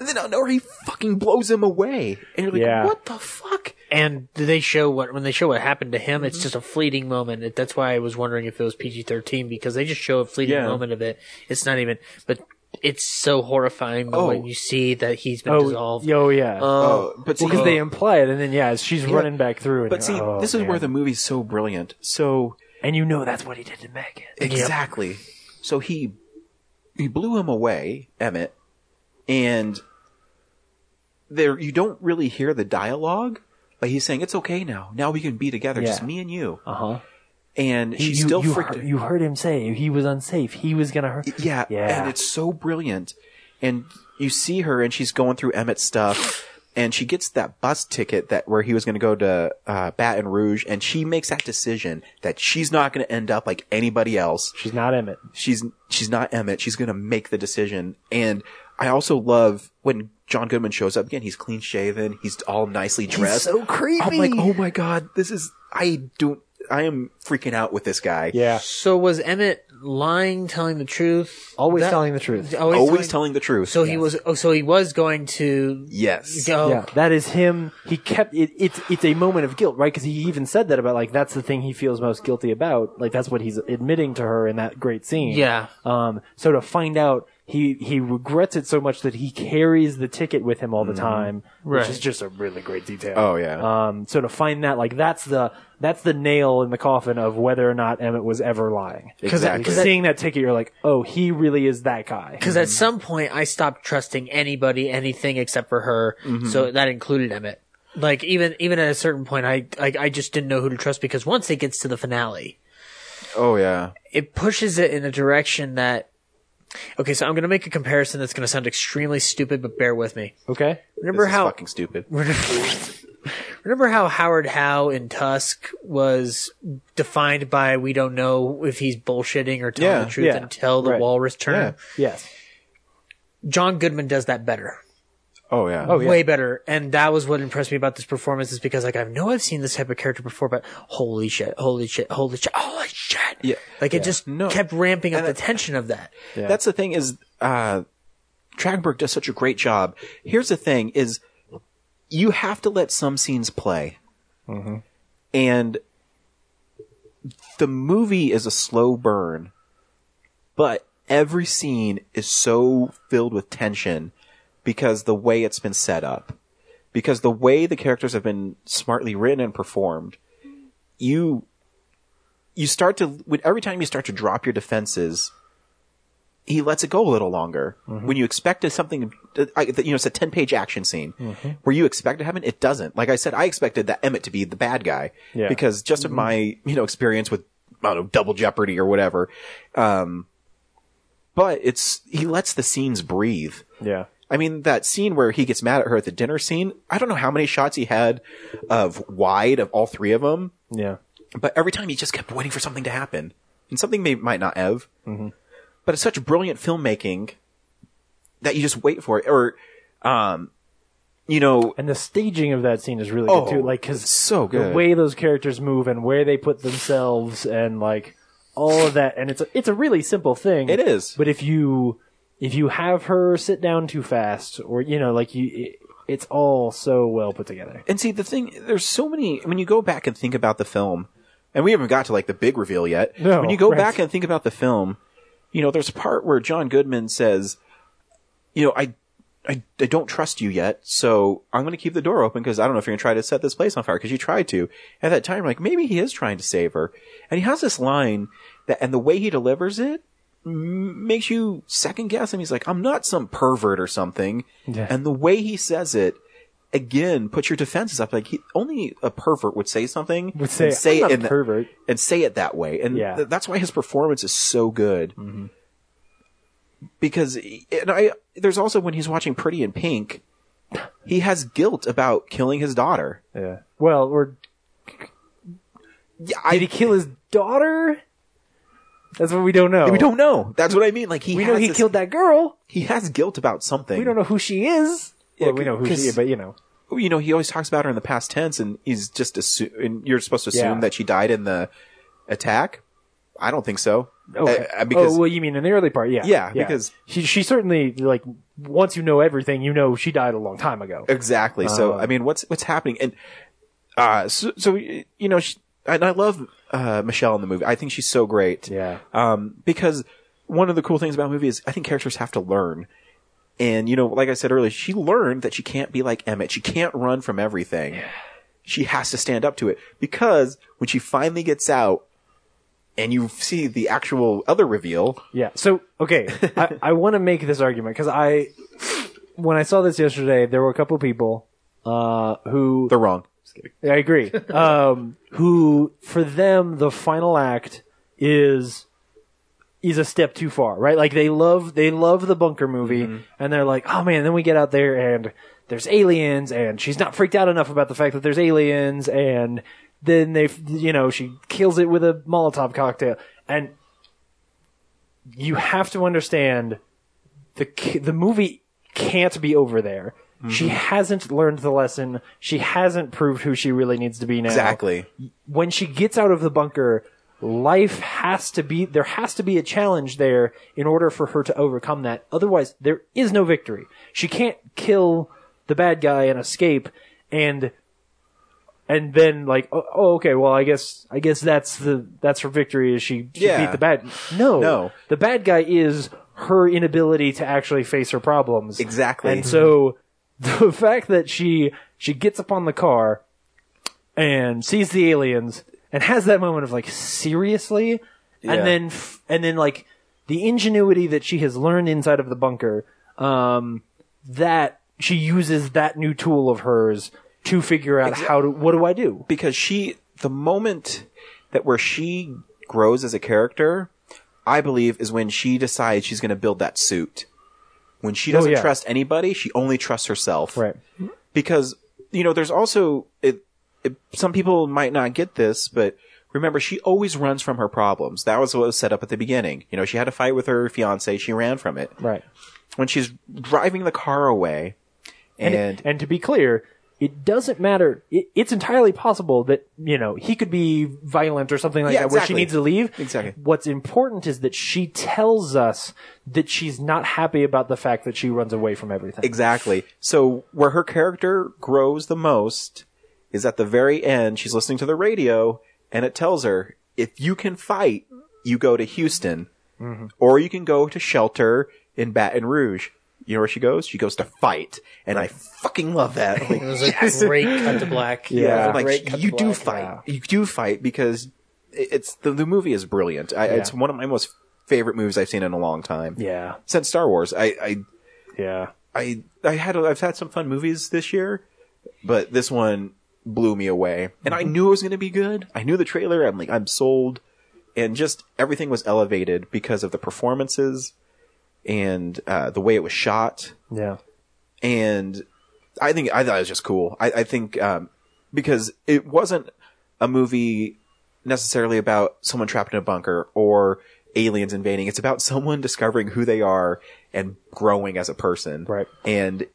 S1: then out of nowhere, he fucking blows him away. And you're like,
S2: Yeah.
S1: What the fuck?
S3: and they show what when they show what happened to him.
S2: Mm-hmm.
S3: It's just a fleeting moment. It- That's why I was wondering if it was PG thirteen because they just show a fleeting
S1: Yeah.
S3: moment of it. It's not even, but it's so horrifying
S1: Oh.
S3: when you see that he's been
S2: Oh,
S3: dissolved.
S2: yo, yeah.
S1: Oh, but see,
S2: because they imply it, and then yeah, she's running back through. And
S1: but see
S2: oh,
S1: this is
S2: man.
S1: where the movie's so brilliant. So
S2: and you know that's what he did to Megan.
S1: Exactly. So he he blew him away, Emmett, and there you don't really hear the dialogue, but he's saying it's okay now. Now we can be together, just
S2: Yeah.
S1: me and you.
S2: Uh huh.
S1: And she's
S2: you,
S1: still
S2: you
S1: freaked.
S2: heard, you heard him say he was unsafe. He was gonna hurt.
S1: yeah,
S2: Yeah.
S1: and it's so brilliant. And you see her, and she's going through Emmett's stuff. And she gets that bus ticket that where he was going to go to uh, Baton Rouge, and she makes that decision that she's not going to end up like anybody else.
S2: she's not Emmett.
S1: she's she's not Emmett. She's gonna make the decision. And I also love when John Goodman shows up again. He's clean shaven. He's all nicely dressed.
S2: so creepy.
S1: I'm like, oh my god, this is I don't. I am freaking out with this guy.
S2: Yeah,
S3: So was Emmett lying, telling the truth?
S2: always
S3: That-
S2: telling the truth.
S3: Always,
S1: always
S3: telling.
S1: telling the truth.
S3: So he was. Oh, so he was going to.
S1: yes.
S3: Go.
S2: Yeah, that is him. He kept it. It's it's a moment of guilt, right? Because he even said that about like that's the thing he feels most guilty about. Like that's what he's admitting to her in that great scene.
S3: Yeah.
S2: Um. So to find out, he he regrets it so much that he carries the ticket with him all the time,
S3: Right.
S2: which is just a really great detail.
S1: Oh yeah.
S2: Um, so to find that, like, that's the that's the nail in the coffin of whether or not Emmett was ever lying.
S1: Because that-
S2: Like,
S1: 'cause
S3: that-
S2: seeing that ticket, you're like, oh, he really is that guy.
S3: Because
S1: Mm-hmm.
S3: at some point I stopped trusting anybody, anything except for her.
S1: Mm-hmm.
S3: So that included Emmett. Like even even at a certain point, I, I I just didn't know who to trust because once it gets to the finale,
S1: oh yeah.
S3: it pushes it in a direction that. Okay, so I'm gonna make a comparison that's gonna sound extremely stupid, but bear with me.
S2: Okay,
S3: Remember
S1: This is
S3: how
S1: fucking stupid.
S3: Remember how Howard Howe in Tusk was defined by we don't know if he's bullshitting or telling
S1: Yeah,
S3: the truth
S2: yeah,
S3: until the
S2: right.
S3: walrus turn?
S2: yes,
S3: John Goodman does that better.
S1: Oh yeah.
S2: Oh, yeah.
S3: Way better. And that was what impressed me about this performance is because like I know I've seen this type of character before, but holy shit, holy shit, holy shit, holy shit.
S1: Yeah.
S3: Like it just
S1: No.
S3: kept ramping up
S1: And
S3: the
S1: that-
S3: tension of that.
S1: That's the thing is, uh, Trachtenberg does such a great job. Here's the thing is, you have to let some scenes play. And the movie is a slow burn, but every scene is so filled with tension because the way it's been set up, because the way the characters have been smartly written and performed, you you start to with every time you start to drop your defenses, he lets it go a little longer. When you expected something, uh, I- that, you know, it's a ten page action scene where you expect to happen, it doesn't. Like I said, I expected that Emmett to be the bad guy
S2: Yeah.
S1: because just of my you know experience with I don't know Double Jeopardy or whatever. Um, but it's he lets the scenes breathe.
S2: Yeah.
S1: I mean, that scene where he gets mad at her at the dinner scene, I don't know how many shots he had of wide of all three of them,
S2: Yeah.
S1: but every time he just kept waiting for something to happen. And something may, might not have. But it's such brilliant filmmaking that you just wait for it. Or, um, you know,
S2: And the staging of that scene is really
S1: Oh,
S2: good too. Like, cause
S1: it's so
S2: the
S1: good.
S2: way those characters move and where they put themselves and like all of that. And it's a, it's a really simple thing.
S1: It is.
S2: But if you if you have her sit down too fast, or you know, like you, it, it's all so well put together.
S1: and see, the thing, there's so many, when you go back and think about the film, and we haven't got to like the big reveal yet.
S2: No,
S1: when you go
S2: right.
S1: back and think about the film, you know, there's a part where John Goodman says, you know, I, I, I don't trust you yet, so I'm going to keep the door open because I don't know if you're going to try to set this place on fire because you tried to. At that time, like, maybe he is trying to save her. And he has this line that, and the way he delivers it m- makes you second guess him. He's like, I'm not some pervert or something. And the way he says it, again, puts your defenses up. Like, he, only a pervert would say something.
S2: Would say,
S1: and say
S2: "I'm
S1: it
S2: not a
S1: in the-
S2: pervert."
S1: and say it that way. And
S2: Yeah. Mm-hmm.
S1: th- that's why his performance is so good. Because and I there's also when he's watching Pretty in Pink, he has guilt about killing his daughter.
S2: Yeah. Well, or
S1: Yeah,
S2: did he
S1: I,
S2: kill his daughter? That's what we don't know.
S1: we don't know. That's what I mean. Like he
S2: Oh. We
S1: has
S2: know he
S1: this-
S2: killed that girl.
S1: He has guilt about something.
S2: We don't know who she is.
S1: Yeah,
S2: well, we know who she is,
S1: 'cause-
S2: but you know.
S1: You know he always talks about her in the past tense, and he's just assu- and you're supposed to assume
S2: Yeah.
S1: that she died in the attack. I don't think so.
S2: Okay.
S1: Uh, uh, because
S2: oh well, you mean in the early part? Yeah,
S1: Yeah, because-
S2: she she certainly like once you know everything, you know she died a long time ago.
S1: Exactly. so I mean, what's what's happening? And uh, so, so you know, she, and I love uh, Michelle in the movie. I think she's so great.
S2: Yeah.
S1: Um, because one of the cool things about movie is I think characters have to learn. And you know, like I said earlier, she learned that she can't be like Emmett. She can't run from everything. She has to stand up to it because when she finally gets out, and you see the actual other reveal,
S2: Yeah. So okay, I, I want to make this argument because I when I saw this yesterday, there were a couple people uh, who
S1: they're wrong.
S2: I agree. Um, who for them the final act is is a step too far, right? Like they love they love the bunker movie, and they're like, oh man. Then we get out there and there's aliens, and she's not freaked out enough about the fact that there's aliens, and then they you know she kills it with a Molotov cocktail, and you have to understand the ki- the movie can't be over there. She hasn't learned the lesson. She hasn't proved who she really needs to be now.
S1: Exactly.
S2: When she gets out of the bunker, life has to be there has to be a challenge there in order for her to overcome that. Otherwise, there is no victory. She can't kill the bad guy and escape and and then like oh, oh, okay well i guess i guess that's the that's her victory is she, she
S1: Yeah.
S2: beat the bad no
S1: No.
S2: the bad guy is her inability to actually face her problems
S1: Exactly.
S2: and so the fact that she she gets up on the car and sees the aliens and has that moment of like seriously
S1: Yeah.
S2: and then f- and then like the ingenuity that she has learned inside of the bunker um that she uses that new tool of hers to figure out how to what do I do
S1: because she the moment that where she grows as a character i believe is when she decides she's going to build that suit when she doesn't
S2: Oh, yeah.
S1: trust anybody she only trusts herself
S2: right
S1: because you know there's also it, it, some people might not get this but remember she always runs from her problems that was what was set up at the beginning you know she had a fight with her fiance she ran from it
S2: right
S1: when she's driving the car away and,
S2: and, and to be clear it doesn't matter it, it's entirely possible that you know he could be violent or something like
S1: Yeah,
S2: that where she
S1: exactly.
S2: needs to leave
S1: Exactly.
S2: what's important is that she tells us that she's not happy about the fact that she runs away from everything
S1: Exactly. So where her character grows the most is at the very end. She's listening to the radio and it tells her, if you can fight, you go to Houston.
S11: Mm-hmm.
S1: Or you can go to shelter in Baton Rouge. You know where she goes? She goes to fight, and I fucking love that. Like,
S11: It was a great cut to black.
S1: yeah,
S11: It was a
S1: like
S11: great cut to
S1: you do
S11: black.
S1: fight. You do fight because it- it's the, the movie is brilliant. I, It's one of my most favorite movies I've seen in a long time.
S2: Yeah.
S1: since Star Wars, I, I
S2: yeah,
S1: I I had a, I've had some fun movies this year, but this one blew me away. And I knew it was going to be good. I knew the trailer. I'm like I'm sold, and just everything was elevated because of the performances and uh, the way it was shot
S2: yeah.
S1: and I think I thought it was just cool. I, I think um, because it wasn't a movie necessarily about someone trapped in a bunker or aliens invading. It's about someone discovering who they are and growing as a person.
S2: Right.
S1: And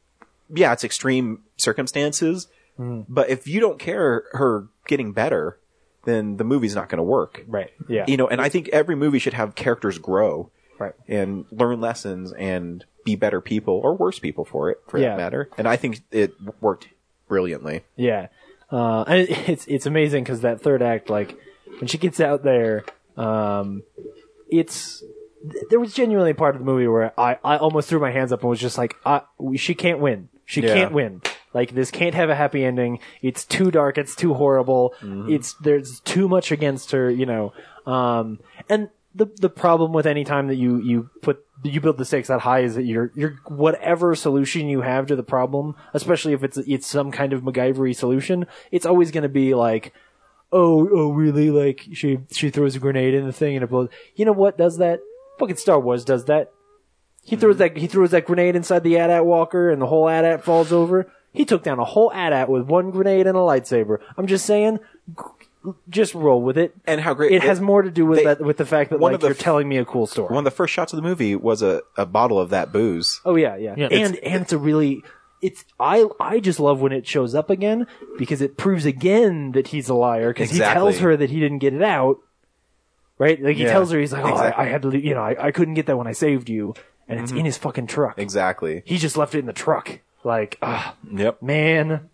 S1: yeah, it's extreme circumstances, but if you don't care her getting better, then the movie's not going to work.
S2: Right. Yeah.
S1: You know, and I think every movie should have characters grow
S2: Right.
S1: and learn lessons and be better people or worse people for it, for
S2: Yeah.
S1: that matter. And I think it worked brilliantly.
S2: Yeah, uh, and it- it's it's amazing because that third act, like when she gets out there, um, it's th- there was genuinely a part of the movie where I I almost threw my hands up and was just like, I, we- she can't win, she
S1: Yeah.
S2: can't win. Like this can't have a happy ending. It's too dark. It's too horrible. It's there's too much against her. You know, um, and the the problem with any time that you you put you build the stakes that high is that you're you're whatever solution you have to the problem, especially if it's it's some kind of MacGyvery solution, it's always going to be like, oh oh really like she she throws a grenade in the thing and it blows. You know what does that? Fucking Star Wars does that. He throws that he throws that grenade inside the AT-AT walker and the whole AT-AT falls over. He took down a whole AT-AT with one grenade and a lightsaber. I'm just saying. g- Just roll with it
S1: And how great
S2: it has more to do with
S1: they-
S2: that with the fact that
S1: one
S2: like
S1: of the
S2: you're
S1: f-
S2: telling me a cool story.
S1: One of the first shots of the movie was a, a bottle of that booze.
S2: oh yeah, yeah,
S3: Yeah.
S2: and and it's a really it's I I just love when it shows up again because it proves again that he's a liar because he
S1: Exactly.
S2: tells her that he didn't get it out. Right, like he
S1: Yeah.
S2: tells her he's like, oh,
S1: Exactly.
S2: I, I had to, leave, you know, I, I couldn't get that when I saved you, and it's in his fucking truck.
S1: Exactly.
S2: He just left it in the truck. Like, ah,
S1: Yep.
S2: man,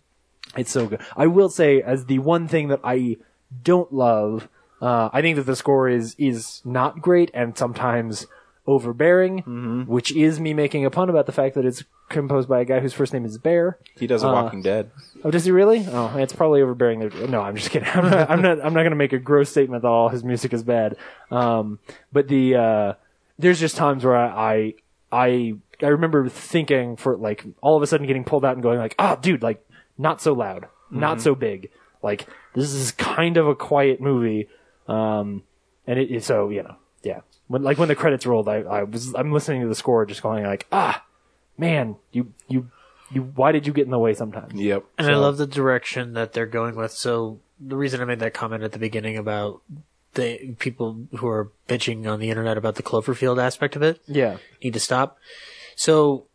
S2: it's so good. I will say, as the one thing that I don't love, uh, I think that the score is is not great and sometimes overbearing, which is me making a pun about the fact that it's composed by a guy whose first name is Bear.
S1: He does a Walking Dead.
S2: Oh, does he really? Oh, it's probably overbearing. That, no, I'm just kidding. I'm not. I'm not. I'm not going to make a gross statement that all his music is bad. Um, but the uh, there's just times where I, I I I remember thinking for like all of a sudden getting pulled out and going like, oh, dude, like not so loud, not so big. Like this is kind of a quiet movie. Um, and it, it- so you know, yeah. When like when the credits rolled, I, I was I'm listening to the score, just going like, ah, man, you you you. Why did you get in the way sometimes?
S1: Yep.
S3: And I love the direction that they're going with. So the reason I made that comment at the beginning about the people who are bitching on the internet about the Cloverfield aspect of it
S2: Yeah.
S3: need to stop. So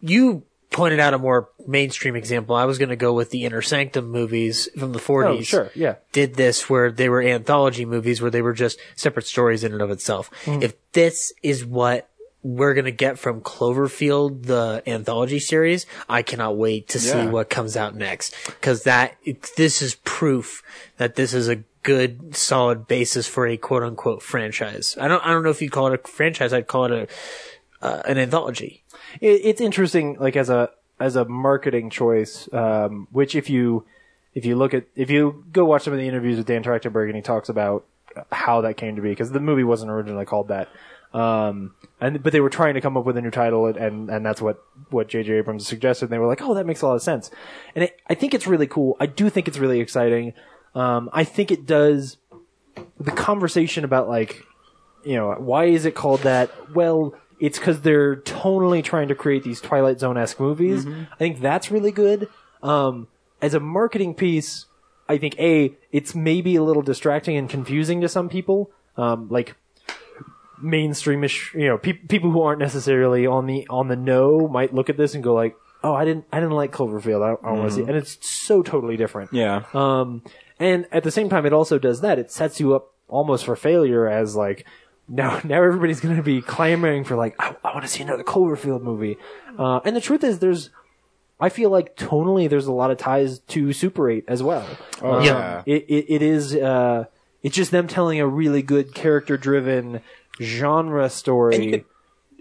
S3: you pointed out a more mainstream example. I was going to go with the Inner Sanctum movies from the 40s.
S2: Oh, sure. Yeah.
S3: did this where they were anthology movies where they were just separate stories in and of itself.
S1: Mm-hmm.
S3: If this is what we're going to get from Cloverfield, the anthology series, I cannot wait to see
S1: Yeah.
S3: what comes out next. Cause that, it, this is proof that this is a good, solid basis for a quote unquote franchise. I don't, I don't know if you call it a franchise. I'd call it a, uh, an anthology.
S2: it, it's interesting like as a as a marketing choice um, which if you if you look at if you go watch some of the interviews with Dan Trachtenberg and he talks about how that came to be because the movie wasn't originally called that um, and but they were trying to come up with a new title and and, and that's what what J.J. Abrams suggested and they were like oh that makes a lot of sense and it, I think it's really cool I do think it's really exciting um, I think it does the conversation about like you know, why is it called that? Well, it's because they're tonally trying to create these Twilight Zone esque movies. I think that's really good. Um, as a marketing piece, I think a it's maybe a little distracting and confusing to some people, um, like mainstreamish. You know, peop people who aren't necessarily on the on the know might look at this and go like, "Oh, I didn't, I didn't like Cloverfield. I don't, want to see." it." And it's so totally different.
S1: Yeah.
S2: Um, and at the same time, it also does that. It sets you up almost for failure as like, now, now everybody's going to be clamoring for like, I, I want to see another Cloverfield movie. Uh, and the truth is there's, I feel like tonally there's a lot of ties to Super 8 as well.
S1: Oh,
S2: Um,
S3: yeah.
S2: It, it, it is, uh, it's just them telling a really good character driven, genre story.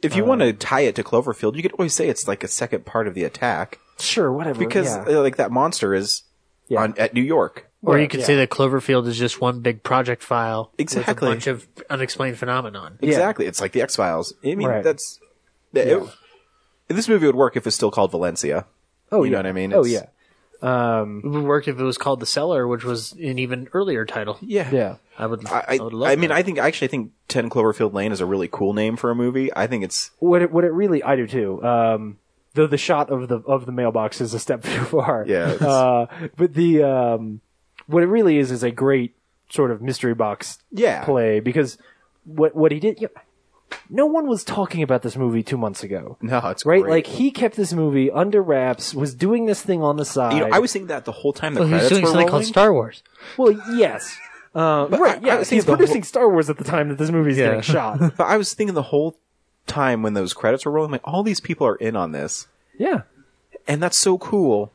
S1: If you want to tie it to Cloverfield, you could always say it's like a second part of the attack.
S2: Sure, whatever.
S1: Because
S2: yeah.
S1: uh, like that monster is on, at New York.
S3: Or you could say that Cloverfield is just one big project file with a
S1: Exactly.
S3: bunch of unexplained phenomenon.
S1: Exactly. It's like the X Files. I mean,
S3: Right.
S1: that's. that- it- this movie would work if it's still called Valencia.
S3: Oh,
S1: you
S3: yeah.
S1: know what I mean?
S3: Oh,
S2: yeah. Um,
S3: it would work if it was called The Cellar, which was an even earlier title.
S1: Yeah,
S2: yeah.
S3: I would. I,
S1: I,
S3: would
S1: I
S3: love.
S1: mean, I think I actually think Ten Cloverfield Lane is a really cool name for a movie. I think it's
S2: What it, what it really, I do too. Um, though the shot of the of the mailbox is a step too far.
S1: Yeah, it's-
S2: Uh, but the um, what it really is is a great sort of mystery box
S1: Yeah.
S2: play because what what he did. You no one was talking about this movie two months ago.
S1: No, it's
S2: right.
S1: great.
S2: Like he kept this movie under wraps, was doing this thing on the side.
S1: you know I was thinking that the whole time the
S3: Oh,
S2: Well, he was
S1: credits
S2: doing
S1: were
S2: something
S1: rolling.
S2: called Star
S3: Wars.
S2: Well, yes. Uh,
S1: But
S2: right.
S1: I-
S2: Yeah,
S1: I was
S2: he's
S1: thinking the
S2: producing
S1: whole-
S2: Star Wars at the time that this movie's getting shot.
S1: but I was thinking the whole time when those credits were rolling, like all these people are in on this,
S2: Yeah.
S1: and that's so cool.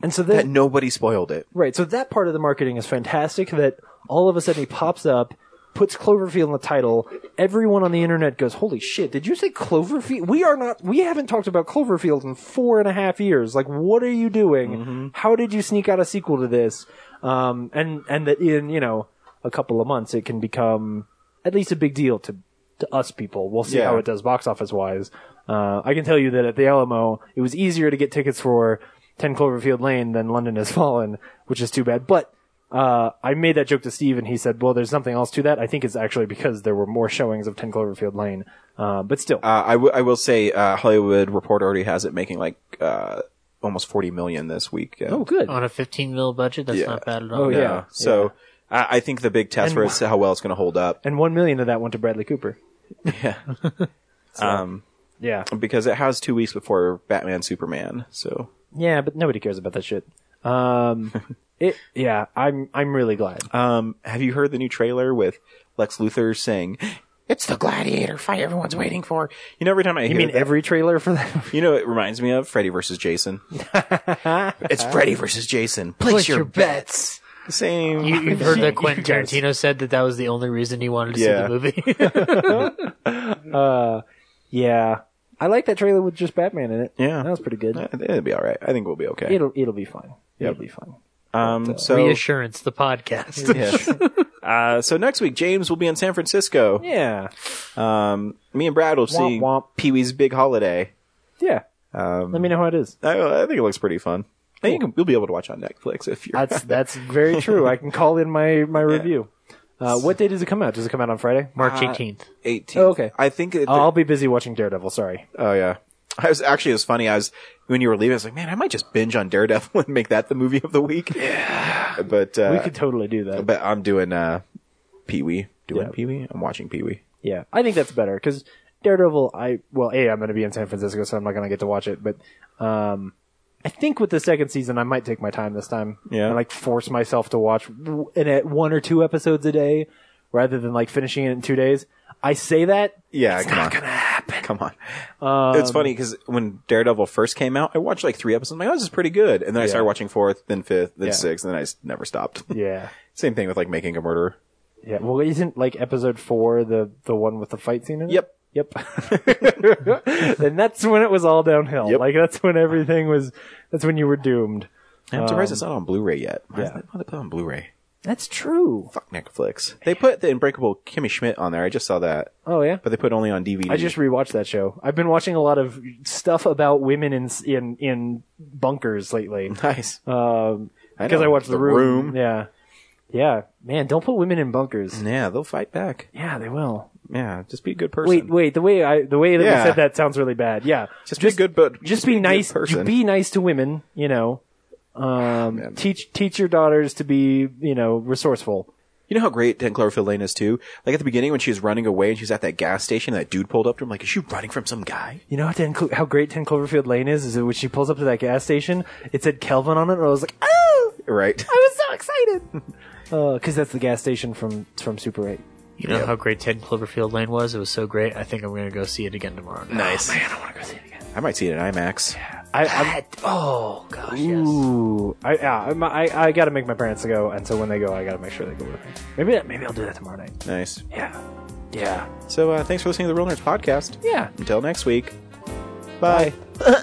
S2: And so then
S1: that nobody spoiled it.
S2: Right. So that part of the marketing is fantastic that all of a sudden he pops up, puts Cloverfield in the title. Everyone on the internet goes, Holy shit, did you say Cloverfield? We are not, we haven't talked about Cloverfield in four and a half years. Like, what are you doing? How did you sneak out a sequel to this? Um, and, and that in, you know, a couple of months it can become at least a big deal to, to us people. We'll see
S1: Yeah.
S2: how it does box office wise. Uh, I can tell you that at the Alamo, it was easier to get tickets for 10 Cloverfield Lane than London Has Fallen, which is too bad. But uh, I made that joke to Steve, and he said, "Well, there's something else to that." I think it's actually because there were more showings of 10 Cloverfield Lane. Uh, but still,
S1: Uh, I, w- I will say uh, Hollywood Reporter already has it making like uh, almost forty million this week. Yeah.
S2: good.
S3: On a 15 mil budget, that's
S1: Yeah.
S3: not bad at all.
S2: Oh,
S1: No.
S2: yeah.
S1: So I, I think the big test
S2: And-
S1: for us is how well it's going to hold up.
S2: and one million of that went to Bradley Cooper.
S1: Um,
S2: yeah,
S1: because it has two weeks before Batman Superman. So
S2: Yeah, but nobody cares about that shit. Um, it, yeah, I'm, I'm really glad.
S1: um, have you heard the new trailer with Lex Luthor saying? It's the gladiator fight everyone's waiting for. You know, every time I
S2: You
S1: hear
S2: mean
S1: that-
S2: every trailer for that?
S1: You know, what it reminds me of Freddy versus Jason. it's Freddy versus Jason. Place, your, bets. Same.
S3: You, you've heard that Quentin
S1: You guys-
S3: Tarantino said that that was the only reason he wanted to see
S1: Yeah.
S3: the movie.
S2: Uh, yeah, I like that trailer with just Batman in it.
S1: Yeah,
S2: that was pretty good.
S1: It'll be all right. I think we'll be okay.
S2: It'll, it'll be fine. It'll be fine.
S1: Um, so
S3: Reassurance, the podcast.
S1: Yes. uh, so next week, James will be in San Francisco.
S2: Yeah,
S1: Um, me and Brad will see
S2: Womp womp.
S1: Pee Wee's Big Holiday.
S2: yeah.
S1: Um,
S2: Let me know how it is.
S1: I, I think it looks pretty fun. And you can, you'll be able to watch on Netflix if you're.
S2: That's that's very true. I can call in my my review. Uh, what day does it come out? Does it come out on Friday?
S3: March
S1: Uh,
S3: 18th.
S1: 18th.
S2: Oh, okay.
S1: I think. It,
S2: I'll be busy watching Daredevil. Sorry.
S1: oh yeah. I was actually it was funny. I was when you were leaving. I was like, man, I might just binge on Daredevil and make that the movie of the week. Yeah. But uh,
S2: we could totally do that.
S1: But I'm doing uh, Pee Wee. Doing
S2: Yeah.
S1: Pee Wee. I'm watching Pee Wee.
S2: Yeah, I think that's better because Daredevil. I well, a I'm going to be in San Francisco, so I'm not going to get to watch it. But um, I think with the second season, I might take my time this time.
S1: Yeah.
S2: and, like force myself to watch w- and at one or two episodes a day rather than like finishing it in two days. I say that.
S1: Yeah,
S2: it's
S1: come
S2: not
S1: on.
S2: going to happen.
S1: Come on.
S2: Um,
S1: it's funny because when Daredevil first came out, I watched like three episodes. I'm like, oh, this is pretty good. And then I started watching fourth, then fifth, then
S2: Yeah.
S1: sixth, and then I s- never stopped.
S2: Yeah,
S1: Same thing with like making a murderer.
S2: yeah. Well, isn't like episode four the the one with the fight scene in it?
S1: Yep.
S2: Yep. and that's when it was all downhill. Like that's when everything was. That's when you were doomed.
S1: I'm surprised it's not on Blu-ray yet. Why yeah.
S2: Um, yeah.
S1: they, why they put it on Blu-ray?
S2: That's true.
S1: Fuck Netflix. They put the Unbreakable Kimmy Schmidt on there. I just saw that,
S2: Oh yeah.
S1: but they put it only on DVD.
S2: I just rewatched that show. I've been watching a lot of stuff about women in in in bunkers lately.
S1: nice.
S2: Um,
S1: I
S2: because
S1: know.
S2: I watched the,
S1: The
S2: room.
S1: Room. Mm.
S2: Yeah, yeah. Man, don't put women in bunkers.
S1: yeah, they'll fight back.
S2: Yeah, they will.
S1: Yeah, just be a good person.
S2: Wait, wait. The way I the way that
S1: Yeah.
S2: we said that sounds really bad. Yeah,
S1: just, be good, but
S2: just be
S1: a good
S2: nice.
S1: person.
S2: You be nice to women. You know, um, teach teach your daughters to be you know resourceful.
S1: You know how great Ten Cloverfield Lane is too. Like at the beginning when she was running away and she was at that gas station, that dude pulled up to him like, "Is she running from some guy?"
S2: You know how, Dan Clo- how great Ten Cloverfield Lane is. Is that when she pulls up to that gas station, it said Kelvin on it, and I was like, oh.
S1: Right.
S2: I was so excited. Because Oh, that's the gas station from from Super Eight.
S3: You know how great 10 Cloverfield Lane was? It was so great. I think I'm going to go see it again tomorrow. night.
S1: Nice.
S2: Oh, Man, I want to go see it again.
S1: I might see it in IMAX.
S2: I, I'm,
S3: That- oh, gosh, yes.
S2: ooh, I, yeah, I'm, I I got to make my parents go, and so when they go, I got to make sure they go with me. Maybe maybe I'll do that tomorrow night.
S1: Nice.
S2: Yeah, Yeah.
S1: So uh, thanks for listening to the Real Nerds podcast.
S2: Yeah.
S1: Until next week. Bye.
S2: Bye.